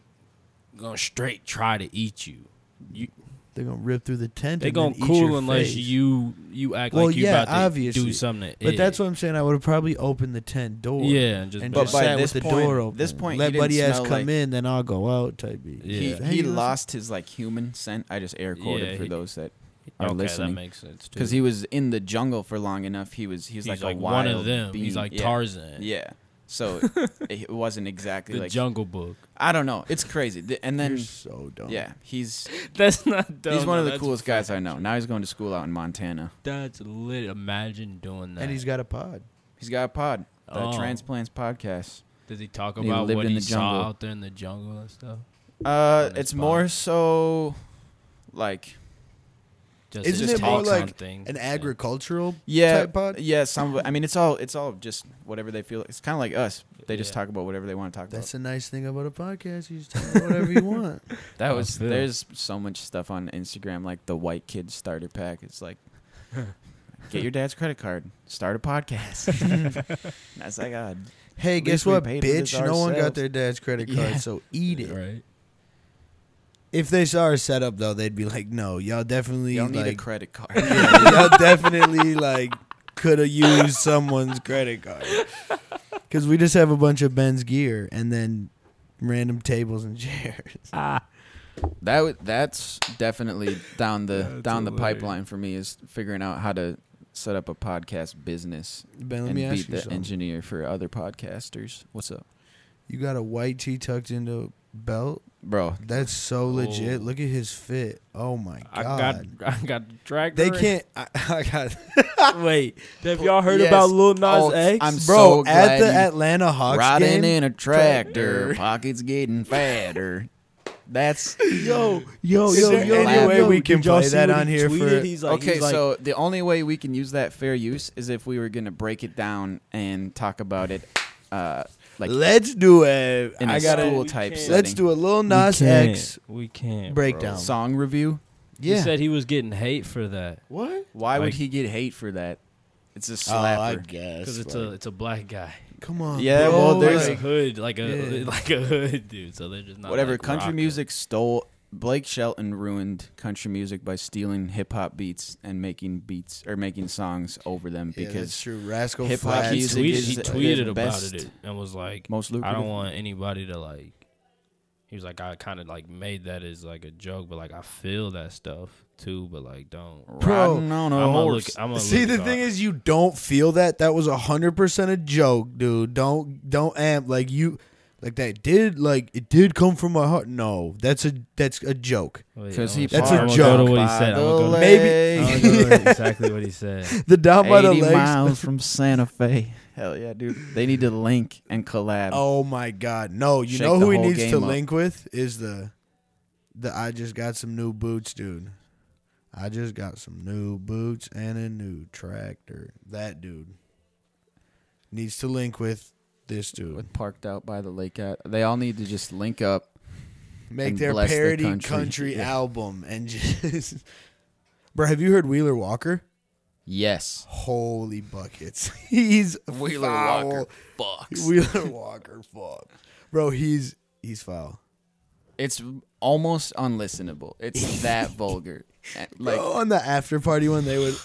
Speaker 3: going straight try to eat you. You
Speaker 2: They're gonna rip through the tent.
Speaker 3: they
Speaker 2: and then
Speaker 3: gonna
Speaker 2: eat
Speaker 3: cool
Speaker 2: your
Speaker 3: unless
Speaker 2: face.
Speaker 3: you you act
Speaker 2: Well,
Speaker 3: like you
Speaker 2: yeah,
Speaker 3: about to
Speaker 2: obviously.
Speaker 3: do something. To
Speaker 2: But
Speaker 3: it.
Speaker 2: that's what I'm saying. I would have probably opened the tent door.
Speaker 3: Yeah, and just
Speaker 2: and
Speaker 1: But
Speaker 2: just
Speaker 1: by
Speaker 2: sat
Speaker 1: this
Speaker 2: with the
Speaker 1: point-
Speaker 2: door open.
Speaker 1: this point,
Speaker 2: let
Speaker 1: he didn't
Speaker 2: buddy ass
Speaker 1: smell
Speaker 2: come
Speaker 1: like-
Speaker 2: in, then I'll go out. Type B.
Speaker 3: Yeah.
Speaker 1: He,
Speaker 3: Hey,
Speaker 1: he
Speaker 2: you listen-
Speaker 1: lost his like human scent. I just air quoted
Speaker 3: Yeah,
Speaker 1: for
Speaker 3: he-
Speaker 1: those that are
Speaker 3: okay, that
Speaker 1: listening
Speaker 3: makes sense too.
Speaker 1: because he was in the jungle for long enough. He was he was
Speaker 3: he's like,
Speaker 1: like, a
Speaker 3: one of
Speaker 1: wild
Speaker 3: them. He's
Speaker 1: being.
Speaker 3: like
Speaker 1: yeah.
Speaker 3: Tarzan.
Speaker 1: Yeah.
Speaker 2: [LAUGHS]
Speaker 1: So it wasn't exactly
Speaker 3: the
Speaker 1: like
Speaker 3: Jungle Book.
Speaker 1: I don't know. It's crazy. The- And
Speaker 2: You're
Speaker 1: then
Speaker 2: so dumb.
Speaker 1: yeah, he's
Speaker 3: [LAUGHS] That's not. Dumb,
Speaker 1: he's one of the
Speaker 3: that's
Speaker 1: coolest guys I
Speaker 3: fucking
Speaker 1: know.
Speaker 3: true.
Speaker 1: Now he's going to school out in Montana.
Speaker 3: That's lit. Imagine doing that.
Speaker 2: And he's got a pod.
Speaker 1: He's got a pod, the
Speaker 3: Oh.
Speaker 1: Transplants Podcast.
Speaker 3: Does he talk
Speaker 1: And he
Speaker 3: about
Speaker 1: lived
Speaker 3: what
Speaker 1: in
Speaker 3: he
Speaker 1: the jungle.
Speaker 3: saw out there in the jungle and stuff?
Speaker 1: Uh,
Speaker 3: his
Speaker 1: it's
Speaker 3: pod.
Speaker 1: more so like
Speaker 3: Just
Speaker 2: Isn't
Speaker 3: his
Speaker 1: it more
Speaker 3: takes
Speaker 2: like
Speaker 3: on things
Speaker 2: An
Speaker 3: and-
Speaker 2: agricultural
Speaker 1: yeah,
Speaker 2: type pod.
Speaker 1: yeah. Some of it- I mean, it's all it's all just whatever they feel. It's kind of like us. They just
Speaker 3: Yeah.
Speaker 1: talk about whatever they want to talk
Speaker 2: That's the nice thing about a podcast. You just talk about whatever
Speaker 1: [LAUGHS]
Speaker 2: you want.
Speaker 1: about. That
Speaker 3: Oh, I
Speaker 1: was
Speaker 3: feel.
Speaker 1: there's so much stuff on Instagram like the white kid starter pack. It's
Speaker 3: [LAUGHS]
Speaker 1: like. Get your dad's credit card. Start a podcast.
Speaker 3: [LAUGHS]
Speaker 1: and I was like, oh,
Speaker 2: Hey,
Speaker 1: At
Speaker 2: guess
Speaker 1: least we
Speaker 2: what,
Speaker 1: paid for this
Speaker 2: bitch? No one got
Speaker 1: ourselves.
Speaker 2: their dad's credit card,
Speaker 1: Yeah.
Speaker 2: so eat it.
Speaker 3: Right.
Speaker 2: If they saw our setup though, they'd be like, "No, y'all definitely
Speaker 1: y'all need a
Speaker 2: like,
Speaker 1: credit card.
Speaker 2: [LAUGHS] yeah, y'all definitely like could have used someone's credit card." Because we just have a bunch of Ben's gear and then random tables and [LAUGHS] chairs.
Speaker 1: That w- that's definitely down the
Speaker 3: That's
Speaker 1: down the
Speaker 3: hilarious.
Speaker 1: pipeline for me is figuring out how to set up a podcast business
Speaker 2: Ben, let
Speaker 1: and
Speaker 2: me ask
Speaker 1: beat
Speaker 2: you
Speaker 1: the
Speaker 2: something.
Speaker 1: engineer for other podcasters. What's up,
Speaker 2: You got a white tee tucked into a belt.
Speaker 1: bro?
Speaker 2: That's so legit.
Speaker 3: Oh.
Speaker 2: Look at his fit. Oh my god.
Speaker 3: I got [LAUGHS] I got the drag.
Speaker 2: they can't. I, [LAUGHS] I got
Speaker 3: [LAUGHS] wait. Have y'all heard
Speaker 1: Yes.
Speaker 3: about Lil Nas
Speaker 1: Oh,
Speaker 3: X?
Speaker 1: I'm so
Speaker 2: bro at
Speaker 1: glad
Speaker 2: the
Speaker 1: you-
Speaker 2: Atlanta Hawks
Speaker 1: Riding
Speaker 2: game.
Speaker 1: in a tractor,
Speaker 3: Tractor.
Speaker 1: pockets getting fatter. That's
Speaker 2: [LAUGHS] Yo, yo,
Speaker 1: Is
Speaker 2: yo,
Speaker 1: there
Speaker 2: yo,
Speaker 1: any
Speaker 2: yo,
Speaker 1: way
Speaker 2: yo,
Speaker 1: we
Speaker 2: did y'all see what he tweeted?
Speaker 3: he's
Speaker 1: okay. so the only way we can use that fair use is if we were gonna break it down and talk about it, uh, like
Speaker 2: let's do a.
Speaker 1: in a
Speaker 2: I gotta.
Speaker 1: school type
Speaker 3: Let's
Speaker 1: setting.
Speaker 2: Let's do a little Nas X.
Speaker 3: We can't
Speaker 2: breakdown.
Speaker 1: song review.
Speaker 3: Yeah.
Speaker 2: Yeah.
Speaker 3: He said he was getting hate for that
Speaker 2: what?
Speaker 1: Why would
Speaker 3: Like-
Speaker 1: he get hate for that? It's a
Speaker 2: Oh,
Speaker 1: [LAUGHS]
Speaker 2: I
Speaker 1: slapper.
Speaker 2: guess.
Speaker 3: because it's a
Speaker 2: like-
Speaker 3: it's a black guy.
Speaker 2: Come on.
Speaker 1: Yeah,
Speaker 2: bro,
Speaker 1: well,
Speaker 3: There's
Speaker 1: there's-
Speaker 3: [LAUGHS] like a
Speaker 2: like-
Speaker 3: hood, like a
Speaker 2: Yeah.
Speaker 3: [LAUGHS] like a hood dude. So they're just not
Speaker 1: Whatever.
Speaker 3: like,
Speaker 1: country
Speaker 3: rocking.
Speaker 1: music stole. Blake Shelton ruined country music by stealing hip hop beats and making beats or making songs over them
Speaker 2: yeah, that's
Speaker 1: because
Speaker 2: true. Rascal
Speaker 1: hip hop
Speaker 2: Flatts
Speaker 1: music
Speaker 3: He tweeted,
Speaker 1: is
Speaker 3: he
Speaker 1: the
Speaker 3: tweeted about
Speaker 1: best-
Speaker 3: it and was like,
Speaker 1: most lucrative.
Speaker 3: I don't want anybody to like. He was like, I kind of like made that as like a joke, but like I feel that stuff too, but like don't.
Speaker 2: Bro,
Speaker 1: riding on a
Speaker 3: I'ma
Speaker 1: horse.
Speaker 3: look. I'm
Speaker 2: See, the thing is, you don't feel that. That was hundred percent a joke, dude. Don't don't amp like you, like that did like it did come from my heart. No, that's a that's a joke. [LAUGHS]
Speaker 1: Because he
Speaker 2: That's a
Speaker 1: parked
Speaker 2: joke.
Speaker 3: Go to what he
Speaker 1: by
Speaker 3: said.
Speaker 1: the
Speaker 3: I'm gonna go to-
Speaker 2: Maybe-
Speaker 1: lake.
Speaker 3: I'm gonna go to exactly what he
Speaker 1: [LAUGHS]
Speaker 3: said.
Speaker 2: The down [LAUGHS] by the
Speaker 1: 80
Speaker 2: legs.
Speaker 1: miles from Santa Fe. [LAUGHS] Hell yeah, dude. They need to link and collab.
Speaker 2: Oh my God, no! You
Speaker 1: Shake
Speaker 2: know
Speaker 1: the
Speaker 2: who he
Speaker 1: whole
Speaker 2: needs to
Speaker 1: game up.
Speaker 2: link with is the, the I just got some new boots, dude. I just got some new boots and a new tractor. That dude needs to link with this dude.
Speaker 1: With parked out by the lake. At. They all need to just link up.
Speaker 2: Make
Speaker 1: and
Speaker 2: their
Speaker 1: bless the
Speaker 2: parody country,
Speaker 1: country. Yeah.
Speaker 2: album and just. [LAUGHS] Bro, have you heard Wheeler Walker?
Speaker 1: Yes.
Speaker 2: Holy buckets! [LAUGHS] he's
Speaker 1: Wheeler
Speaker 2: foul.
Speaker 1: Walker fucks.
Speaker 2: Wheeler Walker, fuck, bro. He's he's foul.
Speaker 1: It's almost unlistenable.
Speaker 2: [LAUGHS]
Speaker 1: It's that vulgar. Like [LAUGHS]
Speaker 2: Bro, on the after party when they would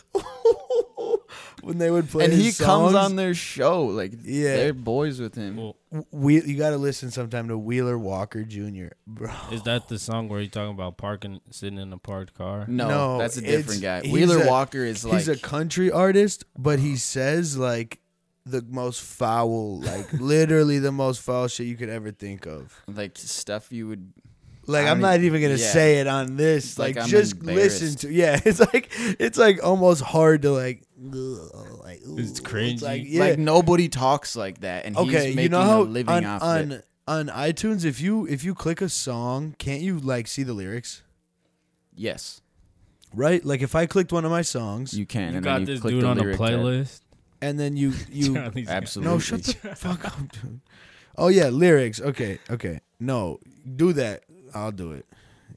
Speaker 2: when they would play.
Speaker 1: and he
Speaker 2: his
Speaker 1: comes
Speaker 2: songs.
Speaker 1: on their show. Like,
Speaker 2: Yeah.
Speaker 1: they're boys with him.
Speaker 3: Well,
Speaker 2: We you got to listen sometime to Wheeler Walker Jr. Bro,
Speaker 3: is that the song where you talking about parking, sitting in a parked car?
Speaker 1: no,
Speaker 2: No,
Speaker 1: that's a
Speaker 2: it's-
Speaker 1: different guy.
Speaker 2: he's
Speaker 1: Wheeler
Speaker 2: a-
Speaker 1: Walker is like
Speaker 2: he's a country artist, but he says like the most
Speaker 1: [LAUGHS]
Speaker 2: foul, like literally the most foul shit you could ever think of.
Speaker 1: like stuff you would.
Speaker 2: Like
Speaker 1: I
Speaker 2: I'm
Speaker 1: don't
Speaker 2: not
Speaker 1: even-
Speaker 2: even gonna
Speaker 1: yeah.
Speaker 2: say it on this.
Speaker 1: Like,
Speaker 2: Like,
Speaker 1: I'm
Speaker 2: just listen
Speaker 1: embarrassed.
Speaker 2: to. Yeah, [LAUGHS] it's like it's like almost hard to like. [LAUGHS] ugh, like ooh,
Speaker 3: It's cringy.
Speaker 2: like yeah.
Speaker 1: Like nobody talks like that, and he's
Speaker 2: okay,
Speaker 1: making
Speaker 2: you know
Speaker 1: a
Speaker 2: how
Speaker 1: living
Speaker 2: on
Speaker 1: off
Speaker 2: on,
Speaker 1: it.
Speaker 2: on iTunes if you if you click a song, can't you like see the lyrics?
Speaker 1: Yes,
Speaker 2: Right? Like if I clicked one of my songs
Speaker 1: you can.
Speaker 3: You
Speaker 1: and
Speaker 3: got
Speaker 1: then you
Speaker 3: this
Speaker 1: click
Speaker 3: dude
Speaker 1: the
Speaker 3: on a
Speaker 1: lyric tab.
Speaker 2: [LAUGHS]
Speaker 3: playlist.
Speaker 2: and
Speaker 1: [LAUGHS]
Speaker 2: then you you
Speaker 3: Johnny's got-
Speaker 1: Absolutely.
Speaker 2: [LAUGHS] No, shut the fuck up, dude. Oh yeah, lyrics. Okay, okay. No, do that. I'll do it.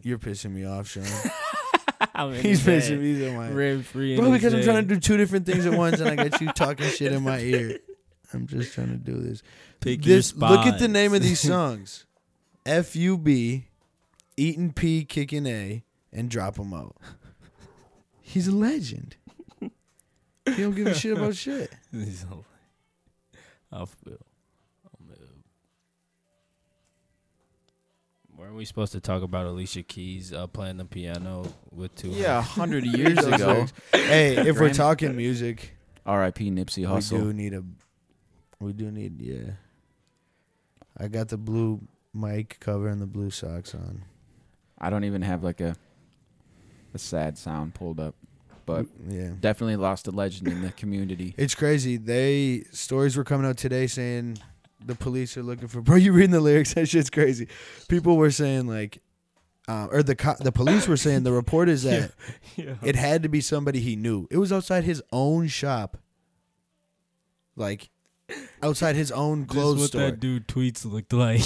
Speaker 2: You're pissing me
Speaker 1: [LAUGHS]
Speaker 2: off, Sean.
Speaker 3: [LAUGHS] I'm in
Speaker 2: He's
Speaker 3: his
Speaker 2: pissing
Speaker 3: bed,
Speaker 2: me off.
Speaker 3: rib free.
Speaker 2: Bro, because I'm trying to do two different things at once, and I got you talking shit
Speaker 1: [LAUGHS]
Speaker 2: in my ear. I'm just trying to do this.
Speaker 3: [LAUGHS] Pick your
Speaker 2: this look at the name of these
Speaker 3: spots.
Speaker 2: songs: F U B, Eating P, Kicking A, and Drop 'Em Out. He's a legend. He don't give a shit about shit.
Speaker 3: [LAUGHS] He's all like, I feel. I'm ill. Weren't we supposed to talk about Alicia Keys uh, playing the piano with two? hands?
Speaker 1: Yeah, a hundred [LAUGHS] years
Speaker 2: Those
Speaker 1: ago.
Speaker 2: lyrics. Hey, if we're
Speaker 1: Grammy.
Speaker 2: talking music,
Speaker 1: R.I.P. Nipsey
Speaker 2: we do
Speaker 1: Hussle.
Speaker 2: need a. We do need yeah. I got the blue mic cover and the blue socks on.
Speaker 1: I don't even have like a a sad sound pulled up, but
Speaker 2: yeah.
Speaker 1: definitely lost a legend in the community.
Speaker 2: It's crazy. They stories were coming out today saying the police are looking for. Bro, you reading the lyrics? [LAUGHS] That shit's crazy. People were saying like, uh, or the co- the police were saying the report is that
Speaker 3: [LAUGHS] [LAUGHS] Yeah.
Speaker 2: it had to be somebody he knew. It was outside his own shop, like outside his own
Speaker 3: This is
Speaker 2: clothes
Speaker 3: what
Speaker 2: store.
Speaker 3: that dude tweets looked like.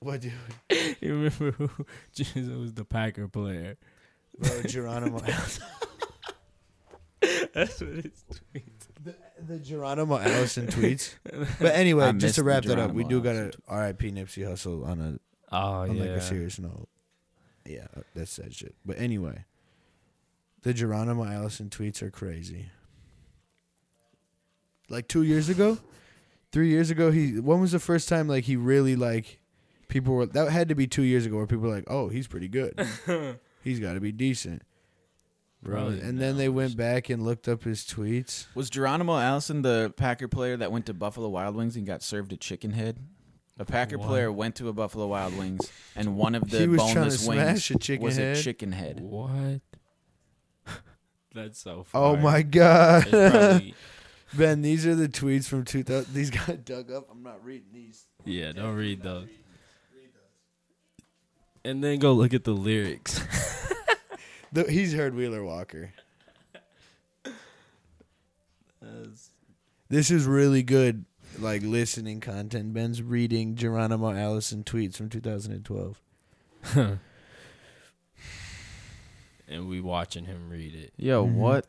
Speaker 2: What dude?
Speaker 3: [LAUGHS] you remember [LAUGHS] who? Jesus was the Packer player.
Speaker 2: Bro, Geronimo.
Speaker 3: [LAUGHS] That's what it's tweets.
Speaker 2: The, the Geronimo Allison
Speaker 3: [LAUGHS]
Speaker 2: tweets. But anyway,
Speaker 1: I
Speaker 2: just
Speaker 1: missed
Speaker 2: to
Speaker 1: the
Speaker 2: wrap that up, we do
Speaker 1: Geronimo
Speaker 2: got
Speaker 1: Allison
Speaker 2: to R.I.P. Nipsey Hustle on a
Speaker 3: Oh
Speaker 2: on
Speaker 3: yeah.
Speaker 2: like a serious note. Yeah, that's that shit. But anyway, the Geronimo Allison tweets are crazy. Like two years ago, three years ago, he when was the first time like he really like people were that had to be two years ago where people were like, oh, he's pretty good,
Speaker 3: [LAUGHS]
Speaker 2: he's got to be decent, bro.
Speaker 3: Probably
Speaker 2: And then
Speaker 3: now.
Speaker 2: they went back and looked up his tweets.
Speaker 1: Was Geronimo Allison the Packer player that went to Buffalo Wild Wings and got served a chicken head? A Packer
Speaker 3: What?
Speaker 1: player went to a Buffalo Wild Wings and one of the
Speaker 2: He was trying to
Speaker 1: boneless wings
Speaker 2: smash a chicken
Speaker 1: was
Speaker 2: head.
Speaker 1: a chicken head.
Speaker 3: What? [LAUGHS] That's so.
Speaker 2: Oh
Speaker 3: fire. [LAUGHS]
Speaker 2: my god,
Speaker 3: It's probably-
Speaker 2: Ben! These are the tweets from 2000. These got [LAUGHS] dug up. I'm not reading these.
Speaker 3: yeah, don't read those. And then go look at the lyrics. [LAUGHS]
Speaker 2: The, he's heard Wheeler Walker. This is really good, like listening content. Ben's reading Geronimo Allison tweets from 2012.
Speaker 3: and we watching him read [LAUGHS] it.
Speaker 1: Yo,
Speaker 2: Mhm.
Speaker 1: what?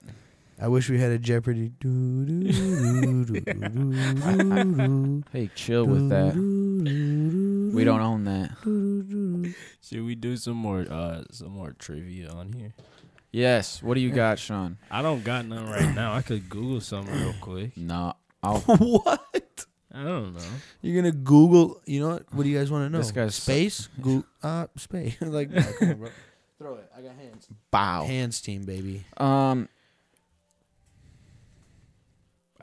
Speaker 2: I wish we had a Jeopardy. [LAUGHS] Do, do, do, do, do, do,
Speaker 1: Hey, chill [LAUGHS] with that. We don't own that.
Speaker 3: Should we do some more uh some more trivia on here?
Speaker 1: Yes. What do you got, Sean?
Speaker 3: I don't got none right now. I could Google something real quick.
Speaker 1: No. [LAUGHS] I'll,
Speaker 2: [LAUGHS] what?
Speaker 3: I don't know.
Speaker 2: You're gonna Google? You know what? What do you guys want to know?
Speaker 1: This guy's-
Speaker 2: space. Go- uh, space. [LAUGHS] like, Oh. no, come on, bro. throw it. I got hands.
Speaker 1: bow.
Speaker 2: Hands team, baby.
Speaker 1: Um,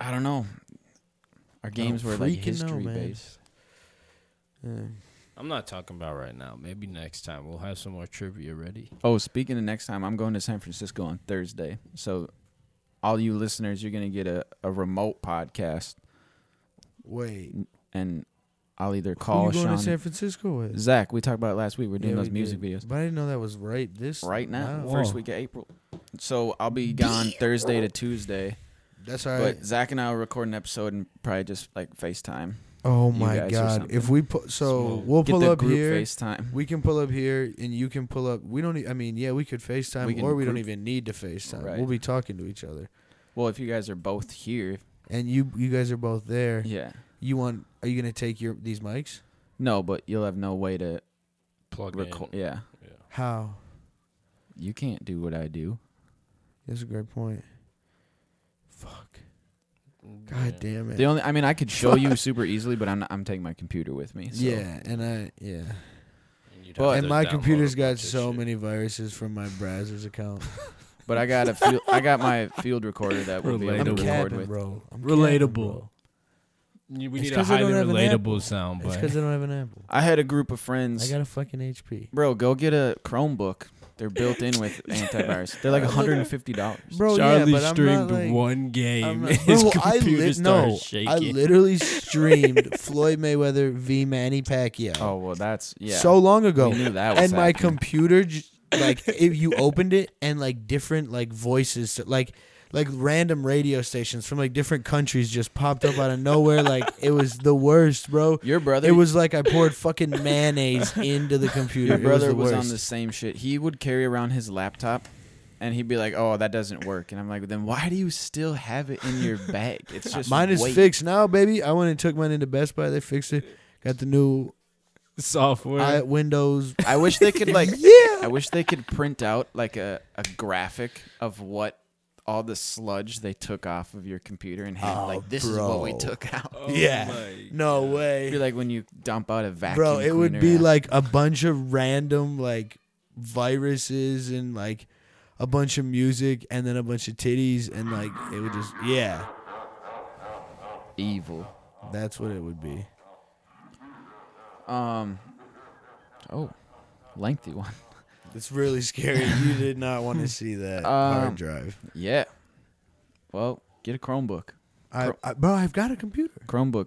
Speaker 1: I don't know. Our games were like
Speaker 2: freaking know,
Speaker 1: history
Speaker 2: man.
Speaker 1: based.
Speaker 2: Yeah.
Speaker 3: I'm not talking about right now. Maybe next time we'll have some more trivia ready.
Speaker 1: Oh, speaking of next time, I'm going to San Francisco on Thursday. So, all you listeners, you're going to get a, a remote podcast,
Speaker 2: Wait.
Speaker 1: and I'll either
Speaker 2: Who
Speaker 1: call
Speaker 2: you going
Speaker 1: Sean.
Speaker 2: to San Francisco with?
Speaker 1: Zach, we talked about it last week. We're doing
Speaker 2: Yeah,
Speaker 1: those
Speaker 2: we
Speaker 1: music
Speaker 2: did.
Speaker 1: videos
Speaker 2: But I didn't know that was right this
Speaker 1: right now,
Speaker 3: Wow.
Speaker 1: first
Speaker 3: Whoa.
Speaker 1: week of April. So, I'll be gone Thursday to Tuesday.
Speaker 2: That's all right.
Speaker 1: But Zach and I will record an episode and probably just like FaceTime.
Speaker 2: oh
Speaker 1: you
Speaker 2: my
Speaker 1: guys or
Speaker 2: god!
Speaker 1: something.
Speaker 2: If we put so
Speaker 3: Small.
Speaker 2: we'll
Speaker 1: Get
Speaker 2: pull
Speaker 1: the
Speaker 2: up
Speaker 1: group
Speaker 2: here.
Speaker 1: FaceTime.
Speaker 2: We can pull up here, and you can pull up. We don't. e- I mean, yeah, we could Facetime,
Speaker 1: We can
Speaker 2: or we don't
Speaker 1: group-
Speaker 2: even need to Facetime.
Speaker 1: Right.
Speaker 2: We'll be talking to each other,
Speaker 1: Well, if you guys are both here,
Speaker 2: and you you guys are both there.
Speaker 1: yeah.
Speaker 2: You want? Are you gonna take your these mics?
Speaker 1: No, but you'll have no way to
Speaker 3: Plug
Speaker 1: record.
Speaker 3: in.
Speaker 1: Yeah.
Speaker 3: Yeah.
Speaker 2: How?
Speaker 1: You can't do what I do.
Speaker 2: That's a great point. Fuck. God damn it.
Speaker 1: The only I mean I could show you super easily, but I'm not, I'm taking my computer with me. So.
Speaker 2: Yeah, and I yeah.
Speaker 3: You'd
Speaker 1: But-
Speaker 3: have
Speaker 2: and
Speaker 3: to
Speaker 2: my
Speaker 3: download
Speaker 2: computer's
Speaker 3: a
Speaker 2: got
Speaker 3: bunch of
Speaker 2: so
Speaker 3: shit.
Speaker 2: many viruses from my browser's account.
Speaker 1: But I got a field, I got my field recorder that we'll be able to
Speaker 3: Relatable.
Speaker 1: record with.
Speaker 2: bro. I'm
Speaker 3: Relatable.
Speaker 2: bro.
Speaker 3: You- We
Speaker 2: It's
Speaker 3: need a
Speaker 2: 'cause I
Speaker 3: highly
Speaker 2: don't have an Apple.
Speaker 3: relatable sound,
Speaker 2: It's
Speaker 3: but
Speaker 2: because I don't have an Apple.
Speaker 1: I had a group of friends.
Speaker 2: I got a fucking HP.
Speaker 1: Bro, go get a Chromebook. They're built in
Speaker 2: [LAUGHS]
Speaker 1: with antivirus. They're like $150.
Speaker 2: Bro,
Speaker 3: Charlie
Speaker 2: yeah, but I'm not,
Speaker 3: streamed
Speaker 2: like,
Speaker 3: one game. [LAUGHS]
Speaker 2: I'm not-
Speaker 3: and His
Speaker 2: bro, I
Speaker 3: computer
Speaker 2: lit
Speaker 3: started
Speaker 2: no, I
Speaker 3: shaking.
Speaker 2: literally streamed Floyd Mayweather v Manny Pacquiao
Speaker 1: Oh, well, that's yeah.
Speaker 2: so long ago,
Speaker 1: we knew that was
Speaker 2: and my
Speaker 1: happening.
Speaker 2: computer j- like if you opened it and like different like voices like like random radio stations from like different countries just popped up out of nowhere like it was the worst, bro.
Speaker 1: your brother
Speaker 2: It was like I poured fucking mayonnaise into the computer.
Speaker 1: your brother
Speaker 2: it was,
Speaker 1: was,
Speaker 2: the
Speaker 1: on
Speaker 2: worst.
Speaker 1: the same shit. He would carry around his laptop and he'd be like, "Oh, that doesn't work." And I'm like, "Then why do you still have it in your bag?
Speaker 2: [LAUGHS]
Speaker 1: It's just
Speaker 2: Mine is
Speaker 1: weight."
Speaker 2: fixed now, baby. I went and took mine into Best Buy. They fixed it. Got the new
Speaker 3: [LAUGHS] software.
Speaker 2: I, Windows.
Speaker 1: I wish they could like
Speaker 2: [LAUGHS] yeah.
Speaker 1: I wish they could print out like a, a graphic of what all the sludge they took off of your computer and had
Speaker 2: Oh,
Speaker 1: like this is what we
Speaker 2: bro.
Speaker 1: took out.
Speaker 3: Oh
Speaker 2: Yeah.
Speaker 3: my
Speaker 2: No
Speaker 1: It'd be
Speaker 2: way,
Speaker 1: like when you dump out a vacuum.
Speaker 2: bro. It would
Speaker 1: cleaner
Speaker 2: be
Speaker 1: after-
Speaker 2: like a bunch of random like viruses and like a bunch of music and then a bunch of titties and like it would just yeah.
Speaker 1: evil.
Speaker 2: That's what it would be.
Speaker 1: Um. Oh, lengthy one. [LAUGHS]
Speaker 2: It's really scary. [LAUGHS] you did not want to see that
Speaker 1: Um,
Speaker 2: hard drive.
Speaker 1: Yeah. Well, get a Chromebook.
Speaker 2: I,
Speaker 1: Cro-
Speaker 2: I, bro, I've got a computer.
Speaker 1: Chromebook.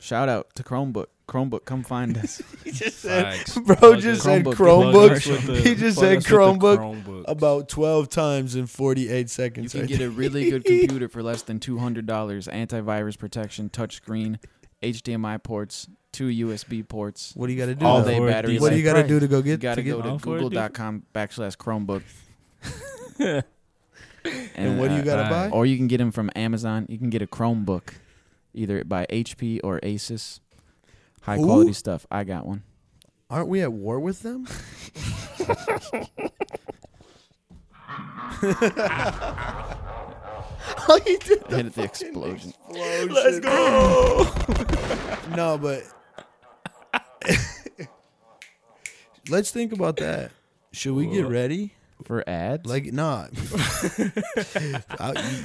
Speaker 1: Shout out to Chromebook. Chromebook, come find
Speaker 2: [LAUGHS]
Speaker 1: us.
Speaker 3: Facts.
Speaker 2: [LAUGHS] Bro
Speaker 3: Plug
Speaker 2: just
Speaker 3: us-
Speaker 2: said
Speaker 1: Chromebook.
Speaker 3: plug us
Speaker 2: Chromebook
Speaker 3: with the-
Speaker 2: [LAUGHS] he just
Speaker 3: plug
Speaker 2: said
Speaker 3: us with the
Speaker 2: Chromebook
Speaker 3: Chromebooks.
Speaker 2: about 12 times in 48
Speaker 1: You
Speaker 2: seconds.
Speaker 1: can
Speaker 2: right
Speaker 1: get
Speaker 2: there.
Speaker 1: a really
Speaker 2: [LAUGHS]
Speaker 1: good computer for less than two hundred dollars. Antivirus protection, touchscreen, HDMI ports, two USB ports.
Speaker 2: What do you got to do?
Speaker 1: All
Speaker 2: though?
Speaker 1: day
Speaker 3: for a
Speaker 1: battery
Speaker 2: what do
Speaker 1: life.
Speaker 2: you got to
Speaker 3: price.
Speaker 2: do to go
Speaker 1: You
Speaker 2: get
Speaker 1: gotta
Speaker 2: to get
Speaker 1: go to
Speaker 3: All for it, dude.
Speaker 1: google.com backslash Chromebook.
Speaker 2: And what do you
Speaker 1: uh,
Speaker 2: got to
Speaker 3: uh,
Speaker 2: buy?
Speaker 1: Or you can get them from Amazon. You can get a Chromebook, either by HP or Asus. High
Speaker 2: Who?
Speaker 1: quality stuff. I got one.
Speaker 2: Aren't we at war with [LAUGHS] them? How you Oh, did
Speaker 1: I hit the explosion.
Speaker 2: Let's go. [LAUGHS] no, but [LAUGHS] let's think about that. Should we get
Speaker 3: Whoa.
Speaker 2: ready?
Speaker 1: For ads?
Speaker 2: Like, [LAUGHS] nah. I-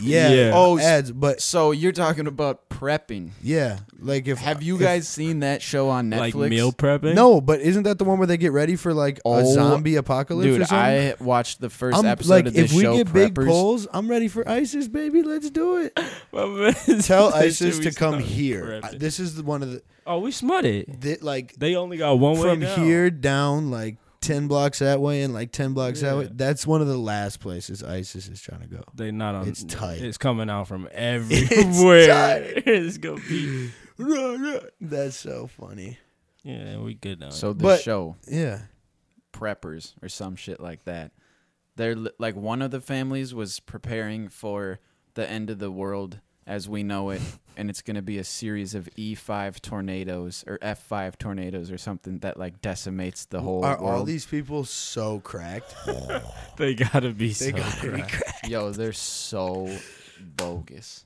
Speaker 2: yeah.
Speaker 3: Yeah.
Speaker 2: Oh,
Speaker 1: Oh,
Speaker 2: ads, but
Speaker 1: so you're talking about prepping.
Speaker 2: yeah. Like, if
Speaker 1: Have you
Speaker 2: if-
Speaker 1: guys seen that show on Netflix?
Speaker 3: like meal prepping. [LAUGHS]
Speaker 2: No, but isn't that the one where they get ready for like a
Speaker 1: Oh,
Speaker 2: zombie apocalypse? or
Speaker 1: Dude, I
Speaker 2: something?
Speaker 1: watched the 1st
Speaker 2: I'm
Speaker 1: episode
Speaker 2: like,
Speaker 1: of
Speaker 2: if
Speaker 1: this
Speaker 2: we
Speaker 1: show,
Speaker 2: get big
Speaker 1: Preppers.
Speaker 2: polls, I'm ready for ISIS, baby. Let's do
Speaker 3: [LAUGHS]
Speaker 2: it. Tell
Speaker 3: Tell
Speaker 2: ISIS to come here. I- this is the one of the
Speaker 3: Oh, we smut it.
Speaker 2: that like
Speaker 3: They only got one way
Speaker 2: from
Speaker 3: down.
Speaker 2: here down like ten blocks that way and like ten blocks that way.
Speaker 3: Yeah.
Speaker 2: That's one of the last places ISIS is trying to
Speaker 3: [LAUGHS]
Speaker 2: go.
Speaker 3: They not on.
Speaker 2: It's tight.
Speaker 3: It's coming out
Speaker 2: [LAUGHS]
Speaker 3: from everywhere.
Speaker 2: tight.
Speaker 3: [LAUGHS] It's, gonna be.
Speaker 2: That's so funny.
Speaker 3: Yeah, we good now.
Speaker 1: So this
Speaker 2: But-
Speaker 1: show,
Speaker 2: Yeah.
Speaker 1: Preppers or some shit like that. They're li- like one of the families was preparing for the end of the world as we know
Speaker 2: [LAUGHS]
Speaker 1: it, and it's going to be a series of E5 tornadoes or F5 tornadoes or something that like decimates the whole
Speaker 2: Are
Speaker 1: world.
Speaker 2: all these people so [LAUGHS] cracked?
Speaker 3: [LAUGHS] they gotta be.
Speaker 2: They
Speaker 3: so
Speaker 2: gotta be
Speaker 3: cracked.
Speaker 2: [LAUGHS]
Speaker 1: Yo, they're so bogus.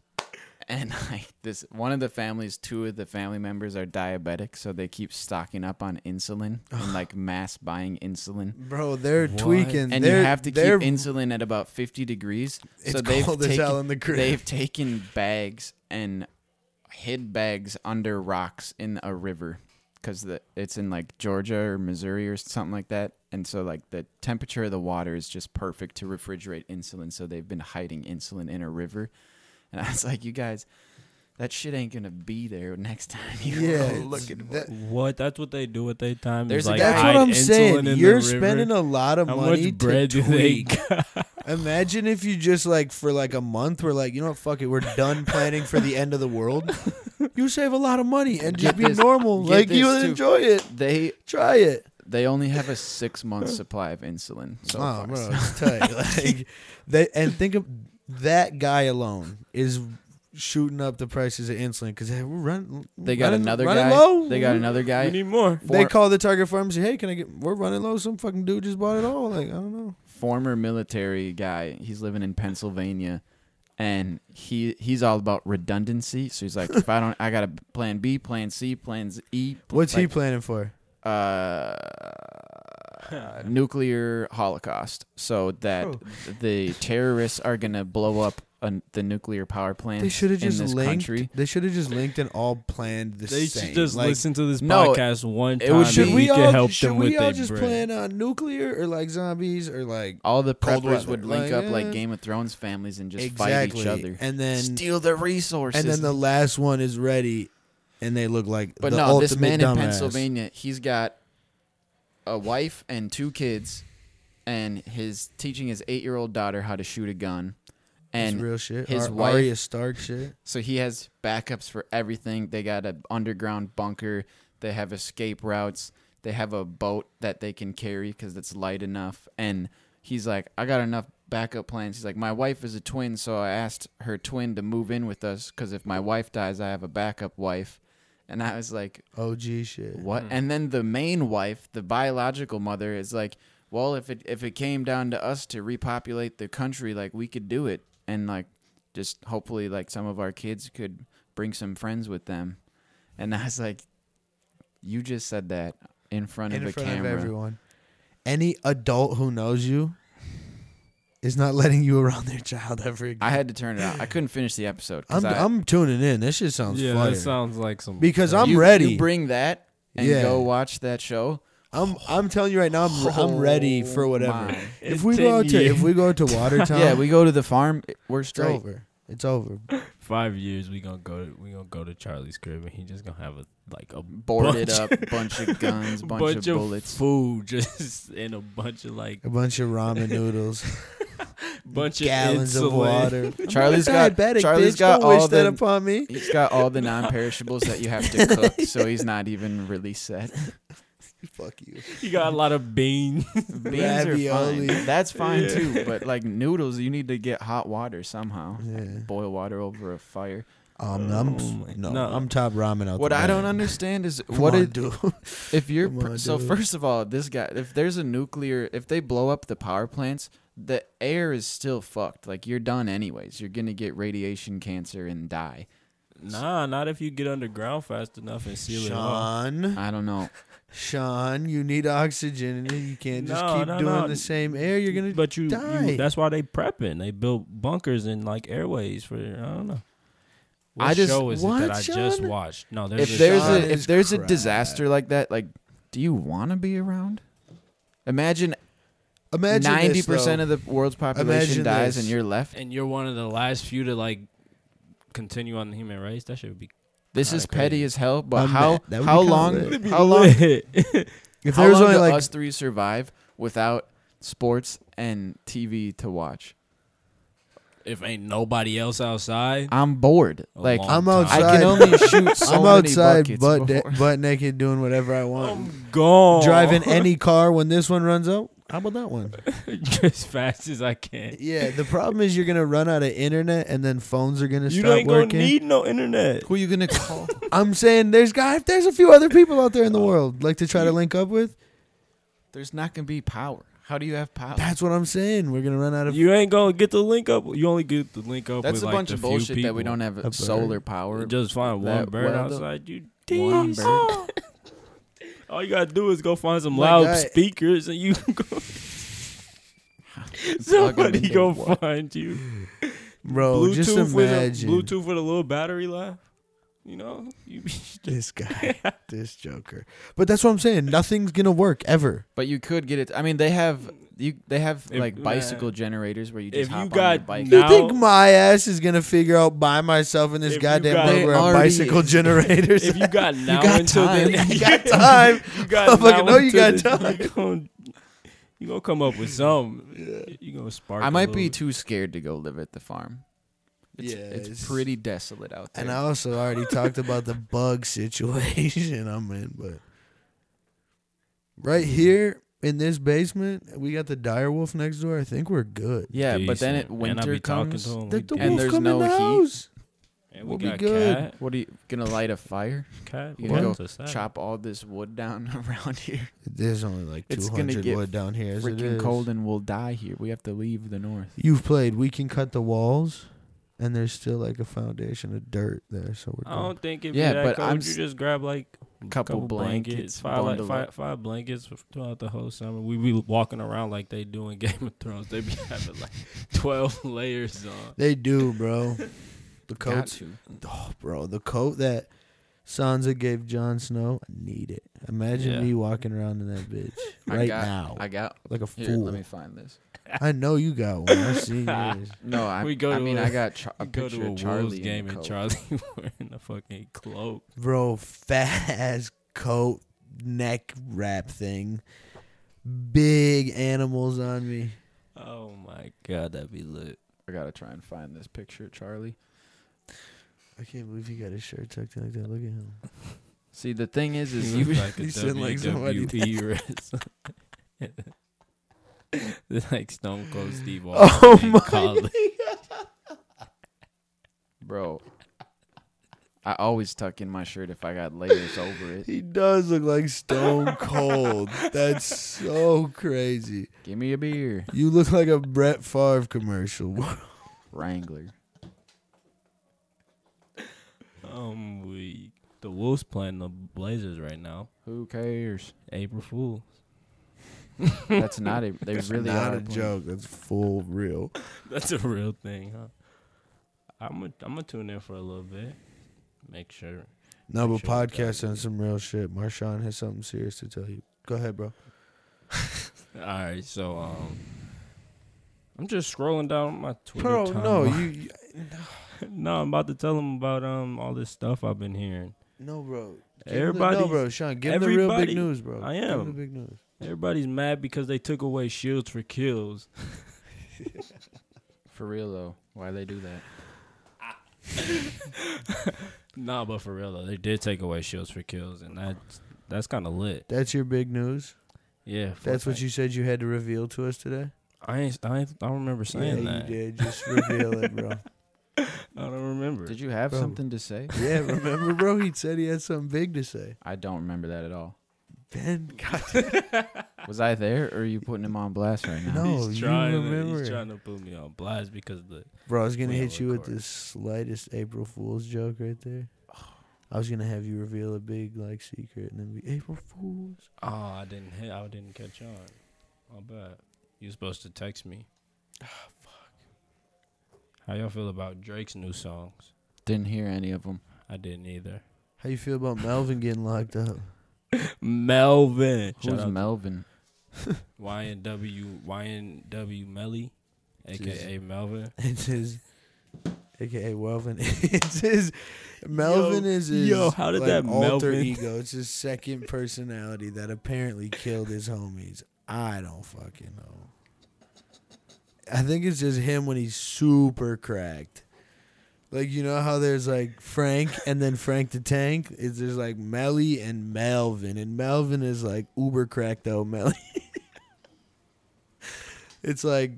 Speaker 1: And [LAUGHS] like this one of the families, two of the family members are diabetic, so they keep stocking up on insulin
Speaker 2: [SIGHS]
Speaker 1: and like mass buying insulin.
Speaker 2: Bro, they're
Speaker 3: What?
Speaker 2: tweaking.
Speaker 1: And
Speaker 2: they're,
Speaker 1: you have to keep
Speaker 2: they're- [LAUGHS]
Speaker 1: insulin at about 50 degrees.
Speaker 2: It's
Speaker 1: so they've
Speaker 2: cold as
Speaker 1: taken,
Speaker 2: hell in the crib.
Speaker 1: They've taken bags and hid bags under rocks in a river because it's in like Georgia or Missouri or something like that. And so, like, the temperature of the water is just perfect to refrigerate insulin. So they've been hiding insulin in a river. And I was like, you guys, that shit ain't going to be there next time you
Speaker 2: yeah,
Speaker 3: [LAUGHS]
Speaker 1: go looking for
Speaker 2: that-
Speaker 3: What? That's what they do at their time.
Speaker 1: There's
Speaker 3: is,
Speaker 1: a
Speaker 3: like,
Speaker 1: guy-
Speaker 2: that's what
Speaker 3: hide
Speaker 2: I'm
Speaker 3: insulin in
Speaker 2: saying.
Speaker 3: the
Speaker 2: You're
Speaker 3: river.
Speaker 2: spending a lot of
Speaker 3: How
Speaker 2: money
Speaker 3: much bread
Speaker 2: to
Speaker 3: do they
Speaker 2: tweak.
Speaker 3: [LAUGHS] got?
Speaker 2: Imagine if you just like for like a month we're like, you know what, fuck it, we're done planning for the end of
Speaker 1: [LAUGHS]
Speaker 2: the world. You save a lot of money and just
Speaker 1: Get
Speaker 2: be
Speaker 1: this-
Speaker 2: normal.
Speaker 1: get
Speaker 2: Like
Speaker 1: this
Speaker 2: you
Speaker 1: too.
Speaker 2: enjoy it.
Speaker 1: They
Speaker 2: Try it.
Speaker 1: they only have a six month supply of insulin. So
Speaker 2: oh,
Speaker 1: far.
Speaker 2: bro,
Speaker 1: [LAUGHS]
Speaker 2: it's tight. Like that and think of that guy alone is shooting up the prices of insulin because hey, we're running
Speaker 1: They got
Speaker 2: running-
Speaker 1: another
Speaker 2: running
Speaker 1: guy.
Speaker 2: low. Mm-hmm.
Speaker 1: They got another guy.
Speaker 3: We need more.
Speaker 2: They
Speaker 1: for-
Speaker 2: call the Target pharmacy, hey, can I get we're running low? Some fucking dude just bought it all. Like, I don't know.
Speaker 1: former military guy. He's living in Pennsylvania, and he he's all about redundancy. So he's like, if I don't, I got a plan B, plan C, plan Z- E. pl-
Speaker 2: What's he
Speaker 1: like,
Speaker 2: planning for? [LAUGHS]
Speaker 1: uh, nuclear holocaust so that
Speaker 2: Oh.
Speaker 1: the terrorists are going to blow up an the nuclear power plant
Speaker 2: They should have just
Speaker 1: in this
Speaker 2: linked.
Speaker 1: country.
Speaker 2: They should have just linked and all planned the
Speaker 3: They
Speaker 2: same.
Speaker 3: should just
Speaker 2: like,
Speaker 3: listen to this
Speaker 1: No,
Speaker 3: podcast one
Speaker 1: it
Speaker 3: time.
Speaker 1: was-
Speaker 2: Should
Speaker 3: and
Speaker 2: we,
Speaker 3: we
Speaker 2: all?
Speaker 3: can help
Speaker 2: should
Speaker 3: them
Speaker 2: we
Speaker 3: with
Speaker 2: all
Speaker 3: their
Speaker 2: just
Speaker 3: bread.
Speaker 2: plan on nuclear or like zombies or like
Speaker 1: All the
Speaker 2: Cold
Speaker 1: preppers
Speaker 2: weather,
Speaker 1: would link
Speaker 2: like,
Speaker 1: up like
Speaker 2: eh.
Speaker 1: Game of Thrones families and just fight
Speaker 2: exactly?
Speaker 1: each other.
Speaker 2: And then
Speaker 1: Steal the resources.
Speaker 2: and then the last one is ready, and they look like
Speaker 1: but
Speaker 2: the
Speaker 1: no, this
Speaker 2: ultimate
Speaker 1: man
Speaker 2: dumbass.
Speaker 1: in Pennsylvania, he's got a wife and two kids, and his teaching his eight year old daughter how to shoot a gun.
Speaker 2: It's
Speaker 1: And
Speaker 2: real shit.
Speaker 1: his
Speaker 2: Ar-
Speaker 1: wife-
Speaker 2: Arya Stark shit.
Speaker 1: So he has backups for everything. They got an underground bunker. They have escape routes. They have a boat that they can carry because it's light enough. And he's like, I got enough backup plans. He's like, my wife is a twin, so I asked her twin to move in with us because if my wife dies, I have a backup wife. And I was like,
Speaker 2: OG shit.
Speaker 1: what? And then the main wife, the biological mother, is like, well, if it if it came down to us to repopulate the country, like we could do it, and like just hopefully like some of our kids could bring some friends with them. And I was like, you just said that in front
Speaker 2: in
Speaker 1: of a
Speaker 2: front
Speaker 1: camera.
Speaker 2: of everyone. Any adult who knows you is not letting you around their child ever again.
Speaker 1: I had to turn it out. I couldn't finish the episode.
Speaker 2: I'm,
Speaker 1: 'cause I-
Speaker 2: I, am tuning in. This shit sounds
Speaker 3: Yeah,
Speaker 2: fire.
Speaker 3: that sounds like some
Speaker 2: because I'm
Speaker 1: you-
Speaker 2: ready.
Speaker 1: You bring that and
Speaker 2: Yeah.
Speaker 1: go watch that show.
Speaker 2: I'm I'm telling you right now. I'm I'm ready for
Speaker 1: Oh
Speaker 2: whatever.
Speaker 1: my.
Speaker 2: If
Speaker 3: In
Speaker 2: we
Speaker 3: 10
Speaker 2: go out to
Speaker 3: years-
Speaker 2: if we go
Speaker 1: [LAUGHS]
Speaker 2: to Watertown,
Speaker 1: Yeah, we go to the farm. We're
Speaker 2: it's
Speaker 1: straight.
Speaker 2: over. It's over.
Speaker 3: [LAUGHS] five years, we gonna go. To, we gonna go to Charlie's crib, and he just gonna have a like a
Speaker 1: Boarded
Speaker 3: bunch,
Speaker 1: up, bunch of
Speaker 3: [LAUGHS]
Speaker 1: guns, bunch,
Speaker 3: bunch
Speaker 1: of bullets.
Speaker 3: food, just [LAUGHS] and a bunch of like
Speaker 2: A bunch of
Speaker 1: [LAUGHS]
Speaker 2: ramen noodles,
Speaker 3: bunch
Speaker 2: gallons
Speaker 3: of,
Speaker 2: of
Speaker 3: insulin.
Speaker 2: water.
Speaker 1: Charlie's
Speaker 2: I'm
Speaker 1: got-
Speaker 2: diabetic.
Speaker 1: Charlie's
Speaker 2: bitch.
Speaker 1: got
Speaker 2: Don't wish
Speaker 1: all
Speaker 2: that
Speaker 1: the-
Speaker 2: upon
Speaker 1: [LAUGHS]
Speaker 2: me.
Speaker 1: He's got all the non-perishables that you have
Speaker 3: [LAUGHS]
Speaker 1: to cook, so he's not even really set.
Speaker 2: Fuck you.
Speaker 3: [LAUGHS] You got a lot of
Speaker 1: [LAUGHS]
Speaker 3: beans.
Speaker 1: Beans are fine.
Speaker 2: Ravioli.
Speaker 1: That's fine
Speaker 3: Yeah.
Speaker 1: too,
Speaker 3: [LAUGHS]
Speaker 1: but like noodles, you need to get hot water somehow.
Speaker 2: Yeah.
Speaker 1: Boil water over a fire.
Speaker 2: Um,
Speaker 3: Oh
Speaker 2: I'm,
Speaker 3: my-
Speaker 2: no,
Speaker 3: no.
Speaker 2: I'm top ramen out.
Speaker 1: What
Speaker 2: the
Speaker 1: I don't
Speaker 2: bag.
Speaker 1: understand is
Speaker 2: Come
Speaker 1: what
Speaker 2: on,
Speaker 1: is- [LAUGHS]
Speaker 2: dude. [LAUGHS]
Speaker 1: if you're
Speaker 2: Come
Speaker 1: pr-
Speaker 2: on,
Speaker 1: so
Speaker 2: dude.
Speaker 1: first of all, this guy if there's a nuclear if they blow up the power plants, the air is still fucked. Like you're done anyways. You're going to get radiation cancer and die.
Speaker 3: nah, not if you get underground fast enough and seal it off.
Speaker 2: Sean,
Speaker 1: I don't know.
Speaker 2: Sean, you need oxygen, and you can't just
Speaker 3: No,
Speaker 2: keep
Speaker 3: no,
Speaker 2: doing
Speaker 3: no.
Speaker 2: the same air. You're gonna.
Speaker 3: but you,
Speaker 2: die.
Speaker 3: you. That's why they prepping. They built bunkers and like airways for. I don't know. What
Speaker 1: I just-
Speaker 3: show is it
Speaker 2: what,
Speaker 3: that I just
Speaker 2: Sean?
Speaker 3: watched? No, there's
Speaker 1: if
Speaker 3: a
Speaker 1: there's
Speaker 3: show-
Speaker 2: shot
Speaker 1: a if
Speaker 2: is
Speaker 1: there's a
Speaker 2: crap.
Speaker 1: disaster like that, like, do you want to be around? Imagine
Speaker 2: Imagine
Speaker 1: ninety
Speaker 2: this, though.
Speaker 1: percent of the world's population
Speaker 2: Imagine
Speaker 1: dies
Speaker 2: this.
Speaker 1: and you're left.
Speaker 3: and you're one of the last few to like continue on the human race. That should be
Speaker 1: This
Speaker 3: Kinda
Speaker 1: is petty
Speaker 3: crazy.
Speaker 1: as hell. But
Speaker 2: Um,
Speaker 1: how
Speaker 2: that- that would
Speaker 1: how
Speaker 2: be kinda
Speaker 1: long
Speaker 2: lit.
Speaker 1: how long
Speaker 2: [LAUGHS] If
Speaker 1: how
Speaker 2: there was
Speaker 1: long
Speaker 2: only
Speaker 1: do
Speaker 2: like
Speaker 1: us three survive without sports and TV to watch?
Speaker 3: [LAUGHS] if ain't nobody else outside.
Speaker 1: I'm bored.
Speaker 3: A
Speaker 1: like
Speaker 2: [LAUGHS]
Speaker 3: long-
Speaker 2: I'm
Speaker 3: time.
Speaker 1: I
Speaker 2: outside.
Speaker 1: can only
Speaker 2: [LAUGHS]
Speaker 1: shoot so
Speaker 2: I'm
Speaker 1: many
Speaker 2: outside,
Speaker 1: buckets
Speaker 2: butt
Speaker 1: before-
Speaker 2: da- butt naked, doing whatever I want.
Speaker 3: I'm gone. [LAUGHS]
Speaker 2: Driving any car when this one runs out. How about that one?
Speaker 3: as fast as I can.
Speaker 2: Yeah. The problem is you're gonna run out of internet, and then phones are gonna
Speaker 3: You
Speaker 2: stop
Speaker 3: ain't gonna
Speaker 2: working.
Speaker 3: need no internet.
Speaker 1: Who you gonna call?
Speaker 2: I'm saying there's guy. If there's a few other people out there in the
Speaker 3: Uh-huh.
Speaker 2: world like to try to link up with,
Speaker 1: [LAUGHS] There's not gonna be power. How do you have power?
Speaker 2: that's what I'm saying. We're gonna run out of.
Speaker 3: You ain't gonna get the link up. You only get the link up.
Speaker 1: That's
Speaker 3: with
Speaker 1: a
Speaker 3: like
Speaker 1: bunch
Speaker 3: the
Speaker 1: of
Speaker 3: few
Speaker 1: bullshit that we
Speaker 3: people.
Speaker 1: don't have
Speaker 2: A bird.
Speaker 1: solar power.
Speaker 3: Just find one
Speaker 1: That-
Speaker 3: bird
Speaker 1: well, the-
Speaker 3: outside. You
Speaker 1: One
Speaker 3: D's.
Speaker 1: bird.
Speaker 3: [LAUGHS] All you gotta do is go find some
Speaker 2: My
Speaker 3: loud
Speaker 2: guy-
Speaker 3: speakers
Speaker 1: [LAUGHS]
Speaker 3: and you go.
Speaker 1: Plug 'em
Speaker 3: Somebody
Speaker 1: into
Speaker 3: go
Speaker 1: what?
Speaker 3: find you.
Speaker 2: Bro,
Speaker 3: Bluetooth
Speaker 2: just imagine.
Speaker 3: with a Bluetooth with a little battery life. You know, you [LAUGHS]
Speaker 2: This guy, this Joker. But that's what I'm saying. Nothing's gonna work ever.
Speaker 1: But you could get it. I mean, they have you. They have
Speaker 3: If-
Speaker 1: like bicycle generators where you just
Speaker 3: if
Speaker 1: hop
Speaker 3: you
Speaker 1: on
Speaker 3: got
Speaker 1: your bike.
Speaker 3: no-
Speaker 2: you think my ass is gonna figure out by myself in this
Speaker 3: If you
Speaker 2: goddamn
Speaker 3: got-
Speaker 2: room where
Speaker 1: They
Speaker 2: a
Speaker 1: already-
Speaker 2: bicycle generators?
Speaker 3: [LAUGHS] if you got now
Speaker 1: got
Speaker 3: until
Speaker 1: time.
Speaker 3: then, [LAUGHS]
Speaker 2: You got [LAUGHS] time.
Speaker 3: you
Speaker 2: I
Speaker 3: got
Speaker 2: fucking
Speaker 3: now
Speaker 2: know you got
Speaker 3: until then, [LAUGHS] You gonna, you gonna come up with something. You gonna spark.
Speaker 1: I
Speaker 3: a
Speaker 1: might
Speaker 3: little-
Speaker 1: be too scared to go live at the farm. It's,
Speaker 2: Yeah,
Speaker 1: it's,
Speaker 2: it's-
Speaker 1: pretty desolate out there.
Speaker 2: and I also already talked about the bug situation [LAUGHS] I'm in, but right here in this basement, we got the dire wolf next door. I think we're good.
Speaker 1: yeah, but then it
Speaker 3: Decent.
Speaker 1: winter
Speaker 3: and I be talking
Speaker 1: comes.
Speaker 3: To him,
Speaker 2: Let the
Speaker 1: And
Speaker 2: wolf
Speaker 1: there's
Speaker 2: come
Speaker 1: no
Speaker 2: in the
Speaker 1: heat.
Speaker 2: house.
Speaker 3: and we
Speaker 2: we'll be
Speaker 3: got
Speaker 2: good.
Speaker 3: Cat,
Speaker 1: What are you gonna light a
Speaker 3: [LAUGHS]
Speaker 1: fire?
Speaker 3: cat,
Speaker 1: You
Speaker 3: what?
Speaker 1: go
Speaker 3: What's that?
Speaker 1: Chop all this wood down [LAUGHS] around here.
Speaker 2: There's only like
Speaker 1: It's gonna
Speaker 2: 200
Speaker 1: get
Speaker 2: wood down here. as it
Speaker 1: Freaking
Speaker 2: is.
Speaker 1: cold, and we'll die here. We have to leave the north.
Speaker 2: You've played We Can Cut the Walls. and there's still like a foundation of dirt there. So we're
Speaker 3: I
Speaker 2: good.
Speaker 3: don't think if
Speaker 1: Yeah,
Speaker 3: you're that
Speaker 1: but
Speaker 3: cold,
Speaker 1: I'm
Speaker 3: you
Speaker 1: s-
Speaker 3: just grab like a
Speaker 1: Couple blankets,
Speaker 3: five, like,
Speaker 1: bundle
Speaker 3: five,
Speaker 1: up.
Speaker 3: five blankets f- throughout the whole summer. We be walking around like they do in [LAUGHS] Game of Thrones. They be having like twelve [LAUGHS] layers on.
Speaker 2: They do, bro. The
Speaker 1: Got
Speaker 2: coats,
Speaker 1: to.
Speaker 2: oh, bro. The coat that Sansa gave Jon Snow. I need it. Imagine
Speaker 3: Yeah.
Speaker 2: me walking around in that bitch
Speaker 1: [LAUGHS] I
Speaker 2: right
Speaker 1: got-
Speaker 3: Oh,
Speaker 2: now,
Speaker 1: I got.
Speaker 2: like a
Speaker 1: Here,
Speaker 2: fool.
Speaker 1: let me find this.
Speaker 2: [LAUGHS] I know you got one.
Speaker 1: [LAUGHS]
Speaker 2: I see yours.
Speaker 1: No, I.
Speaker 3: [LAUGHS] We go
Speaker 1: I
Speaker 3: to
Speaker 1: mean,
Speaker 3: a-
Speaker 1: I got Char- a
Speaker 3: You go
Speaker 1: picture
Speaker 3: to a
Speaker 1: of Charlie
Speaker 3: Wolves game
Speaker 1: in the
Speaker 3: and
Speaker 1: coat.
Speaker 3: Charlie [LAUGHS] wearing a fucking cloak.
Speaker 2: bro. Fat ass coat, neck wrap thing. Big animals on me.
Speaker 3: Oh my god, that'd be lit.
Speaker 1: I gotta try and find this picture of Charlie.
Speaker 2: I can't believe he got his shirt tucked in like that. Look at him.
Speaker 1: See, the thing is, is
Speaker 2: [LAUGHS]
Speaker 3: He
Speaker 1: you.
Speaker 3: looked like a
Speaker 2: he said like somebody-
Speaker 3: WWE wrestler. [LAUGHS] like Stone Cold Steve
Speaker 2: [LAUGHS]
Speaker 3: Austin.
Speaker 2: Oh
Speaker 3: in
Speaker 2: my
Speaker 3: college.
Speaker 2: [LAUGHS]
Speaker 1: Bro. I always tuck in my shirt if I got layers over
Speaker 2: [LAUGHS]
Speaker 1: it.
Speaker 2: He does look like [LAUGHS] stone cold. That's so crazy.
Speaker 1: Give me a beer.
Speaker 2: You look like a Brett Favre commercial.
Speaker 1: Wrangler.
Speaker 3: Um, we the Wolves playing the Blazers right now.
Speaker 1: Who
Speaker 2: [LAUGHS]
Speaker 1: cares?
Speaker 3: April Fool. [LAUGHS]
Speaker 1: That's not a. They really
Speaker 2: not
Speaker 1: are
Speaker 2: a
Speaker 1: playing.
Speaker 2: joke. That's full real.
Speaker 3: That's a real thing, huh? I'm gonna I'm gonna tune in for a little bit. Make sure.
Speaker 2: No,
Speaker 3: Make
Speaker 2: but
Speaker 3: sure we got
Speaker 2: podcast
Speaker 3: it.
Speaker 2: on some real shit. Marshawn has something serious to tell you. Go ahead, bro.
Speaker 3: All right, so um, I'm just scrolling down my Twitter.
Speaker 2: Bro, no,
Speaker 3: timeline.
Speaker 2: you, you
Speaker 3: [LAUGHS] no, I'm about to tell them about um all this stuff I've been hearing.
Speaker 2: no, bro. Give him the-
Speaker 3: Everybody,
Speaker 2: no, bro, Sean, give him the real big
Speaker 3: everybody-
Speaker 2: news, bro.
Speaker 3: I
Speaker 2: Give him the
Speaker 3: am.
Speaker 2: big news.
Speaker 3: everybody's mad because they took away shields for kills.
Speaker 1: For real though, why they do that?
Speaker 3: Nah, but for real though, they did take away shields for kills, and that's that's kind of lit.
Speaker 2: That's your big news.
Speaker 3: Yeah, for a
Speaker 2: That's what
Speaker 3: fact.
Speaker 2: you said you had to reveal to us today.
Speaker 3: I ain't, I ain't, I don't remember saying
Speaker 2: yeah,
Speaker 3: that.
Speaker 2: you did.
Speaker 3: [LAUGHS]
Speaker 2: Just reveal it, bro.
Speaker 3: I don't remember. [LAUGHS]
Speaker 1: Did you have
Speaker 2: Bro.
Speaker 1: something to say?
Speaker 2: Yeah, remember, bro? He said he had something big to say.
Speaker 1: I don't remember that at all.
Speaker 2: Ben, God,
Speaker 1: Was I there, or are you putting him on blast right now?
Speaker 2: [LAUGHS] no,
Speaker 3: he's
Speaker 2: you
Speaker 3: trying.
Speaker 2: remember.
Speaker 3: To, he's trying to put me on blast because of the
Speaker 2: Bro, I was gonna
Speaker 3: We
Speaker 2: hit
Speaker 3: all
Speaker 2: you with
Speaker 3: record.
Speaker 2: the slightest April Fool's joke right there. I was gonna have you reveal a big like secret and then be April Fools.
Speaker 3: oh, I didn't hit. I didn't catch on. I'll bet you were supposed to text me.
Speaker 2: Ah,
Speaker 3: fuck. How y'all feel about Drake's new songs?
Speaker 1: Didn't hear any of them.
Speaker 3: I didn't either.
Speaker 2: How you feel about Melvin getting locked up?
Speaker 3: Melvin. Shout
Speaker 1: Who's
Speaker 3: out
Speaker 1: Melvin?
Speaker 3: to YNW YNW Melly,
Speaker 2: [LAUGHS]
Speaker 3: aka Melvin.
Speaker 2: It's his, aka [LAUGHS] Melvin. it's his. Melvin is his.
Speaker 3: yo, how did
Speaker 2: like,
Speaker 3: that [LAUGHS]
Speaker 2: alter
Speaker 3: Melvin-
Speaker 2: ego? It's his second personality that apparently killed his homies. I don't fucking know. I think it's just him when he's super cracked. Like you know how there's like Frank and then Frank the Tank. Is there's like Melly and Melvin, and Melvin is like uber cracked though Melly. [LAUGHS] it's like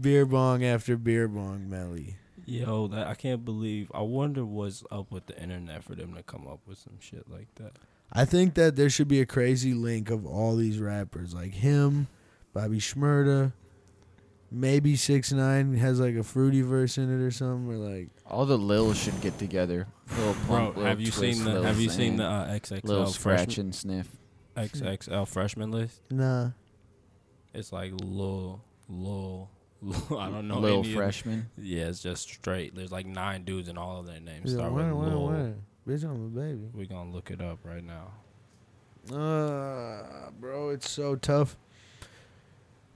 Speaker 2: beer bong after beer bong Melly.
Speaker 3: Yo, that I can't believe. I wonder what's up with the internet for them to come up with some shit like that.
Speaker 2: I think that there should be a crazy link of all these rappers, like him, Bobby Schmurda, maybe Six Nine has like a fruity verse in it or something, or like
Speaker 1: All the Lils should get together. Little
Speaker 3: Bro,
Speaker 1: plump, Lil
Speaker 3: have you
Speaker 1: Twist,
Speaker 3: seen the
Speaker 1: Lil
Speaker 3: Have you seen
Speaker 1: Xan,
Speaker 3: the uh, XXL
Speaker 1: Lil Scratch
Speaker 3: freshman
Speaker 1: and Sniff?
Speaker 3: XXL freshman list?
Speaker 2: nah.
Speaker 3: It's like Lil Lil. Lil [LAUGHS] I don't know.
Speaker 1: Lil
Speaker 3: any of-
Speaker 1: Freshman.
Speaker 3: Yeah, it's just straight. There's like nine dudes and all of their names
Speaker 2: He's like,
Speaker 3: start
Speaker 2: "Wah,
Speaker 3: with
Speaker 2: wah,
Speaker 3: Lil.
Speaker 2: wah. Bitch, I'm a baby.
Speaker 3: We're gonna look it up right now.
Speaker 2: Uh, bro, it's so tough.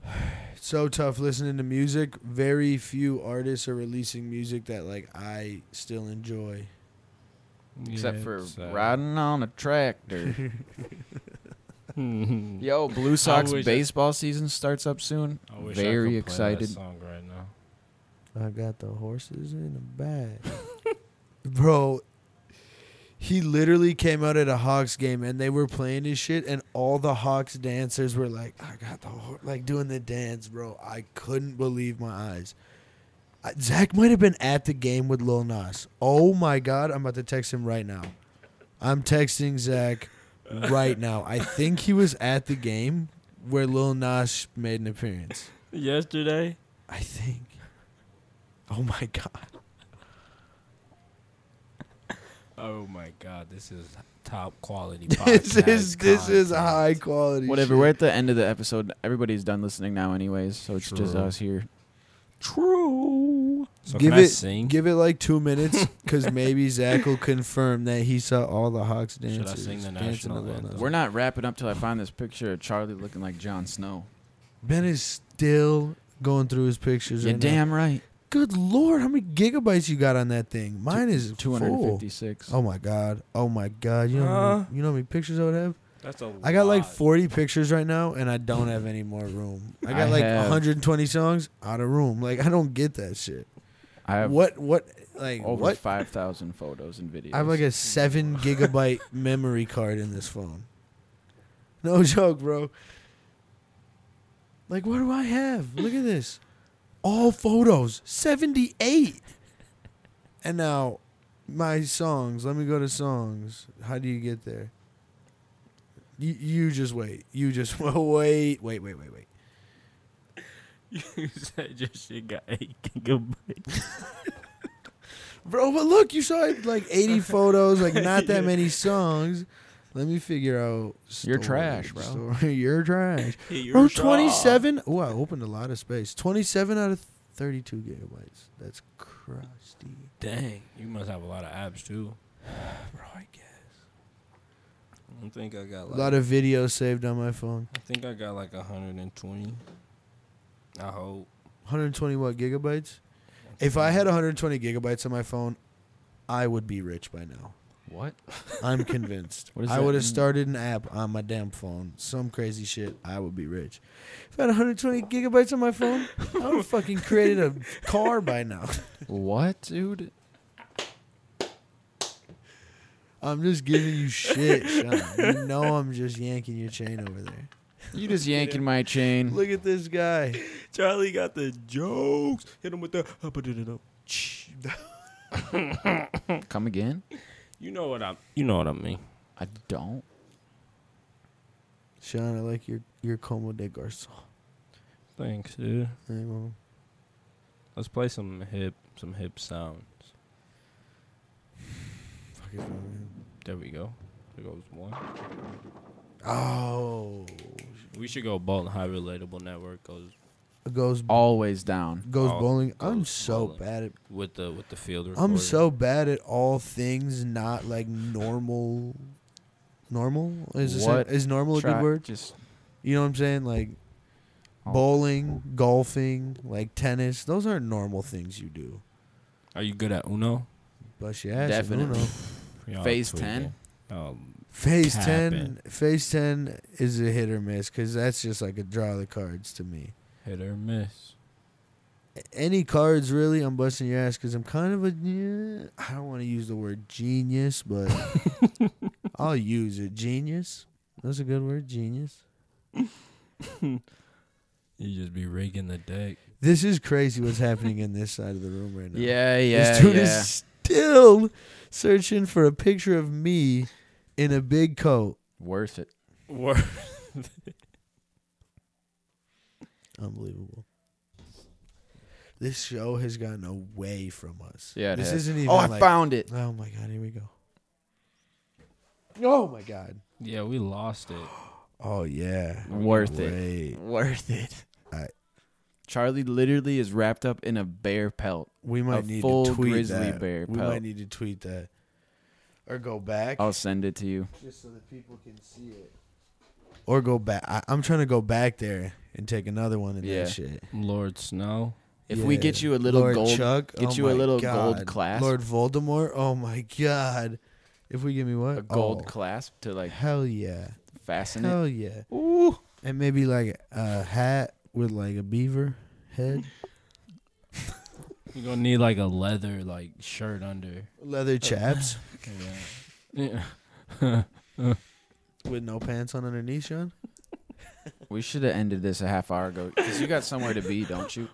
Speaker 2: [SIGHS] It's so tough listening to music. Very few artists are releasing music that like I still enjoy.
Speaker 1: Except
Speaker 3: Yeah,
Speaker 1: for
Speaker 3: it's, uh, [LAUGHS]
Speaker 1: riding on a tractor. [LAUGHS]
Speaker 3: I
Speaker 1: Yo, Blue Sox
Speaker 3: wish-
Speaker 1: baseball season starts up soon.
Speaker 3: wish I
Speaker 1: Very
Speaker 3: could play that
Speaker 1: excited.
Speaker 3: song right now.
Speaker 2: I got the horses in the bag. Bro, he literally came out at a Hawks game and they were playing his shit and all the Hawks dancers were like, I got the hor-, like doing the dance, bro. I couldn't believe my eyes. I, Zach might have been at the game with Lil Nas. Oh my god, I'm about to text him right now. I'm texting Zach right now. I think he was at the game where Lil Nas made an appearance.
Speaker 3: Yesterday,
Speaker 2: I think. Oh my god.
Speaker 3: Oh my god, this is top quality.
Speaker 2: [LAUGHS] this is
Speaker 3: podcast
Speaker 2: this is
Speaker 3: content.
Speaker 2: high quality.
Speaker 1: Whatever.
Speaker 2: shit.
Speaker 1: We're at the end of the episode. Everybody's done listening now, anyways. So it's just
Speaker 3: True.
Speaker 1: us here.
Speaker 3: True. So
Speaker 2: Give
Speaker 3: can I
Speaker 2: it-
Speaker 3: sing?
Speaker 2: Give it like
Speaker 1: [LAUGHS]
Speaker 2: two minutes, because maybe Zach will confirm that he saw all the Hawks
Speaker 3: I
Speaker 2: dances.
Speaker 3: sing the
Speaker 2: dancing
Speaker 3: national
Speaker 2: alone.
Speaker 3: anthem?
Speaker 1: We're not wrapping up till I find this picture of Charlie looking like Jon Snow.
Speaker 2: Ben is still going through his pictures.
Speaker 1: You're
Speaker 2: right now.
Speaker 1: damn right.
Speaker 2: Good lord, how many gigabytes you got on that thing? Mine is
Speaker 1: Two hundred Uh-huh. fifty-six.
Speaker 2: full. Oh my god! Oh my god! You know, how many-
Speaker 3: Huh?
Speaker 2: you know how many pictures I would have?
Speaker 3: That's a
Speaker 2: I got like
Speaker 3: lot.
Speaker 2: 40 pictures right now, and I don't have any more room. I got
Speaker 1: I
Speaker 2: like
Speaker 1: have-
Speaker 2: 120 songs out of room. Like I don't get that shit.
Speaker 1: I have
Speaker 2: What? What? Like
Speaker 1: over
Speaker 2: what?
Speaker 1: five thousand photos and videos.
Speaker 2: I have like a seven gigabyte memory card in this phone. No [LAUGHS] joke, bro. Like, what do I have? Look at this. All photos, 78. And now, my songs. Let me go to songs. How do you get there? You, you just wait. You just [LAUGHS] wait. Wait, wait, wait, wait.
Speaker 3: [LAUGHS] you said your shit got [LAUGHS] eight gigabytes.
Speaker 2: Bro, but look, you saw like 80 photos, like not that many songs. Let me figure out.
Speaker 1: You're trash, bro.
Speaker 2: story. [LAUGHS] You're trash. Bro, 27. Oh, I opened a lot of space. 27 out of 32 gigabytes. That's crusty.
Speaker 3: Dang, you must have a lot of apps too. Bro, I guess. I don't think I got
Speaker 2: A
Speaker 3: like
Speaker 2: lot of videos saved on my phone.
Speaker 3: I think I got like 120. I hope.
Speaker 2: 120 what gigabytes? If I had 120 gigabytes on my phone, I would be rich by now.
Speaker 1: what?
Speaker 2: I'm convinced.
Speaker 1: What does
Speaker 2: I
Speaker 1: that
Speaker 2: would have
Speaker 1: mean?
Speaker 2: started an app on my damn phone. Some crazy shit. I would be rich. If I had 120 gigabytes on my phone, I would have fucking created a car by now.
Speaker 1: [LAUGHS]
Speaker 2: [LAUGHS]
Speaker 1: What, dude?
Speaker 2: I'm just giving you shit, Sean. You know I'm just yanking your chain over there.
Speaker 1: You
Speaker 2: [LAUGHS]
Speaker 1: just yanking my chain.
Speaker 2: Look at this guy.
Speaker 3: Charlie got the jokes. Hit him with the up it up.
Speaker 1: Come again?
Speaker 3: You know what I you know what I mean.
Speaker 1: I don't.
Speaker 2: Sean, I like your your como de garçon.
Speaker 3: Thanks, dude.
Speaker 2: Hey, mom.
Speaker 3: Let's play some hip some hip sounds.
Speaker 2: Fuck it, man.
Speaker 3: There we go. There goes one.
Speaker 2: Oh,
Speaker 3: We should go Bolton High Relatable Network goes
Speaker 2: It goes
Speaker 1: Always down.
Speaker 2: goes
Speaker 3: Oh,
Speaker 2: bowling. I'm
Speaker 3: goes
Speaker 2: so
Speaker 3: bowling.
Speaker 2: bad at
Speaker 3: with the with the field
Speaker 2: I'm
Speaker 3: recording.
Speaker 2: so bad at all things not like normal. Normal is this
Speaker 1: What
Speaker 2: is normal a
Speaker 1: Try-
Speaker 2: good word?
Speaker 1: Just
Speaker 2: You know what I'm saying? Like
Speaker 1: Oh.
Speaker 2: bowling, golfing, like tennis. Those aren't normal things you do.
Speaker 3: Are you good at Uno?
Speaker 2: Bust your ass. at
Speaker 1: Definitely.
Speaker 2: Uno.
Speaker 3: Y'all
Speaker 1: Phase
Speaker 3: tweaking. Um,
Speaker 2: Phase
Speaker 3: Cap
Speaker 2: ten. Phase ten is a hit or miss because that's just like a draw of the cards to me.
Speaker 3: hit or miss.
Speaker 2: any cards really, I'm busting your ass because I'm kind of a. yeah, I don't want to use the word genius, but I'll use it. Genius. That's a good word. Genius.
Speaker 3: You just be rigging the deck.
Speaker 2: This is crazy. What's happening in this side of the room right now?
Speaker 1: yeah, yeah,
Speaker 2: This dude
Speaker 1: yeah.
Speaker 2: is still searching for a picture of me in a big coat.
Speaker 1: Worth it.
Speaker 2: Unbelievable. This show has gotten away from us.
Speaker 1: Yeah, it
Speaker 2: this
Speaker 1: has.
Speaker 2: isn't even.
Speaker 1: Oh, I
Speaker 2: like-
Speaker 1: found
Speaker 2: [LAUGHS]
Speaker 1: it.
Speaker 2: Oh my god! Here we go. Oh my god.
Speaker 3: Yeah, we lost it.
Speaker 2: Oh yeah.
Speaker 1: Worth it.
Speaker 2: Wait.
Speaker 1: Worth it.
Speaker 2: I-
Speaker 1: Charlie literally is wrapped up in a bear pelt.
Speaker 2: We
Speaker 1: A
Speaker 2: might need
Speaker 1: full
Speaker 2: to tweet
Speaker 1: grizzly
Speaker 2: that.
Speaker 1: bear
Speaker 2: we
Speaker 1: pelt.
Speaker 2: might need to tweet that. Or go back
Speaker 1: I'll send it to you.
Speaker 2: just so that people can see it. Or go back. I, I'm trying to go back there and take another one of
Speaker 1: Yeah.
Speaker 2: that shit.
Speaker 3: Lord Snow.
Speaker 1: If we
Speaker 2: Yeah.
Speaker 1: get you a little
Speaker 2: Lord
Speaker 1: gold,
Speaker 2: Chuck,
Speaker 1: get
Speaker 2: oh
Speaker 1: you a
Speaker 2: my
Speaker 1: little
Speaker 2: God.
Speaker 1: gold clasp.
Speaker 2: Lord Voldemort. Oh my god. If we give me what?
Speaker 1: a gold
Speaker 2: Oh,
Speaker 1: clasp to like
Speaker 2: Hell yeah.
Speaker 1: fasten it.
Speaker 2: Hell yeah. And maybe like a hat with like a beaver
Speaker 1: [LAUGHS]
Speaker 2: head.
Speaker 3: You're gonna need like a leather like shirt under.
Speaker 2: Leather chaps
Speaker 3: Yeah.
Speaker 2: with no pants on underneath, Sean.
Speaker 1: We should have ended this a half hour ago because you got somewhere to be, don't you?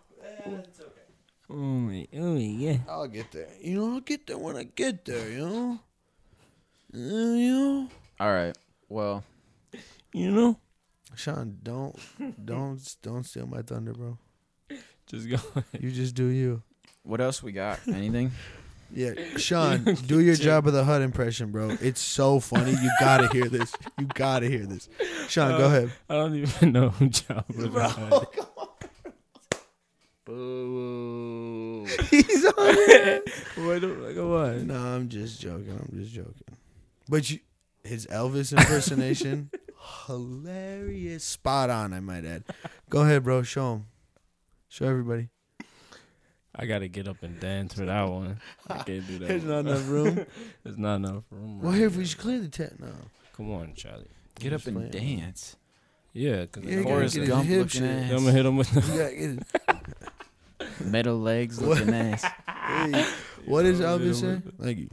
Speaker 3: oh my, oh my, yeah.
Speaker 2: I'll get there. You know, I'll get there when I get there, you know? Uh, you know?
Speaker 1: All right. Well,
Speaker 3: You know,
Speaker 2: Sean, [LAUGHS] don't don't don't steal my thunder, bro.
Speaker 3: just go. [LAUGHS]
Speaker 2: You just do you. [LAUGHS]
Speaker 1: what else we got? Anything?
Speaker 2: Yeah, [LAUGHS] Sean, do your job of the HUD impression, bro. It's so funny. You gotta hear this. You gotta hear this. Sean, go ahead.
Speaker 3: I don't even know who John Bro.
Speaker 1: Boo.
Speaker 2: [LAUGHS] He's
Speaker 3: [LAUGHS]
Speaker 2: on it.
Speaker 3: What the come on.
Speaker 2: No, I'm just joking. I'm just joking. But you, his Elvis [LAUGHS] impersonation, hilarious, spot on. I might add. Go ahead, bro. Show him. Show everybody.
Speaker 3: I gotta get up and dance for that one. I can't do that.
Speaker 2: There's
Speaker 3: one.
Speaker 2: not enough room.
Speaker 3: There's not enough
Speaker 2: [LAUGHS]
Speaker 3: room.
Speaker 2: Well,
Speaker 3: right
Speaker 2: here if we
Speaker 3: now.
Speaker 2: just clear the tent now.
Speaker 3: Come on, Charlie.
Speaker 1: Get up
Speaker 2: Just
Speaker 1: and
Speaker 2: playing.
Speaker 1: dance.
Speaker 3: Yeah, because
Speaker 2: Yeah, you gotta
Speaker 1: Forrest
Speaker 2: get his
Speaker 1: Gump
Speaker 2: hip
Speaker 1: looking
Speaker 2: shit.
Speaker 3: I'm gonna hit him with the.
Speaker 2: You gotta get it.
Speaker 1: Metal
Speaker 2: [LAUGHS]
Speaker 1: legs
Speaker 2: What?
Speaker 1: looking ass.
Speaker 2: Hey, what is
Speaker 3: I'ma hit
Speaker 2: Elvis
Speaker 3: him
Speaker 2: say?
Speaker 3: with
Speaker 2: Thank you.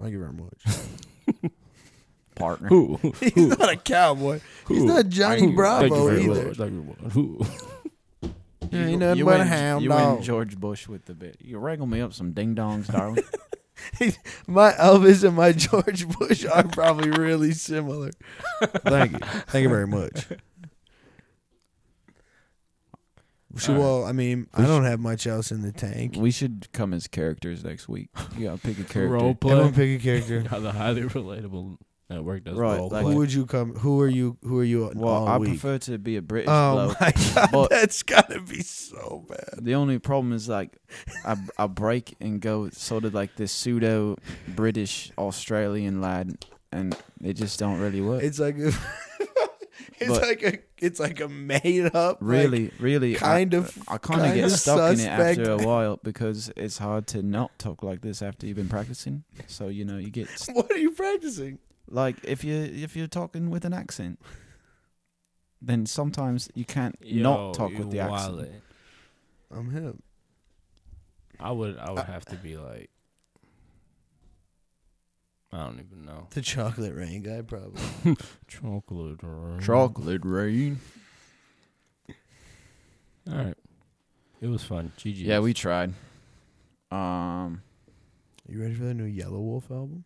Speaker 2: Thank you very much.
Speaker 1: Partner.
Speaker 3: Who?
Speaker 2: [LAUGHS] He's
Speaker 3: Who?
Speaker 2: not a cowboy. He's
Speaker 3: Who?
Speaker 2: not Johnny
Speaker 3: Thank you. Thank you
Speaker 2: Bravo
Speaker 3: very
Speaker 2: either.
Speaker 3: much. Thank you very much. Who?
Speaker 2: You ain't nothing but a
Speaker 1: and-
Speaker 2: hound
Speaker 1: you
Speaker 2: dog.
Speaker 1: and George Bush with the bit. You wrangle me up some ding dongs,
Speaker 2: [LAUGHS]
Speaker 1: darling.
Speaker 2: My Elvis and my [LAUGHS] George Bush are probably really similar. Thank you. Thank you very much. So,
Speaker 3: All right.
Speaker 2: well, I mean, I don't have much else in the tank.
Speaker 1: we should come as characters next week. You gotta pick a character.
Speaker 3: Role
Speaker 2: Everyone
Speaker 3: play.
Speaker 2: pick a
Speaker 3: [LAUGHS]
Speaker 2: character.
Speaker 3: How the highly relatable network does
Speaker 1: Right,
Speaker 3: role
Speaker 1: like-
Speaker 2: who
Speaker 3: play.
Speaker 2: would you come? Who are you? Who are you
Speaker 1: Well,
Speaker 2: all
Speaker 1: I
Speaker 2: week?
Speaker 1: prefer to be a British
Speaker 2: oh
Speaker 1: bloke.
Speaker 2: my [LAUGHS] god,
Speaker 1: but-
Speaker 2: that's gotta be so bad.
Speaker 1: The only problem is like, I I break and go sort of like this pseudo British Australian lad, and it just don't really work.
Speaker 2: It's like a, [LAUGHS] it's
Speaker 1: But-
Speaker 2: like a, it's like a made up, like,
Speaker 1: really, really,
Speaker 2: kind of
Speaker 1: I, I kind of
Speaker 2: kinda
Speaker 1: get stuck in it
Speaker 2: suspect.
Speaker 1: after a while because it's hard to not talk like this after you've been practicing. So you know you get st-
Speaker 2: [LAUGHS] What are you practicing?
Speaker 1: like if you if you're talking with an accent, then sometimes you can't
Speaker 3: Yo,
Speaker 1: not talk
Speaker 3: you
Speaker 1: with the accent.
Speaker 3: wallet.
Speaker 2: I'm him.
Speaker 3: I would. I would
Speaker 2: I-
Speaker 3: have to be like. I don't even know.
Speaker 2: The chocolate rain guy, probably.
Speaker 3: Chocolate. rain.
Speaker 1: Chocolate rain.
Speaker 3: All right. It was fun. GG.
Speaker 1: Yeah, we tried. Um,
Speaker 2: You ready for the new Yellow Wolf album?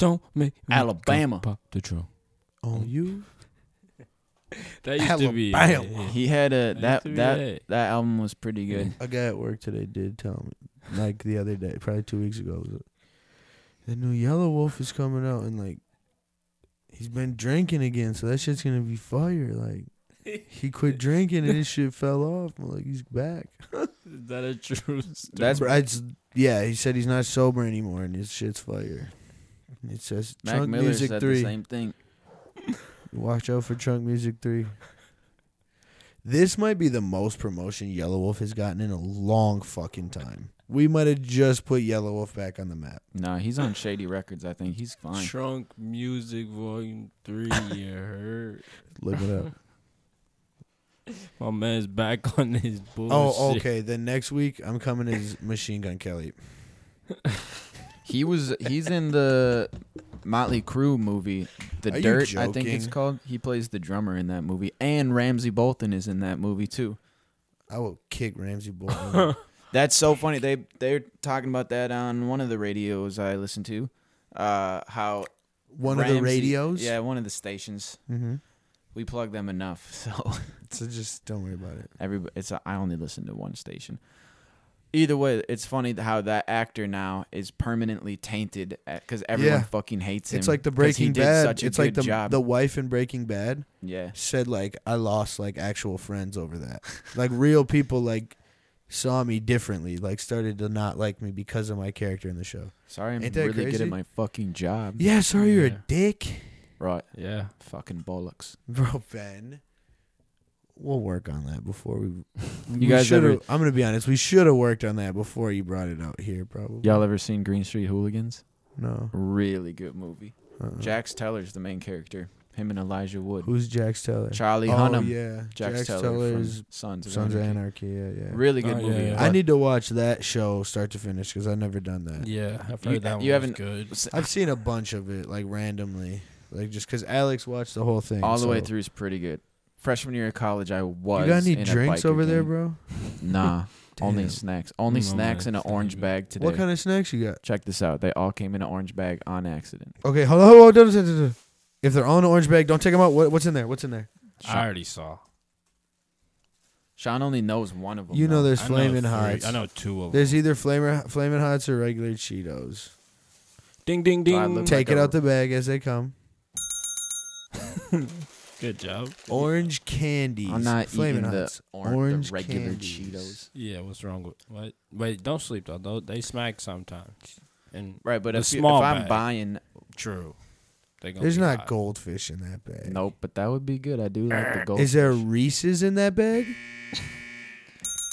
Speaker 3: don't make me
Speaker 1: Alabama.
Speaker 3: go Pop the drum.
Speaker 2: On you?
Speaker 3: That used to be.
Speaker 2: Alabama.
Speaker 1: he had a that
Speaker 3: to be
Speaker 1: that
Speaker 3: it.
Speaker 1: that album was pretty good.
Speaker 2: A guy at work today did tell me, like the other day, probably two weeks ago, was like, the new Yellow Wolf is coming out, and like, he's been drinking again, so that shit's gonna be
Speaker 1: [LAUGHS]
Speaker 2: fire. Like, he quit drinking and his shit fell off. I'm like, he's back.
Speaker 3: Is that a true story?
Speaker 1: That's
Speaker 2: Bro, it's- yeah. He said he's not sober anymore, and his shit's fire. It says
Speaker 1: Mac
Speaker 2: Trunk
Speaker 1: Miller
Speaker 2: Music
Speaker 1: said
Speaker 2: Three.
Speaker 1: the same thing.
Speaker 2: Watch out for Trunk Music 3. This might be the most promotion Yellow Wolf has gotten in a long fucking time. We might have just put Yellow Wolf back on the map.
Speaker 1: No, he's on Shady Records. I think he's fine.
Speaker 3: Trunk Music Volume 3. You
Speaker 2: [LAUGHS]
Speaker 3: heard.
Speaker 2: Look it
Speaker 1: [LAUGHS]
Speaker 2: up.
Speaker 3: My man's back [LAUGHS] on his bullshit.
Speaker 2: oh, okay. Then next week, I'm coming as Machine Gun Kelly.
Speaker 1: He was he's in the Motley Crue movie, The
Speaker 2: Are you
Speaker 1: Dirt. I think it's
Speaker 2: joking?
Speaker 1: called. He plays the drummer in that movie, and Ramsey Bolton is in that movie too.
Speaker 2: I will kick Ramsey Bolton.
Speaker 1: [LAUGHS] That's so funny. They they're talking about that on one of the radios I listen to. Uh, how
Speaker 2: One of
Speaker 1: Ramsey-
Speaker 2: the radios?
Speaker 1: yeah, one of the stations.
Speaker 2: Mm-hmm.
Speaker 1: We plug them enough, [LAUGHS] so
Speaker 2: So just don't worry about it.
Speaker 1: Every it's a, I only listen to one station. Either way, it's funny how that actor now is permanently tainted because everyone
Speaker 2: Yeah.
Speaker 1: fucking hates him.
Speaker 2: It's like the
Speaker 1: 'cause he
Speaker 2: Breaking
Speaker 1: did
Speaker 2: Bad.
Speaker 1: such a
Speaker 2: It's like
Speaker 1: good
Speaker 2: the,
Speaker 1: job.
Speaker 2: the wife in Breaking Bad.
Speaker 1: yeah.
Speaker 2: said like I lost like actual friends over that. Like real people like saw me differently, like started to not like me because of my character in the show.
Speaker 1: Sorry, I'm
Speaker 2: Ain't that
Speaker 1: really good at
Speaker 2: crazy?
Speaker 1: my fucking job.
Speaker 2: Yeah, sorry you're
Speaker 3: Yeah.
Speaker 2: a dick. [LAUGHS]
Speaker 1: Right,
Speaker 3: Yeah.
Speaker 1: fucking bollocks.
Speaker 2: Bro Ben. We'll work on that before we
Speaker 1: You
Speaker 2: we
Speaker 1: guys
Speaker 2: shoulda-
Speaker 1: ever-
Speaker 2: I'm gonna be honest, we should have worked on that before you brought it out here probably.
Speaker 1: Y'all ever seen Green Street Hooligans?
Speaker 2: No.
Speaker 1: Really good movie.
Speaker 2: uh-uh.
Speaker 1: Jax Teller's the main character. Him and Elijah Wood.
Speaker 2: Who's Jax Teller?
Speaker 1: Charlie
Speaker 2: oh,
Speaker 1: Hunnam.
Speaker 2: Yeah.
Speaker 1: Jax, Teller
Speaker 2: Teller's
Speaker 1: from Sons of
Speaker 2: Sons of
Speaker 1: Anarchy.
Speaker 2: Anarchy, yeah, yeah.
Speaker 1: Really good
Speaker 3: Oh,
Speaker 1: movie.
Speaker 3: yeah, yeah.
Speaker 2: I need to watch that show start to finish because I've never done that.
Speaker 3: Yeah. I've
Speaker 1: You-
Speaker 3: heard that one.
Speaker 1: you
Speaker 3: was
Speaker 1: haven't-
Speaker 3: good.
Speaker 2: I've seen a bunch of it, like randomly, like just because Alex watched the whole thing
Speaker 1: All the way
Speaker 2: so-
Speaker 1: through is pretty good. Freshman year of college, I was.
Speaker 2: You got any
Speaker 1: in a
Speaker 2: drinks
Speaker 1: biker
Speaker 2: over there,
Speaker 1: gang.
Speaker 2: bro? [LAUGHS]
Speaker 1: Nah, only
Speaker 2: Damn.
Speaker 1: snacks. Only
Speaker 3: No,
Speaker 1: snacks in an
Speaker 3: that's not
Speaker 1: orange
Speaker 3: good.
Speaker 1: bag today.
Speaker 2: What kind of snacks you got?
Speaker 1: Check this out. They all came in an orange bag on accident.
Speaker 2: Okay, hold on. Hold on don't- don't- don't- if they're all in an orange bag, don't take them out. What, what's in there? What's in there?
Speaker 3: I already saw.
Speaker 1: Sean only knows one of them.
Speaker 2: You know
Speaker 1: though.
Speaker 2: there's
Speaker 3: I know
Speaker 2: flaming
Speaker 3: three-
Speaker 2: hots.
Speaker 3: I know two of them.
Speaker 2: There's either flamer, flaming hots or regular Cheetos.
Speaker 3: Ding ding ding.
Speaker 1: I look like
Speaker 2: Take it
Speaker 1: a-
Speaker 2: out the bag as they come.
Speaker 3: Good job.
Speaker 2: Orange candies.
Speaker 1: I'm not
Speaker 2: flaming
Speaker 1: eating
Speaker 2: hots.
Speaker 1: the, or-
Speaker 2: Orange
Speaker 1: the regular
Speaker 2: candies.
Speaker 1: Cheetos.
Speaker 3: Yeah, what's wrong with what? Wait, don't sleep though. Though they smack sometimes. And
Speaker 1: Right, but
Speaker 3: The
Speaker 1: if, you, if
Speaker 3: small
Speaker 1: I'm
Speaker 3: bag.
Speaker 1: buying,
Speaker 3: true, they gonna
Speaker 2: There's
Speaker 3: be
Speaker 2: not
Speaker 3: hot.
Speaker 2: goldfish in that bag.
Speaker 1: Oh, nope. But that would be good. I do like the gold.
Speaker 2: Is there Reese's in that bag?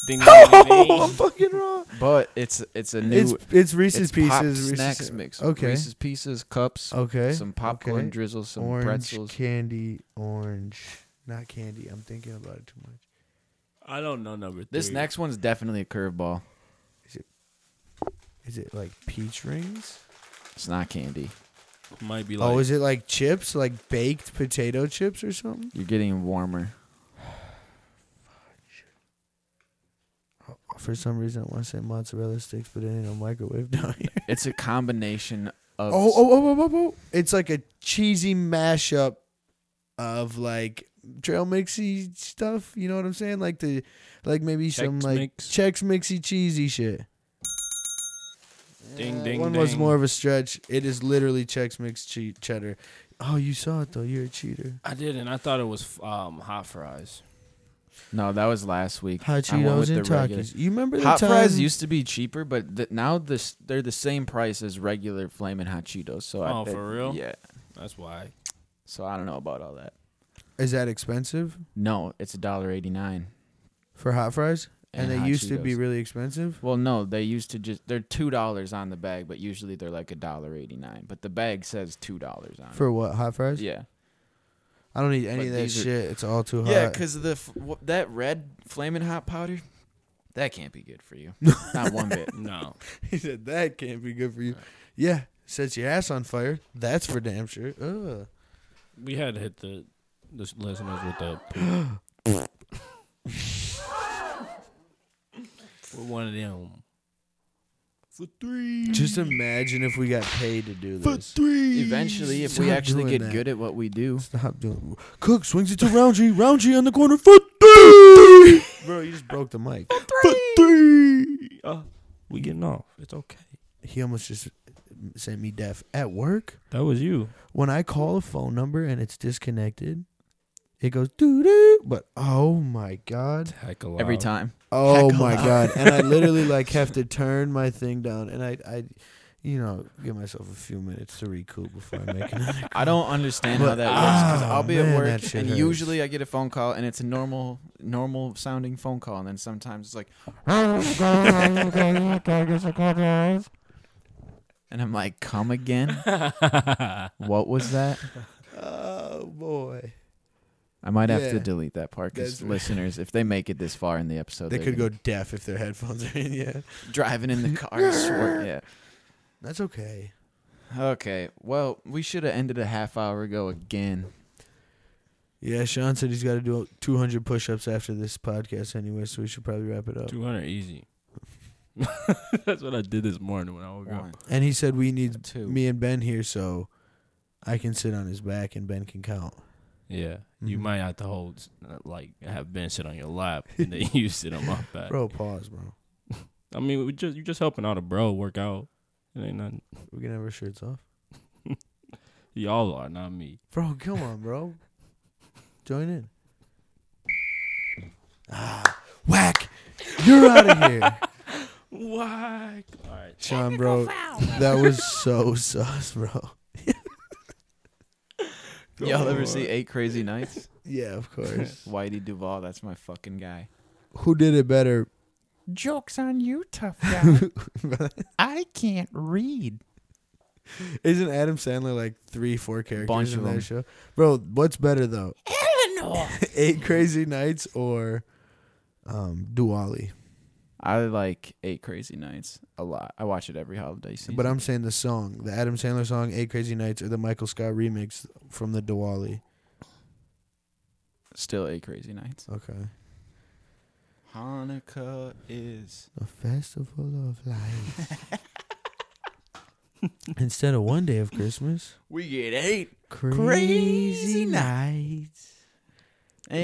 Speaker 3: Ding, ding,
Speaker 2: [LAUGHS]
Speaker 3: ding,
Speaker 2: Oh, I'm
Speaker 3: ding.
Speaker 2: fucking wrong.
Speaker 1: But it's it's a new.
Speaker 2: It's it's Reese's
Speaker 1: it's
Speaker 2: pieces.
Speaker 1: Pop
Speaker 2: Reese's
Speaker 1: snacks mix.
Speaker 2: Okay.
Speaker 1: Reese's pieces, cups,
Speaker 2: okay.
Speaker 1: some popcorn
Speaker 2: okay.
Speaker 1: drizzle, some
Speaker 2: orange
Speaker 1: pretzels.
Speaker 2: candy. Orange. Not candy. I'm thinking about it too much.
Speaker 3: I don't know number three.
Speaker 1: This next one's definitely a curveball.
Speaker 2: Is it like peach rings?
Speaker 1: It's not candy.
Speaker 3: might be like.
Speaker 2: oh, is it like chips? Like baked potato chips or something?
Speaker 1: You're getting
Speaker 2: [LAUGHS]
Speaker 1: warmer.
Speaker 2: For some reason, I want to say mozzarella sticks, but it ain't no microwave [LAUGHS] down here.
Speaker 1: It's a combination of.
Speaker 2: Oh, oh, oh, oh, oh, oh. It's like a cheesy mashup of like trail mixy stuff. You know what I'm saying? Like the, like maybe some
Speaker 3: Chex
Speaker 2: like
Speaker 3: Mix.
Speaker 2: Chex mixy cheesy shit.
Speaker 3: ding
Speaker 2: Uh,
Speaker 3: ding.
Speaker 2: One
Speaker 3: ding.
Speaker 2: was more of a stretch. It is literally Chex Mix che- cheddar. Oh, you saw it though. You're a cheater.
Speaker 3: I did, and I thought it was um hot fries.
Speaker 1: No, that was last week.
Speaker 2: Hot
Speaker 1: I went
Speaker 2: Cheetos
Speaker 1: with
Speaker 2: and
Speaker 1: the regular.
Speaker 2: Takis. You remember the
Speaker 1: Hot
Speaker 2: time?
Speaker 1: fries used to be cheaper, but th- now this they're the same price as regular flaming hot Cheetos. So I,
Speaker 3: Oh,
Speaker 1: bet-
Speaker 3: for real?
Speaker 1: Yeah.
Speaker 3: That's why.
Speaker 1: So I don't know about all that.
Speaker 2: Is that expensive
Speaker 1: No, it's a dollar eighty nine.
Speaker 2: for hot fries? And, they
Speaker 1: hot
Speaker 2: used to
Speaker 1: Cheetos.
Speaker 2: be really expensive.
Speaker 1: Well, no, they used to just they're two dollars on the bag, but usually they're like a dollar eighty nine. But the bag says two dollars on
Speaker 2: For what hot
Speaker 1: it.
Speaker 2: fries?
Speaker 1: Yeah.
Speaker 2: I don't need any
Speaker 1: But
Speaker 2: of that
Speaker 1: these are-
Speaker 2: shit. It's all too
Speaker 1: [LAUGHS]
Speaker 2: hot.
Speaker 1: Yeah, because the f- w- that red flaming hot powder, that can't be good for you.
Speaker 2: [LAUGHS]
Speaker 1: Not one bit.
Speaker 3: No,
Speaker 2: [LAUGHS] he said that can't be good for you. Yeah, sets your ass on fire. That's for damn sure. Ugh.
Speaker 3: we had to hit the the listeners with the. We're one of them. For three.
Speaker 2: Just imagine if we got paid to do
Speaker 3: for
Speaker 2: this.
Speaker 3: three.
Speaker 1: Eventually, if we
Speaker 2: Stop
Speaker 1: actually
Speaker 2: doing
Speaker 1: get
Speaker 2: that.
Speaker 1: good at what we do,
Speaker 2: Stop doing. Cook swings it to Roundtree. Roundtree on the corner for three. Bro, you just broke the mic.
Speaker 3: For three. Uh, we getting off. It's okay.
Speaker 2: He almost just sent me deaf at work.
Speaker 3: That was you.
Speaker 2: When I call a phone number and it's disconnected, it goes doo doo. But oh my god.
Speaker 3: Heckle.
Speaker 1: every
Speaker 3: out.
Speaker 1: time.
Speaker 2: Oh
Speaker 1: Heckle
Speaker 2: my
Speaker 1: out.
Speaker 2: god! And [LAUGHS] I literally like have to turn my thing down, and I, I, you know, give myself a few minutes to recoup before I make another.
Speaker 1: I don't understand how
Speaker 2: But-
Speaker 1: that works because
Speaker 2: Ah,
Speaker 1: I'll be
Speaker 2: man,
Speaker 1: at
Speaker 2: that
Speaker 1: work
Speaker 2: shit
Speaker 1: and
Speaker 2: hurts.
Speaker 1: usually I get a phone call and it's a normal, normal sounding phone call, and then sometimes it's
Speaker 2: [LAUGHS]
Speaker 1: like, and I'm like, come again? What was that?
Speaker 2: Oh boy!
Speaker 1: I might have to
Speaker 2: Yeah.
Speaker 1: delete that part
Speaker 2: That's
Speaker 1: because
Speaker 2: right.
Speaker 1: listeners, if they make it this far in the episode,
Speaker 2: They
Speaker 1: they're
Speaker 2: could
Speaker 1: gonna
Speaker 2: go deaf if their headphones are in. Yeah,
Speaker 1: be driving in the car. and
Speaker 2: [LAUGHS]
Speaker 1: swear. Yeah.
Speaker 2: that's okay.
Speaker 1: Okay. Well, we should have ended a half hour ago again.
Speaker 2: Yeah, Sean said he's got to do 200 push-ups after this podcast anyway, so we should probably wrap it up.
Speaker 3: [LAUGHS] Two hundred easy. [LAUGHS] That's what I did this morning when I woke up.
Speaker 1: One,
Speaker 2: And he said we need
Speaker 1: two.
Speaker 2: me and Ben here, so I can sit on his back and Ben can count.
Speaker 3: Yeah, you
Speaker 2: Mhm.
Speaker 3: might have to hold uh, like have Ben sit on your [LAUGHS] lap and then you sit on my back.
Speaker 2: Bro, pause, bro.
Speaker 3: I mean, we just you're just helping out a bro work out. It ain't nothing.
Speaker 2: We can have our shirts off.
Speaker 3: Y'all are not me.
Speaker 2: Bro, come on, bro. Join in. Ah, whack. You're out of here.
Speaker 3: Why? All right.
Speaker 2: Sean, bro. That was so [LAUGHS] sus, bro.
Speaker 1: Y'all ever see Eight Crazy Nights?
Speaker 2: Yeah, of course.
Speaker 1: Whitey Duvall, that's my fucking guy.
Speaker 2: Who did it better?
Speaker 1: Joke's on you, tough guy.
Speaker 2: [LAUGHS]
Speaker 1: I can't read.
Speaker 2: Isn't Adam Sandler like three, four characters
Speaker 1: Bunch
Speaker 2: in
Speaker 1: of
Speaker 2: that
Speaker 1: them.
Speaker 2: show? Bro, what's better though?
Speaker 1: Eleanor.
Speaker 2: [LAUGHS] Eight Crazy Nights or um Diwali?
Speaker 1: I like Eight Crazy Nights a lot. I watch it every holiday season.
Speaker 2: But I'm saying the song, the Adam Sandler song, Eight Crazy Nights, or the Michael Scott remix from the Diwali.
Speaker 1: still Eight Crazy Nights.
Speaker 2: Okay.
Speaker 1: Hanukkah is
Speaker 2: A festival of lights.
Speaker 1: [LAUGHS]
Speaker 2: Instead of one day of Christmas,
Speaker 1: we get eight
Speaker 2: crazy,
Speaker 1: Crazy
Speaker 2: nights.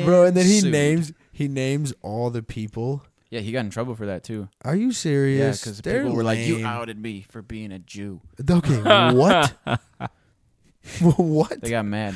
Speaker 2: bro. And then he
Speaker 1: sued.
Speaker 2: names he names all the people.
Speaker 1: Yeah, he got in trouble for that too.
Speaker 2: Are you
Speaker 1: Yeah,
Speaker 2: serious?
Speaker 1: because
Speaker 2: They're
Speaker 1: people were like, "You
Speaker 2: lame.
Speaker 1: outed me for being a Jew." [LAUGHS]
Speaker 2: Okay, what? what?
Speaker 1: They got
Speaker 2: [LAUGHS]
Speaker 1: mad.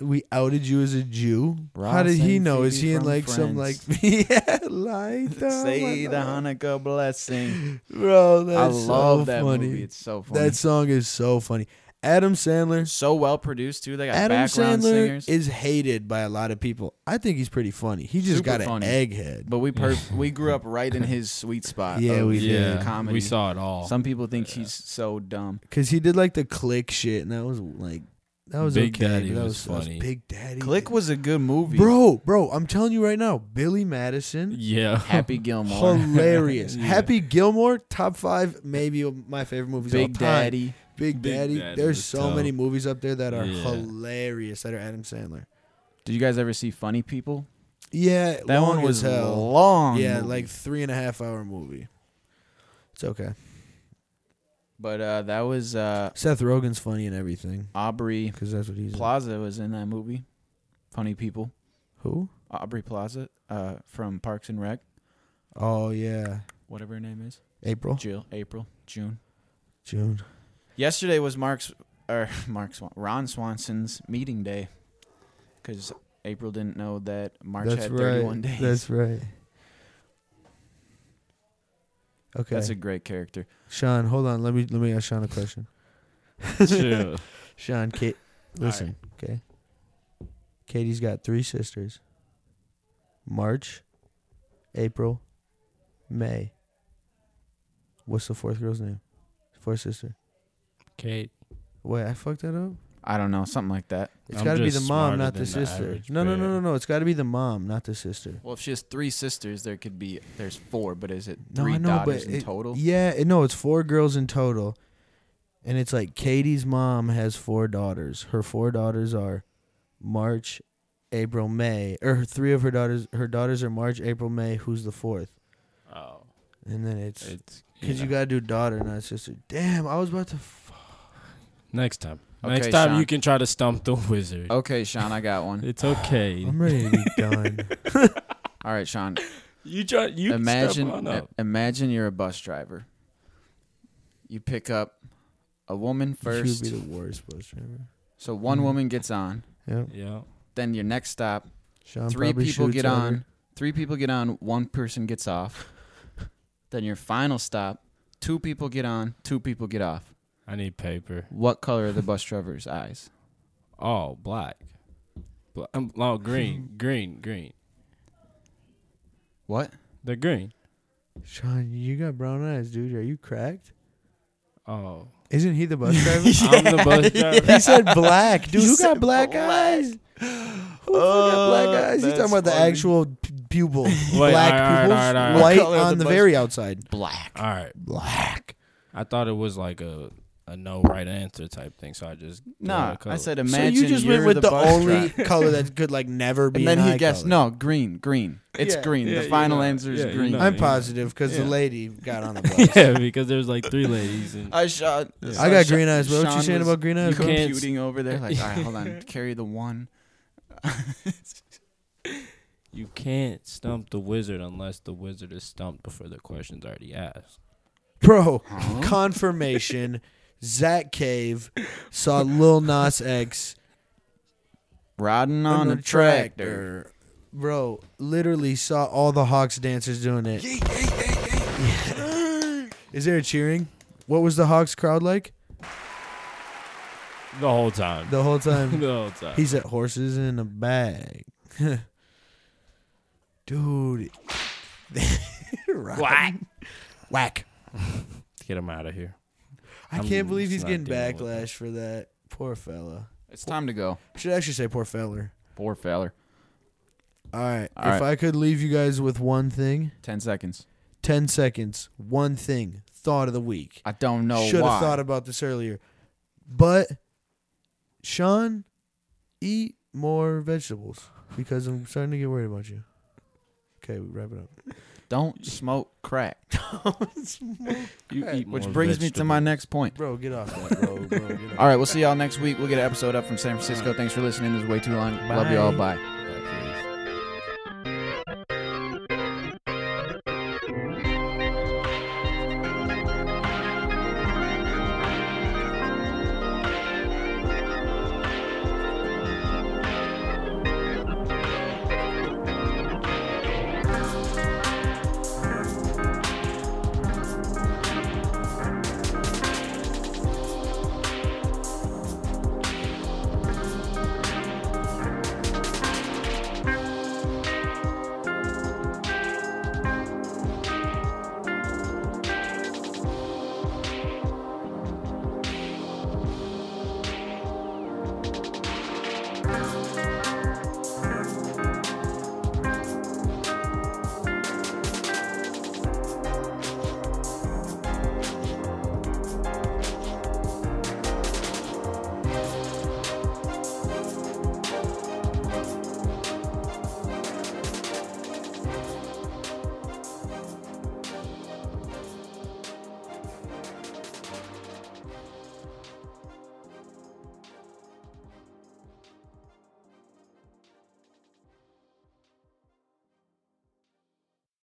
Speaker 2: we outed you as a Jew. How
Speaker 1: Ross
Speaker 2: did he
Speaker 1: and
Speaker 2: know? Is
Speaker 1: Phoebe
Speaker 2: he in
Speaker 1: from
Speaker 2: like some like [LAUGHS]
Speaker 1: Friends.
Speaker 2: yeah, like
Speaker 1: [LAUGHS] Say the Hanukkah blessing.
Speaker 2: [LAUGHS] bro? That's
Speaker 1: I
Speaker 2: so
Speaker 1: love that
Speaker 2: funny.
Speaker 1: movie. It's so funny.
Speaker 2: That song is so funny. Adam Sandler.
Speaker 1: so well produced too. They got
Speaker 2: Adam
Speaker 1: background
Speaker 2: Sandler
Speaker 1: singers.
Speaker 2: is hated by a lot of people. I think he's pretty funny. He just
Speaker 1: Super
Speaker 2: got an
Speaker 1: funny.
Speaker 2: egghead.
Speaker 1: but we
Speaker 2: [LAUGHS]
Speaker 1: per- we grew up right in his sweet spot.
Speaker 2: Yeah,
Speaker 1: of
Speaker 2: we
Speaker 3: yeah,
Speaker 1: Comedy.
Speaker 3: we saw it all.
Speaker 1: Some people think he's so dumb.
Speaker 2: Cause he did like the click shit, and that was like that was
Speaker 3: Big
Speaker 2: okay.
Speaker 3: Daddy
Speaker 2: but that
Speaker 3: was
Speaker 2: that
Speaker 3: funny.
Speaker 2: Big Daddy,
Speaker 1: Click was a good movie,
Speaker 2: bro, bro. I'm telling you right now, Billy Madison,
Speaker 3: yeah,
Speaker 1: Happy
Speaker 2: [LAUGHS]
Speaker 1: Gilmore,
Speaker 2: hilarious.
Speaker 3: [LAUGHS] Yeah.
Speaker 2: Happy Gilmore, top five, maybe my favorite
Speaker 1: [LAUGHS]
Speaker 2: movies.
Speaker 1: Big
Speaker 2: of all time.
Speaker 1: Daddy.
Speaker 2: Big
Speaker 3: Big
Speaker 2: Daddy.
Speaker 3: Daddy
Speaker 2: There's
Speaker 3: was
Speaker 2: so
Speaker 3: dope.
Speaker 2: many movies up there that are
Speaker 3: Yeah.
Speaker 2: hilarious that are Adam Sandler.
Speaker 1: Did you guys ever see Funny People?
Speaker 2: Yeah,
Speaker 1: That
Speaker 2: long
Speaker 1: one was
Speaker 2: as hell.
Speaker 1: long.
Speaker 2: yeah,
Speaker 1: movie.
Speaker 2: like three and a half hour movie. It's okay.
Speaker 1: But uh, that was uh,
Speaker 2: Seth Rogen's funny and everything
Speaker 1: Aubrey
Speaker 2: because that's what he's.
Speaker 1: Plaza was in that movie. Funny People.
Speaker 2: Who?
Speaker 1: Aubrey Plaza uh, from Parks and Rec,
Speaker 2: Oh yeah,
Speaker 1: whatever her name is.
Speaker 2: April,
Speaker 1: Jill, April, June.
Speaker 2: June.
Speaker 1: Yesterday was Mark's or [LAUGHS] Mark Swan, Ron Swanson's meeting day because April didn't know that March
Speaker 2: that's
Speaker 1: had
Speaker 2: right.
Speaker 1: 31 days.
Speaker 2: That's right. Okay,
Speaker 1: That's a great character.
Speaker 2: Sean. Hold on. Let me let me ask Sean a question.
Speaker 3: Chill.
Speaker 2: Sean, [LAUGHS] Kate, listen, okay. Katie's got three sisters. March, April, May. What's the fourth girl's name? Fourth sister.
Speaker 3: Kate.
Speaker 2: Wait, I fucked that up.
Speaker 1: I don't know, something like that.
Speaker 2: It's
Speaker 3: I'm
Speaker 2: got to be
Speaker 3: just
Speaker 2: the mom,
Speaker 3: smarter
Speaker 2: not the
Speaker 3: than the
Speaker 2: sister.
Speaker 3: average
Speaker 2: no, no, no,
Speaker 3: bear.
Speaker 2: no, no. It's got to be the mom, not the sister.
Speaker 1: Well, if she has three sisters, there could be there's four, but is it
Speaker 2: No,
Speaker 1: three
Speaker 2: I know, but
Speaker 1: daughters in
Speaker 2: it-
Speaker 1: total?
Speaker 2: Yeah, it, no, it's four girls in total. And it's like Katie's mom has four daughters. Her four daughters are March, April, May, or her- three of her daughters. Her daughters are March, April, May. Who's the fourth?
Speaker 3: Oh,
Speaker 2: And then it's
Speaker 3: it's
Speaker 2: because you gotta do daughter, not sister. Damn, I was about to. F-
Speaker 3: next time.
Speaker 1: Okay,
Speaker 3: next time
Speaker 1: Sean. Oh.
Speaker 3: you can try to stump the wizard.
Speaker 1: Okay, Sean, I got
Speaker 2: [LAUGHS]
Speaker 1: one.
Speaker 3: It's okay.
Speaker 2: I'm ready
Speaker 1: [LAUGHS]
Speaker 2: to be done.
Speaker 1: All right, Sean.
Speaker 3: you try. You
Speaker 1: imagine
Speaker 3: Step on
Speaker 1: i-
Speaker 3: up.
Speaker 1: imagine you're a bus driver. You pick up a woman
Speaker 2: First,
Speaker 1: first.
Speaker 2: she would be the Mm. worst bus driver.
Speaker 1: So one woman gets on,
Speaker 2: Yep.
Speaker 3: Yeah.
Speaker 1: then your next stop
Speaker 2: Sean
Speaker 1: three
Speaker 2: probably
Speaker 1: people
Speaker 2: shoots
Speaker 1: get
Speaker 2: at
Speaker 1: on.
Speaker 2: her.
Speaker 1: Three people get on. One person gets off. [LAUGHS] then your final stop. Two people get on. Two people get off.
Speaker 3: I need paper.
Speaker 1: What color are the bus driver's eyes?
Speaker 3: Oh, black. Bla- um, oh, green, green, green.
Speaker 1: What?
Speaker 3: They're green.
Speaker 2: Sean, you got brown eyes, dude. Are you cracked?
Speaker 3: Oh,
Speaker 2: Isn't he the bus [LAUGHS] driver?
Speaker 3: I'm the bus driver.
Speaker 2: He [LAUGHS] said black, dude. Who got black, Oh, eyes? Who got black
Speaker 1: Uh,
Speaker 2: eyes? He's talking
Speaker 1: that's
Speaker 2: about the
Speaker 1: funny.
Speaker 2: actual p- [LAUGHS] pupil,
Speaker 3: all
Speaker 2: black
Speaker 3: right, all right,
Speaker 2: pupils,
Speaker 3: all right, all right.
Speaker 2: white
Speaker 1: What color
Speaker 2: on
Speaker 1: the
Speaker 2: the
Speaker 1: bus-
Speaker 2: very outside.
Speaker 1: Black.
Speaker 3: All right.
Speaker 2: Black.
Speaker 3: I thought it was like a a no right answer type thing, so I just threw out
Speaker 1: Nah,
Speaker 3: a color.
Speaker 1: I said imagine
Speaker 2: so you just went
Speaker 1: you're
Speaker 2: with
Speaker 1: the,
Speaker 2: the,
Speaker 1: bus
Speaker 2: only [LAUGHS]
Speaker 1: driver.
Speaker 2: color that could
Speaker 1: [LAUGHS]
Speaker 2: like never be.
Speaker 1: And then
Speaker 2: an
Speaker 1: he
Speaker 2: eye
Speaker 1: guessed. No,
Speaker 2: color.
Speaker 1: green, green. It's
Speaker 2: Yeah.
Speaker 1: green.
Speaker 3: Yeah,
Speaker 1: the
Speaker 3: you
Speaker 1: final
Speaker 3: know.
Speaker 1: answer is
Speaker 3: Yeah, you
Speaker 1: green.
Speaker 3: know.
Speaker 2: I'm
Speaker 3: Yeah.
Speaker 2: positive because
Speaker 3: Yeah.
Speaker 2: the lady got on the bus.
Speaker 3: [LAUGHS] yeah, because there's like three ladies and
Speaker 1: I shot.
Speaker 2: I got green eyes, bro. What you
Speaker 1: Sean
Speaker 2: saying
Speaker 1: was-
Speaker 2: about green
Speaker 1: You
Speaker 2: eyes? bro?
Speaker 3: can't-
Speaker 1: computing over there? Like, all right, hold [LAUGHS] on. Carry the one.
Speaker 3: you can't stump the wizard unless the wizard is stumped before the question's already asked.
Speaker 2: Bro,
Speaker 1: Huh?
Speaker 2: confirmation. Zach Cave saw Lil Nas X
Speaker 1: Riding on a tractor.
Speaker 2: Bro, literally saw all the Hawks dancers doing it. Is there a cheering? What was the Hawks crowd like
Speaker 3: The whole time.
Speaker 2: the whole time?
Speaker 3: [LAUGHS] the whole time.
Speaker 2: he said horses in a bag. [LAUGHS] Dude. [LAUGHS] whack. Whack.
Speaker 3: Get him out of here.
Speaker 2: I
Speaker 3: I'm
Speaker 2: can't believe he's
Speaker 3: not
Speaker 2: getting
Speaker 3: dealing with
Speaker 2: backlash for that. Poor fella.
Speaker 1: It's time to go.
Speaker 2: Should actually say poor feller.
Speaker 1: Poor feller.
Speaker 2: All right.
Speaker 1: All
Speaker 2: if
Speaker 1: right.
Speaker 2: I could leave you guys with one thing,
Speaker 1: Ten seconds.
Speaker 2: 10 seconds, one thing, thought of the week.
Speaker 1: I don't know
Speaker 2: Should
Speaker 1: why.
Speaker 2: have thought about this earlier. But Sean, eat more vegetables because I'm starting to get worried about you. Okay, we wrap it up.
Speaker 1: don't smoke [LAUGHS] crack. [LAUGHS]
Speaker 3: You
Speaker 2: Okay.
Speaker 3: eat
Speaker 1: Which
Speaker 3: more
Speaker 1: brings me to my
Speaker 3: vegetables.
Speaker 1: next point.
Speaker 2: Bro, get off that, bro. bro get off.
Speaker 1: All right, we'll see y'all next week. We'll get an episode up from San Francisco. Thanks for listening. This is way too long. Love you all.
Speaker 2: Bye.
Speaker 1: Bye.